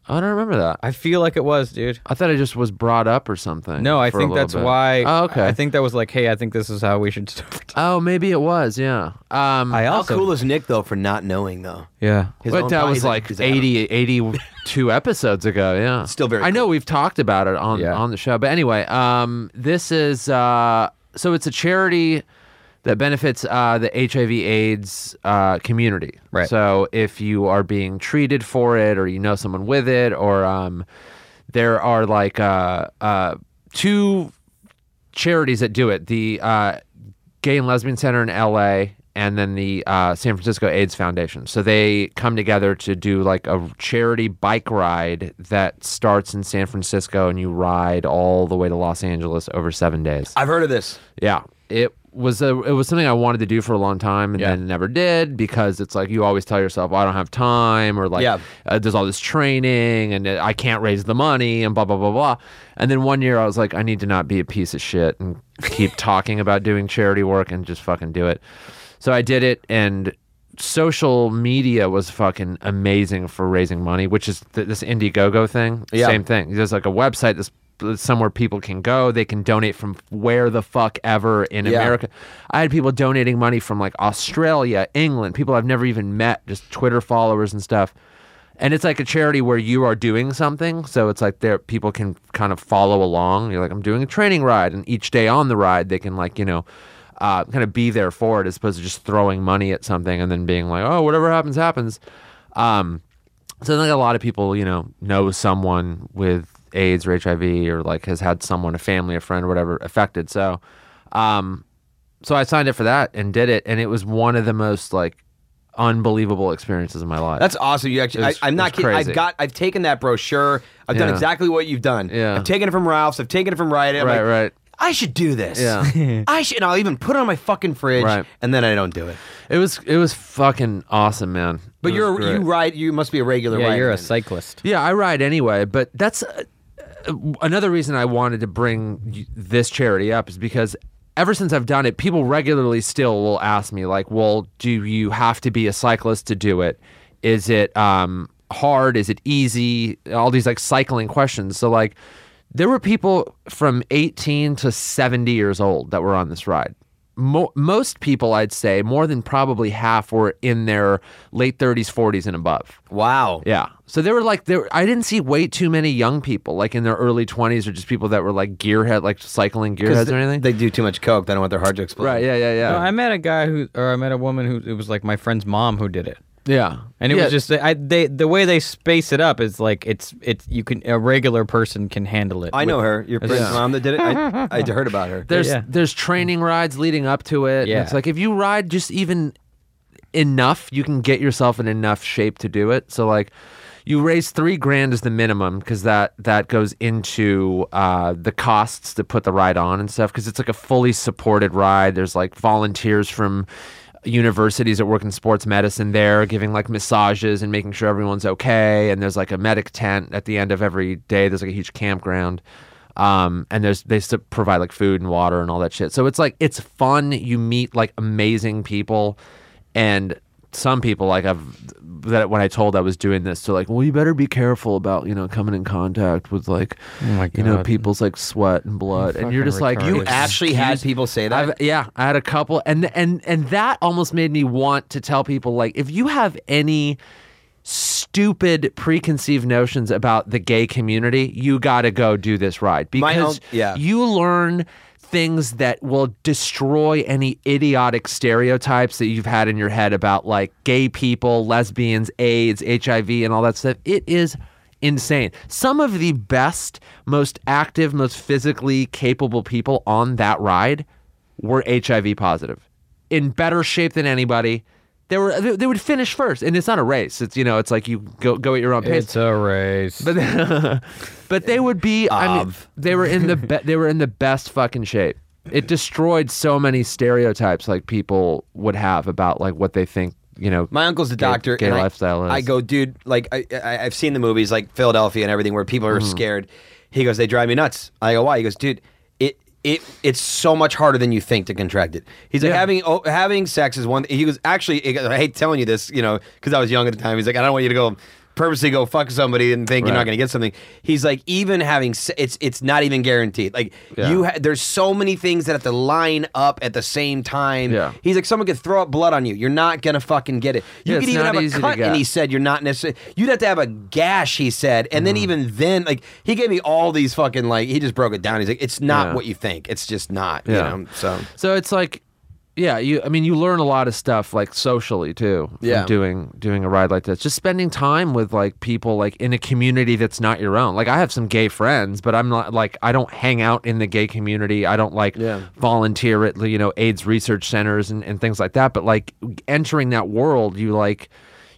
Speaker 1: I don't remember that.
Speaker 2: I feel like it was, dude.
Speaker 1: I thought I just was brought up or something.
Speaker 2: No, I
Speaker 1: for a
Speaker 2: think
Speaker 1: little
Speaker 2: that's
Speaker 1: bit.
Speaker 2: why.
Speaker 1: Oh, okay.
Speaker 2: I think that was like, hey, I think this is how we should start.
Speaker 1: Oh, maybe it was. Yeah. Um,
Speaker 2: I
Speaker 3: How
Speaker 2: also,
Speaker 3: cool is Nick though for not knowing though?
Speaker 2: yeah.
Speaker 3: His
Speaker 1: but
Speaker 3: own
Speaker 1: that
Speaker 3: body
Speaker 1: was
Speaker 3: is a-
Speaker 1: like
Speaker 3: is a-
Speaker 1: 80, 82 episodes ago. Yeah,
Speaker 3: Still very
Speaker 1: I know
Speaker 3: cool.
Speaker 1: we've talked about it on
Speaker 2: Yeah.
Speaker 1: on the show, but anyway, um, this is uh, so it's a charity that benefits uh, the HIV/AIDS uh, community.
Speaker 2: Right.
Speaker 1: So if you are being treated for it, or you know someone with it, or um, there are like uh, uh, two charities that do it the uh, Gay and Lesbian Center in LA and then the uh, San Francisco AIDS Foundation. So they come together to do like a charity bike ride that starts in San Francisco and you ride all the way to Los Angeles over seven days.
Speaker 3: I've heard of this.
Speaker 1: Yeah. It was a it was something I wanted to do for a long time and
Speaker 2: Yeah.
Speaker 1: then never did because it's like you always tell yourself I don't have time or like
Speaker 3: Yeah.
Speaker 1: uh, there's all this training and uh, I can't raise the money and blah blah blah blah. And then one year I was like I need to not be a piece of shit and keep talking about doing charity work and just fucking do it. So I did it and social media was fucking amazing for raising money, which is th- this Indiegogo thing.
Speaker 3: Yeah.
Speaker 1: Same thing. There's like a website that's that's somewhere people can go. They can donate from where the fuck ever in
Speaker 3: Yeah.
Speaker 1: America. I had people donating money from like Australia, England, people I've never even met, just Twitter followers and stuff. And it's like a charity where you are doing something, so it's like there people can kind of follow along. You're like, I'm doing a training ride, and each day on the ride, they can like you know, uh, kind of be there for it as opposed to just throwing money at something and then being like, oh, whatever happens, happens. Um, so I think a lot of people, you know, know someone with AIDS or HIV or like has had someone, a family, a friend, or whatever affected. So, um, so I signed up for that and did it, and it was one of the most like unbelievable experiences of my life.
Speaker 3: That's awesome. You actually,
Speaker 1: It was-
Speaker 3: I, I'm
Speaker 1: it
Speaker 3: not
Speaker 1: was
Speaker 3: kidding.
Speaker 1: crazy.
Speaker 3: I've got, I've taken that brochure. I've done
Speaker 1: Yeah.
Speaker 3: exactly what you've done.
Speaker 1: Yeah.
Speaker 3: I've taken it from Ralph's. I've taken it from Rite Aid. I'm
Speaker 1: right,
Speaker 3: like,
Speaker 1: right.
Speaker 3: I should do this.
Speaker 1: Yeah.
Speaker 3: I should. And I'll even put it on my fucking fridge.
Speaker 1: Right.
Speaker 3: And then I don't do it.
Speaker 1: It was it was fucking awesome, man.
Speaker 3: But
Speaker 1: It
Speaker 3: you're
Speaker 1: was great.
Speaker 3: you ride. You must be a regular.
Speaker 2: Yeah,
Speaker 3: rider
Speaker 2: you're a
Speaker 3: then.
Speaker 2: cyclist.
Speaker 1: Yeah, I ride anyway, but that's uh, uh, another reason I wanted to bring y- this charity up is because ever since I've done it, people regularly still will ask me like, "Well, do you have to be a cyclist to do it? Is it um, hard? Is it easy?" All these like cycling questions. So like, there were people from 18 to 70 years old that were on this ride mo- most people, I'd say, more than probably half were in their late 30s, 40s, and above.
Speaker 3: Wow.
Speaker 1: Yeah. So they were like, they were, I didn't see way too many young people, like in their early 20s, or just people that were like gearhead, like cycling
Speaker 3: 'Cause
Speaker 1: gearheads or anything.
Speaker 3: They do too much coke. They don't want their heart to explode.
Speaker 1: right. Yeah. Yeah. Yeah.
Speaker 2: No, I met a guy who, or I met a woman who, it was like my friend's mom who did it.
Speaker 1: yeah.
Speaker 2: And it
Speaker 1: Yeah.
Speaker 2: was just I, they the way they space it up is like it's it's you can a regular person can handle it.
Speaker 3: I know
Speaker 2: with-
Speaker 3: her. Your
Speaker 2: Yeah.
Speaker 3: friend's mom that did it. I, I heard about her.
Speaker 1: There's
Speaker 2: Yeah.
Speaker 1: there's training rides leading up to it. and
Speaker 2: Yeah.
Speaker 1: It's like if you ride just even enough, you can get yourself in enough shape to do it. So like you raise three grand as the minimum because that that goes into uh, the costs to put the ride on and stuff because it's like a fully supported ride. There's like volunteers from universities that work in sports medicine there giving like massages and making sure everyone's okay and there's like a medic tent at the end of every day there's like a huge campground um, and there's they still provide like food and water and all that shit. So it's like it's fun. You meet like amazing people, and some people like I've that when I told I was doing this, so like, well, you better be careful about you know coming in contact with like
Speaker 2: Oh my
Speaker 1: you know
Speaker 2: God.
Speaker 1: people's like sweat and blood, and you're
Speaker 2: fucking
Speaker 1: just like
Speaker 2: retarded.
Speaker 1: you
Speaker 2: You
Speaker 3: Actually, had people say that.
Speaker 1: I've, yeah, I had a couple, and and and that almost made me want to tell people like, if you have any stupid preconceived notions about the gay community, you got to go do this ride
Speaker 3: My
Speaker 1: because
Speaker 3: own- yeah.
Speaker 1: you learn things that will destroy any idiotic stereotypes that you've had in your head about like gay people, lesbians, AIDS, HIV, and all that stuff. It is insane. Some of the best, most active, most physically capable people on that ride were HIV positive, in better shape than anybody. They were they they would finish first, and it's not a race. It's you know it's like you go go at your own pace.
Speaker 2: It's a race.
Speaker 1: But but they would be. I mean,
Speaker 3: Of.
Speaker 1: they were in the be- they were in the best fucking shape. It destroyed so many stereotypes like people would have about like what they think. You know,
Speaker 3: My uncle's a
Speaker 1: gay-
Speaker 3: doctor.
Speaker 1: Gay
Speaker 3: and I-
Speaker 1: lifestyle
Speaker 3: I,
Speaker 1: is.
Speaker 3: go, dude. Like I, I, I've seen the movies, like Philadelphia and everything, where people
Speaker 1: Mm-hmm.
Speaker 3: are scared. He goes, they drive me nuts. I go, why? He goes, dude, it. It, it's so much harder than you think to contract it. He's like
Speaker 1: Yeah.
Speaker 3: having oh, having sex is one. He was actually he goes, I hate telling you this, you know, because I was young at the time. He's like I don't want you to go purposely go fuck somebody and think you're not
Speaker 1: Right.
Speaker 3: going to get something. He's like even having se- it's it's not even guaranteed. Like
Speaker 1: Yeah.
Speaker 3: you ha- there's so many things that have to line up at the same time.
Speaker 1: Yeah.
Speaker 3: He's like someone could throw up blood on you. You're not going to fucking get it. You
Speaker 1: Yeah,
Speaker 3: could
Speaker 1: it's
Speaker 3: even
Speaker 1: not
Speaker 3: have
Speaker 1: easy
Speaker 3: a
Speaker 1: to
Speaker 3: cut,
Speaker 1: get.
Speaker 3: and he said you're not necessarily. You'd have to have a gash, he said,
Speaker 1: Mm-hmm.
Speaker 3: and then even then, like he gave me all these fucking like he just broke it down. He's like, it's not
Speaker 1: Yeah.
Speaker 3: what you think. It's just not.
Speaker 1: Yeah.
Speaker 3: You know. So
Speaker 1: So it's like, yeah, you. I mean, you learn a lot of stuff like socially too. from
Speaker 3: Yeah.
Speaker 1: doing doing a ride like this, just spending time with like people like in a community that's not your own. Like I have some gay friends, but I'm not like I don't hang out in the gay community. I don't like
Speaker 3: Yeah.
Speaker 1: volunteer at you know AIDS research centers and, and things like that. But like entering that world, you like,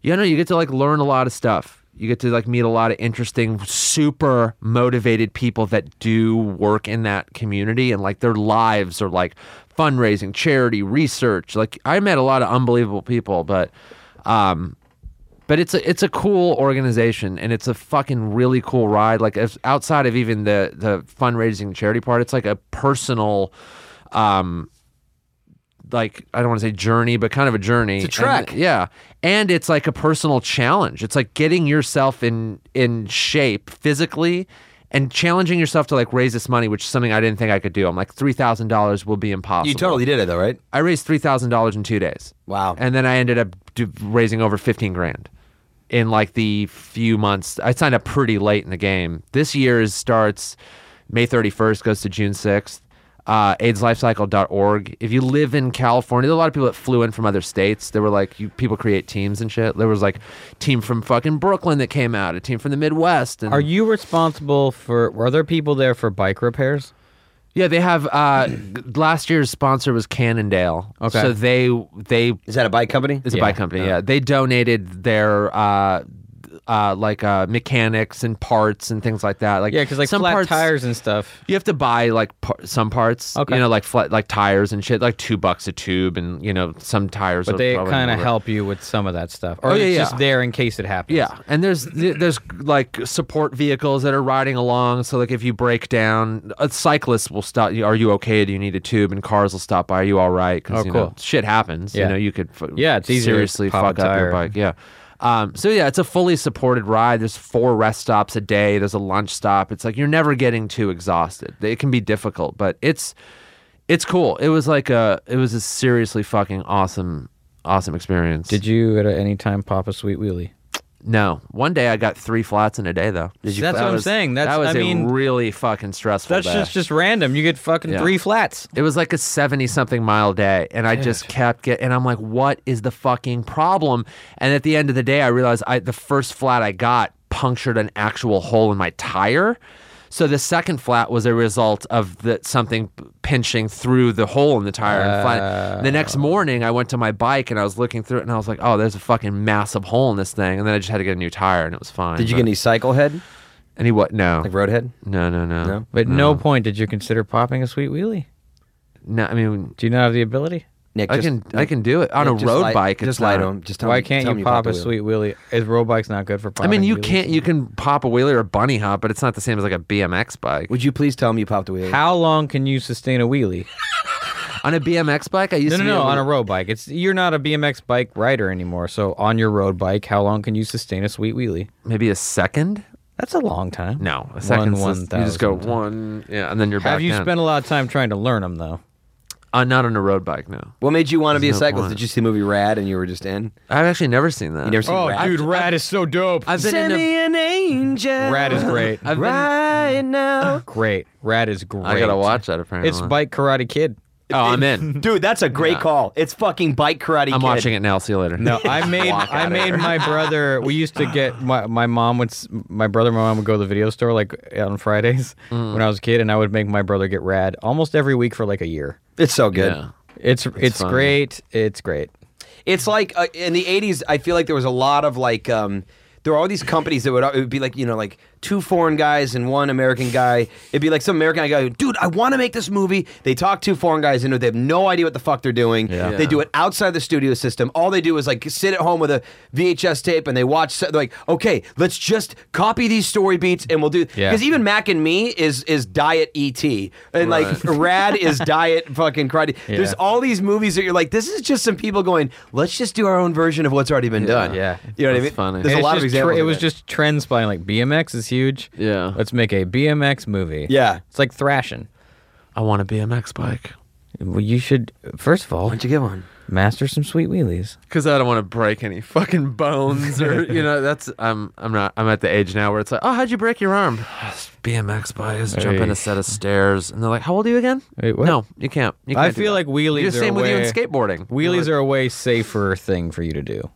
Speaker 1: you know, you get to like learn a lot of stuff. You get to like meet a lot of interesting, super motivated people that do work in that community, and like their lives are like fundraising, charity, research. Like I met a lot of unbelievable people, but um, but it's a it's a cool organization and it's a fucking really cool ride. Like if, outside of even the the fundraising charity part, it's like a personal, um, like I don't want to say journey, but kind of a journey.
Speaker 3: It's a trek.
Speaker 1: And- yeah, and it's like a personal challenge. It's like getting yourself in in shape physically. And challenging yourself to like raise this money, which is something I didn't think I could do. I'm like three thousand dollars will be impossible.
Speaker 3: You totally did it though, right?
Speaker 1: I raised three thousand dollars in two days.
Speaker 3: Wow.
Speaker 1: And then I ended up do, raising over fifteen grand in like the few months. I signed up pretty late in the game. This year's starts May thirty first, goes to June sixth. Uh, AIDSLifecycle.org. If you live in California, there are a lot of people that flew in from other states. There were like you, people create teams and shit. There was like team from fucking Brooklyn that came out, a team from the Midwest. And
Speaker 2: Are you responsible for? Were there people there for bike repairs?
Speaker 1: yeah, they have. Uh, last year's sponsor was Cannondale.
Speaker 2: Okay.
Speaker 1: so they they
Speaker 3: Is that a bike company?
Speaker 1: It's
Speaker 2: Yeah.
Speaker 1: a bike company. Yeah, they donated their uh, uh, like uh, mechanics and parts and things like that. Like
Speaker 2: Yeah, because like
Speaker 1: some
Speaker 2: flat
Speaker 1: parts,
Speaker 2: tires and stuff.
Speaker 1: You have to buy like par- some parts.
Speaker 2: Okay.
Speaker 1: You know, like flat, like tires and shit, like two bucks a tube, and you know some tires.
Speaker 2: But
Speaker 1: are
Speaker 2: they
Speaker 1: probably
Speaker 2: kind of
Speaker 1: more-
Speaker 2: help you with some of that stuff, or
Speaker 1: Oh, yeah,
Speaker 2: it's
Speaker 1: yeah.
Speaker 2: just there in case it happens.
Speaker 1: Yeah, and there's there's like support vehicles that are riding along. So like if you break down, a cyclist will stop. you, Are you okay? Do you need a tube? And cars will stop by. Are you all right? Because
Speaker 2: Oh,
Speaker 1: you
Speaker 2: cool.
Speaker 1: know shit happens.
Speaker 2: Yeah.
Speaker 1: You know you could f-
Speaker 2: Yeah, it's easier to
Speaker 1: seriously
Speaker 2: pop a
Speaker 1: fuck up
Speaker 2: tire.
Speaker 1: your bike. Yeah. Um, so yeah, it's a fully supported ride. There's four rest stops a day. There's a lunch stop. It's like you're never getting too exhausted. It can be difficult, but it's it's cool. It was like a it was a seriously fucking awesome awesome experience.
Speaker 2: Did you at any time pop a sweet wheelie?
Speaker 1: No. One day I got three flats in a day though. Did
Speaker 2: you- That's
Speaker 1: that
Speaker 2: what I'm
Speaker 1: was-
Speaker 2: saying. That's-
Speaker 1: that was
Speaker 2: I
Speaker 1: a
Speaker 2: mean,
Speaker 1: really fucking stressful
Speaker 2: That's
Speaker 1: day.
Speaker 2: just just random. You get fucking
Speaker 1: Yeah.
Speaker 2: three flats.
Speaker 1: it was like a 70 something mile day and I just kept getting and I'm like what is the fucking problem? And at the end of the day I realized I the first flat I got punctured an actual hole in my tire. So the second flat was a result of the, something pinching through the hole in the tire. And flat. The next morning, I went to my bike and I was looking through it, and I was like, "Oh, there's a fucking massive hole in this thing." And then I just had to get a new tire, and it was fine.
Speaker 3: Did you
Speaker 1: but-
Speaker 3: get any cycle head?
Speaker 1: any what? No.
Speaker 3: Like road head?
Speaker 1: no, no, no,
Speaker 3: No?
Speaker 1: no.
Speaker 2: But no
Speaker 3: Mm.
Speaker 2: point did you consider popping a sweet wheelie.
Speaker 1: I mean,
Speaker 2: Do you not have the ability?
Speaker 3: Nick,
Speaker 1: I
Speaker 3: just-
Speaker 1: can I can do it on a
Speaker 3: Nick, just
Speaker 1: road
Speaker 3: lie-
Speaker 1: bike.
Speaker 3: Just
Speaker 1: it's
Speaker 3: lie
Speaker 1: not-
Speaker 3: to him. Just tell
Speaker 2: Why
Speaker 3: him-
Speaker 2: can't
Speaker 3: tell
Speaker 2: you
Speaker 3: him
Speaker 2: pop,
Speaker 3: the
Speaker 2: a
Speaker 3: wheel.
Speaker 2: sweet wheelie? Is road bike's not good for
Speaker 1: I
Speaker 2: popping?
Speaker 1: mean, you
Speaker 2: wheelies?
Speaker 1: can't. You can pop a wheelie or a bunny hop, but it's not the same as like a BMX bike.
Speaker 3: Would you please tell him you popped a wheel?
Speaker 2: How long can you sustain a wheelie?
Speaker 1: On a BMX bike, I used
Speaker 2: No,
Speaker 1: to
Speaker 2: no,
Speaker 1: be
Speaker 2: no.
Speaker 1: able
Speaker 2: On
Speaker 1: to-
Speaker 2: a road bike, it's you're not a BMX bike rider anymore. So on your road bike, how long can you sustain a sweet wheelie?
Speaker 1: maybe a second.
Speaker 2: That's a long time.
Speaker 1: No, a second.
Speaker 2: One,
Speaker 1: you just go
Speaker 2: 1,000.
Speaker 1: one, yeah, and then you're back.
Speaker 2: Have you
Speaker 1: down.
Speaker 2: spent a lot of time trying to learn them though?
Speaker 1: Uh, not on a road bike, no.
Speaker 3: What made you want to be a
Speaker 1: There's no
Speaker 3: cyclist?
Speaker 1: point.
Speaker 3: Did you see the movie Rad and you were just in?
Speaker 1: I've actually never seen that. Oh,
Speaker 3: You never seen Rad?
Speaker 2: Rad Oh, is so dope.
Speaker 1: I've been in a,
Speaker 3: an angel.
Speaker 2: Rad is great.
Speaker 1: I've been-
Speaker 3: right now.
Speaker 2: great. Rad is great.
Speaker 1: I gotta watch that. Apparently,
Speaker 2: It's Bike Karate Kid.
Speaker 1: Oh, I'm in.
Speaker 3: Dude, that's a great call. It's fucking bike karate.
Speaker 1: I'm watching it now. See you later.
Speaker 2: No, I made I made my brother. We used to get my my mom would s- my brother and my mom would go to the video store like on Fridays
Speaker 3: Mm.
Speaker 2: when I was a kid, and I would make my brother get Rad almost every week for like a year.
Speaker 3: It's so good.
Speaker 1: Yeah.
Speaker 2: It's it's,
Speaker 1: funny.
Speaker 2: great. It's great.
Speaker 3: It's like uh, in the '80s. I feel like there was a lot of like. Um, there were all these companies that would uh, it would be like you know like two foreign guys and one American guy. It'd be like some American guy, go, dude, I want to make this movie. They talk two foreign guys into it. They have no idea what the fuck they're doing. They do it outside the studio system. All they do is like sit at home with a VHS tape and they watch. They're like, okay, let's just copy these story beats and we'll do.
Speaker 2: Yeah.
Speaker 3: Because even Mac and Me is is diet ET and like Rad is diet fucking karate. There's
Speaker 2: Yeah.
Speaker 3: all these movies that you're like, this is just some people going, let's just do our own version of what's already been done.
Speaker 2: Yeah.
Speaker 3: you know what I
Speaker 1: That's
Speaker 3: mean.
Speaker 1: funny.
Speaker 2: And
Speaker 3: There's a
Speaker 2: it's
Speaker 3: lot
Speaker 2: just
Speaker 3: of examples.
Speaker 2: Tra- it
Speaker 3: of
Speaker 2: was just trend spying. Like BMX is huge.
Speaker 1: Yeah.
Speaker 2: Let's make a BMX movie.
Speaker 3: Yeah.
Speaker 2: It's like thrashing.
Speaker 1: I want a BMX bike
Speaker 2: Well, you should first of all
Speaker 3: Why don't you get one?
Speaker 2: master some sweet wheelies.
Speaker 1: because I don't want to break any fucking bones or you know. That's I'm I'm not I'm at the age now where it's like, oh, how'd you break your arm? BMX bike is jumping
Speaker 2: Hey.
Speaker 1: a set of stairs, and they're like, how old are you again?
Speaker 2: Wait, what?
Speaker 1: No, you can't. You can't
Speaker 2: I
Speaker 1: do
Speaker 2: feel
Speaker 1: that.
Speaker 2: like wheelies
Speaker 1: You're the
Speaker 2: are
Speaker 1: same with you in
Speaker 2: way-
Speaker 1: skateboarding.
Speaker 2: Wheelies are a way safer thing for you to do.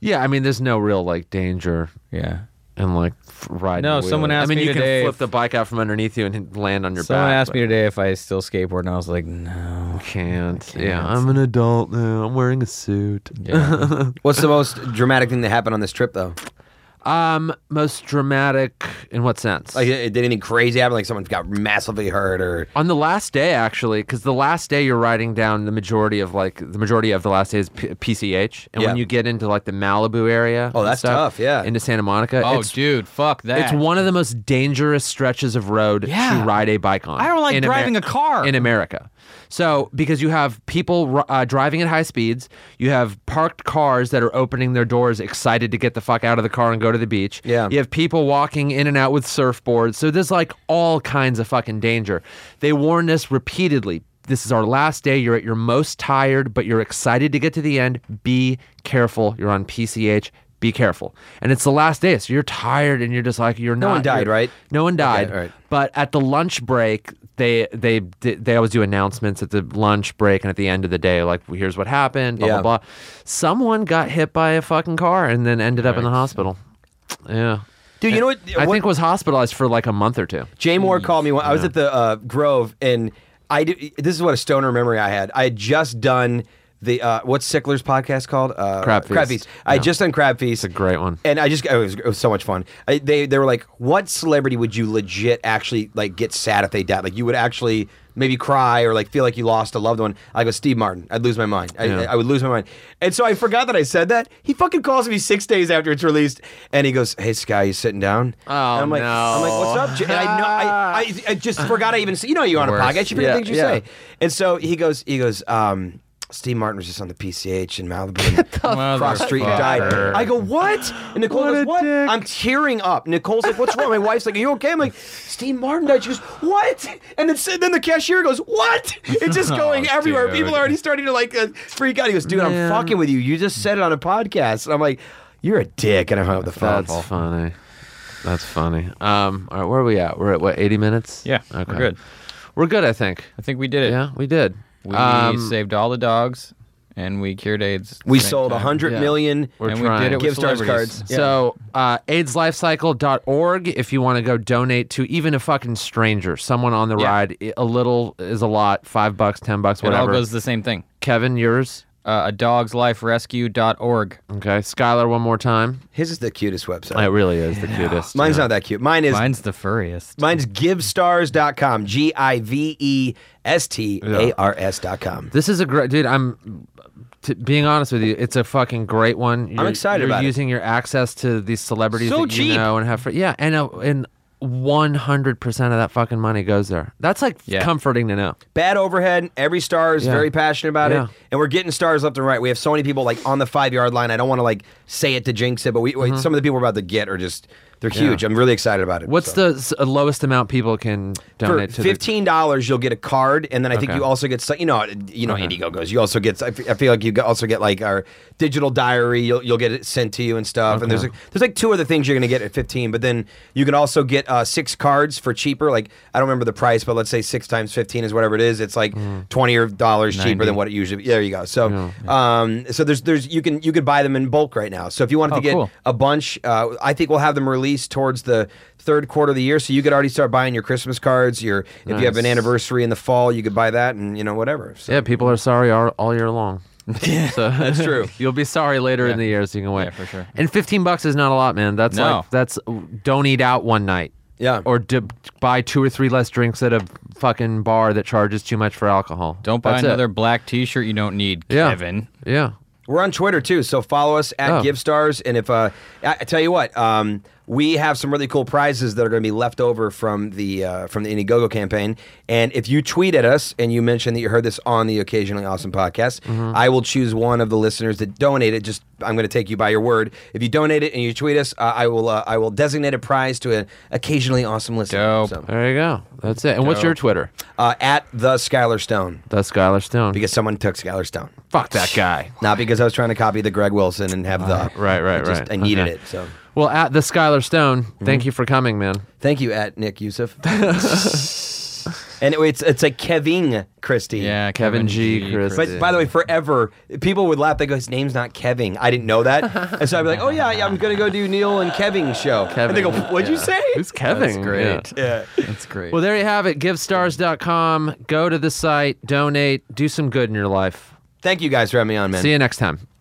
Speaker 1: Yeah, I mean, there's no real like danger
Speaker 2: Yeah.
Speaker 1: in like f- riding.
Speaker 2: No,
Speaker 1: a wheelie.
Speaker 2: someone asked
Speaker 1: I mean,
Speaker 2: me
Speaker 1: you
Speaker 2: today
Speaker 1: can flip
Speaker 2: if-
Speaker 1: the bike out from underneath you and hit- land on your
Speaker 2: Someone
Speaker 1: back.
Speaker 2: asked
Speaker 1: but
Speaker 2: me today if I still skateboard, and I was like, no.
Speaker 1: Can't. Yeah,
Speaker 2: can't.
Speaker 1: I'm an adult now. I'm wearing a suit.
Speaker 2: Yeah.
Speaker 3: What's the most dramatic thing that happened on this trip, though?
Speaker 1: Um, most dramatic in what sense?
Speaker 3: Like, it- did anything crazy happen? Like, someone got massively hurt or.
Speaker 1: on the last day actually because the last day you're writing down the majority of like the majority of the last day is P- pch and
Speaker 3: Yeah.
Speaker 1: when you get into like the malibu area
Speaker 3: Oh,
Speaker 1: and
Speaker 3: that's
Speaker 1: stuff,
Speaker 3: tough, yeah.
Speaker 1: into santa monica
Speaker 2: Oh,
Speaker 1: it's,
Speaker 2: dude, fuck that.
Speaker 1: it's one of the most dangerous stretches of road
Speaker 2: Yeah.
Speaker 1: to ride a bike on
Speaker 2: I don't like
Speaker 1: in Amer-
Speaker 2: driving a car.
Speaker 1: in america so because you have people r- uh, driving at high speeds you have parked cars that are opening their doors excited to get the fuck out of the car and go to the beach
Speaker 3: Yeah.
Speaker 1: you have people walking in and out with surfboards. So there's like all kinds of fucking danger. They warned us repeatedly. This is our last day. You're at your most tired, but you're excited to get to the end. Be careful. You're on PCH. Be careful. And it's the last day. So you're tired and you're just like, you're not.
Speaker 3: one died,
Speaker 1: you're-
Speaker 3: right?
Speaker 1: No one died.
Speaker 3: all right.
Speaker 1: But at the lunch break, they they they always do announcements at the lunch break and at the end of the day, like here's what happened, blah
Speaker 3: Yeah.
Speaker 1: blah blah. Someone got hit by a fucking car and then ended up in the hospital. Yeah.
Speaker 3: Dude, you know what?
Speaker 1: I
Speaker 3: one-
Speaker 1: think Hmm. was hospitalized for like a month or two.
Speaker 3: Jay Moore called me. When, I was at the uh, Grove, and I did, this is what a stoner memory I had. I had just done the uh, what's Sickler's podcast called? Uh,
Speaker 1: Crab Feast.
Speaker 3: Crab Feast. I had
Speaker 1: Yeah.
Speaker 3: just done Crab Feast.
Speaker 1: It's a great one.
Speaker 3: and I just it was, it was so much fun. I, they they were like, what celebrity would you legit actually like get sad if they died? Like you would actually maybe cry or like feel like you lost a loved one. I go Steve Martin. I'd lose my mind. I,
Speaker 1: Yeah.
Speaker 3: I would lose my mind. And so I forgot that I said that. He fucking calls me six days after it's released, and he goes, "Hey Sky, you sitting down?"
Speaker 1: Oh,
Speaker 3: and I'm like,
Speaker 1: no.
Speaker 3: I'm like, what's up? Jay? And I know I, I, I just forgot I even said- you know you're on
Speaker 2: Worse.
Speaker 3: a podcast. You forget
Speaker 1: Yeah,
Speaker 3: things you
Speaker 1: yeah.
Speaker 3: say. And so he goes, he goes. um, Steve Martin was just on the PCH in Malibu. and cross
Speaker 2: Motherfucker.
Speaker 3: street and died. I go, what? And Nicole
Speaker 1: What a
Speaker 3: goes, what?
Speaker 1: dick.
Speaker 3: I'm tearing up. Nicole's like, what's wrong? My wife's like, are you okay? I'm like, Steve Martin died. She goes, what? And then, and then the cashier goes, what? It's just going
Speaker 2: Oh,
Speaker 3: everywhere.
Speaker 2: dude.
Speaker 3: People are already starting to like uh, freak out. He goes, dude,
Speaker 1: Man.
Speaker 3: I'm fucking with you. You just said it on a podcast. And I'm like, you're a dick. And I hung up the phone.
Speaker 1: That's funny. That's funny. Um, all right, where are we at? We're at what, 80 minutes?
Speaker 2: Yeah, we're good.
Speaker 1: We're good, I think.
Speaker 2: I think we did it.
Speaker 1: Yeah, we did.
Speaker 2: We
Speaker 1: Um,
Speaker 2: saved all the dogs and we cured AIDS. at the
Speaker 3: We
Speaker 2: same
Speaker 3: sold
Speaker 2: time.
Speaker 3: hundred
Speaker 1: Yeah.
Speaker 3: million
Speaker 1: We're
Speaker 2: and
Speaker 1: trying.
Speaker 2: we did it with
Speaker 3: gift stars
Speaker 2: celebrities.
Speaker 3: cards.
Speaker 1: So, uh, AIDSLifecycle.org if you want to go donate to even a fucking stranger, someone on the
Speaker 2: Yeah.
Speaker 1: ride. i- A little is a lot. Five bucks, ten bucks,
Speaker 2: It all
Speaker 1: whatever.
Speaker 2: goes to the same thing.
Speaker 1: Kevin, yours.
Speaker 2: Uh, a dog's life rescue.org.
Speaker 1: Okay. Skylar, one more time.
Speaker 3: His is the cutest website.
Speaker 1: It really is the cutest.
Speaker 3: Mine's not that cute. Mine is
Speaker 2: Mine's the furriest.
Speaker 3: Mine's givestars.com. G I V E S T A R S.com.
Speaker 1: This is a great dude. I'm t- being honest with you. It's a fucking great one. You're,
Speaker 3: excited
Speaker 1: You're
Speaker 3: about it.
Speaker 1: using your access to these celebrities
Speaker 2: So
Speaker 1: that you
Speaker 2: cheap.
Speaker 1: know and have. Fr- yeah, and uh, and one hundred percent of that fucking money goes there. That's like
Speaker 2: Yeah.
Speaker 1: comforting to know.
Speaker 3: Bad overhead. Every star is
Speaker 1: Yeah.
Speaker 3: very passionate about
Speaker 1: Yeah.
Speaker 3: it. And we're getting stars left and right. We have so many people like on the five yard line. I don't want to like say it to jinx it, but we,
Speaker 1: Mm-hmm.
Speaker 3: we- some of the people we're about to get are just, they're huge. I'm really excited about it.
Speaker 1: What's
Speaker 3: So-
Speaker 1: the s- uh, lowest amount people can
Speaker 3: For
Speaker 1: donate to? the-
Speaker 3: fifteen dollars, you'll get a card, and then I think
Speaker 1: Okay.
Speaker 3: you also get so- you know you know Indiegogo's. You also get I f- I feel like you also get like our digital diary. You'll you'll get it sent to you and stuff. And there's like, there's like two other things you're gonna get at fifteen, but then you can also get uh, six cards for cheaper. Like I don't remember the price, but let's say six times fifteen is whatever it is. It's like
Speaker 1: Mm.
Speaker 3: twenty or dollars cheaper than what it usually. There you go. So um so there's there's you can you could buy them in bulk right now. So if you wanted
Speaker 2: Oh,
Speaker 3: to get
Speaker 2: cool.
Speaker 3: a bunch. Uh, I think we'll have them released towards the third quarter of the year, so you could already start buying your Christmas cards. Your if you have an
Speaker 1: Nice.
Speaker 3: anniversary in the fall, you could buy that, and you know whatever. So.
Speaker 1: yeah, people are sorry all, all year long. Yeah, so, that's
Speaker 3: true.
Speaker 1: You'll be sorry later in the year, so you can wait.
Speaker 2: Yeah, for sure.
Speaker 1: And fifteen bucks is not a lot, man. That's
Speaker 2: No.
Speaker 1: like that's don't eat out one night.
Speaker 3: Yeah.
Speaker 1: Or d- buy two or three less drinks at a fucking bar that charges too much for alcohol.
Speaker 2: Don't buy
Speaker 1: That's it.
Speaker 2: another black t shirt you don't need,
Speaker 1: Yeah.
Speaker 2: Kevin.
Speaker 1: Yeah.
Speaker 3: We're on Twitter too, so follow us at
Speaker 1: Oh.
Speaker 3: GiveStars. And if uh, I, I tell you what, um, we have some really cool prizes that are going to be left over from the uh, from the Indiegogo campaign. And if you tweet at us and you mention that you heard this on the Occasionally Awesome podcast, I will choose one of the listeners that donate it. Just I'm going to take you by your word. If you donate it and you tweet us, uh, I will uh, I will designate a prize to an Occasionally Awesome listener.
Speaker 2: Dope.
Speaker 1: There you go. That's it. And what's your Twitter?
Speaker 3: uh, at the Skylar Stone
Speaker 1: That's Skylar Stone.
Speaker 3: because someone took Skylar Stone.
Speaker 1: Fuck that guy.
Speaker 3: Not because I was trying to copy the Greg Wilson and have the
Speaker 1: Right, right,
Speaker 3: I just-
Speaker 1: right.
Speaker 3: I needed
Speaker 1: Okay.
Speaker 3: it so.
Speaker 1: Well, at the Skylar Stone,
Speaker 2: Mm-hmm.
Speaker 1: thank you for coming, man.
Speaker 3: Thank you, at Nick Yusuf. and it- it's it's like Kevin Christie.
Speaker 2: Yeah,
Speaker 1: Kevin
Speaker 2: Kevin
Speaker 1: G.
Speaker 2: G.
Speaker 1: Chris.
Speaker 3: But by the way, forever people would laugh. They go, "His name's not Kevin." I didn't know that, and so I'd be like, "Oh yeah, yeah I'm gonna go do Neil and Kevin's show." And they go,
Speaker 1: Kevin,
Speaker 3: "What'd you
Speaker 1: yeah.
Speaker 3: say?"
Speaker 1: Who's Kevin?
Speaker 2: That's
Speaker 1: Yeah.
Speaker 2: great.
Speaker 3: Yeah.
Speaker 2: That's great.
Speaker 1: Well, there you have it. GiveStars.com. Go to the site, donate, do some good in your life.
Speaker 3: Thank you guys for having me on, man.
Speaker 1: See you next time.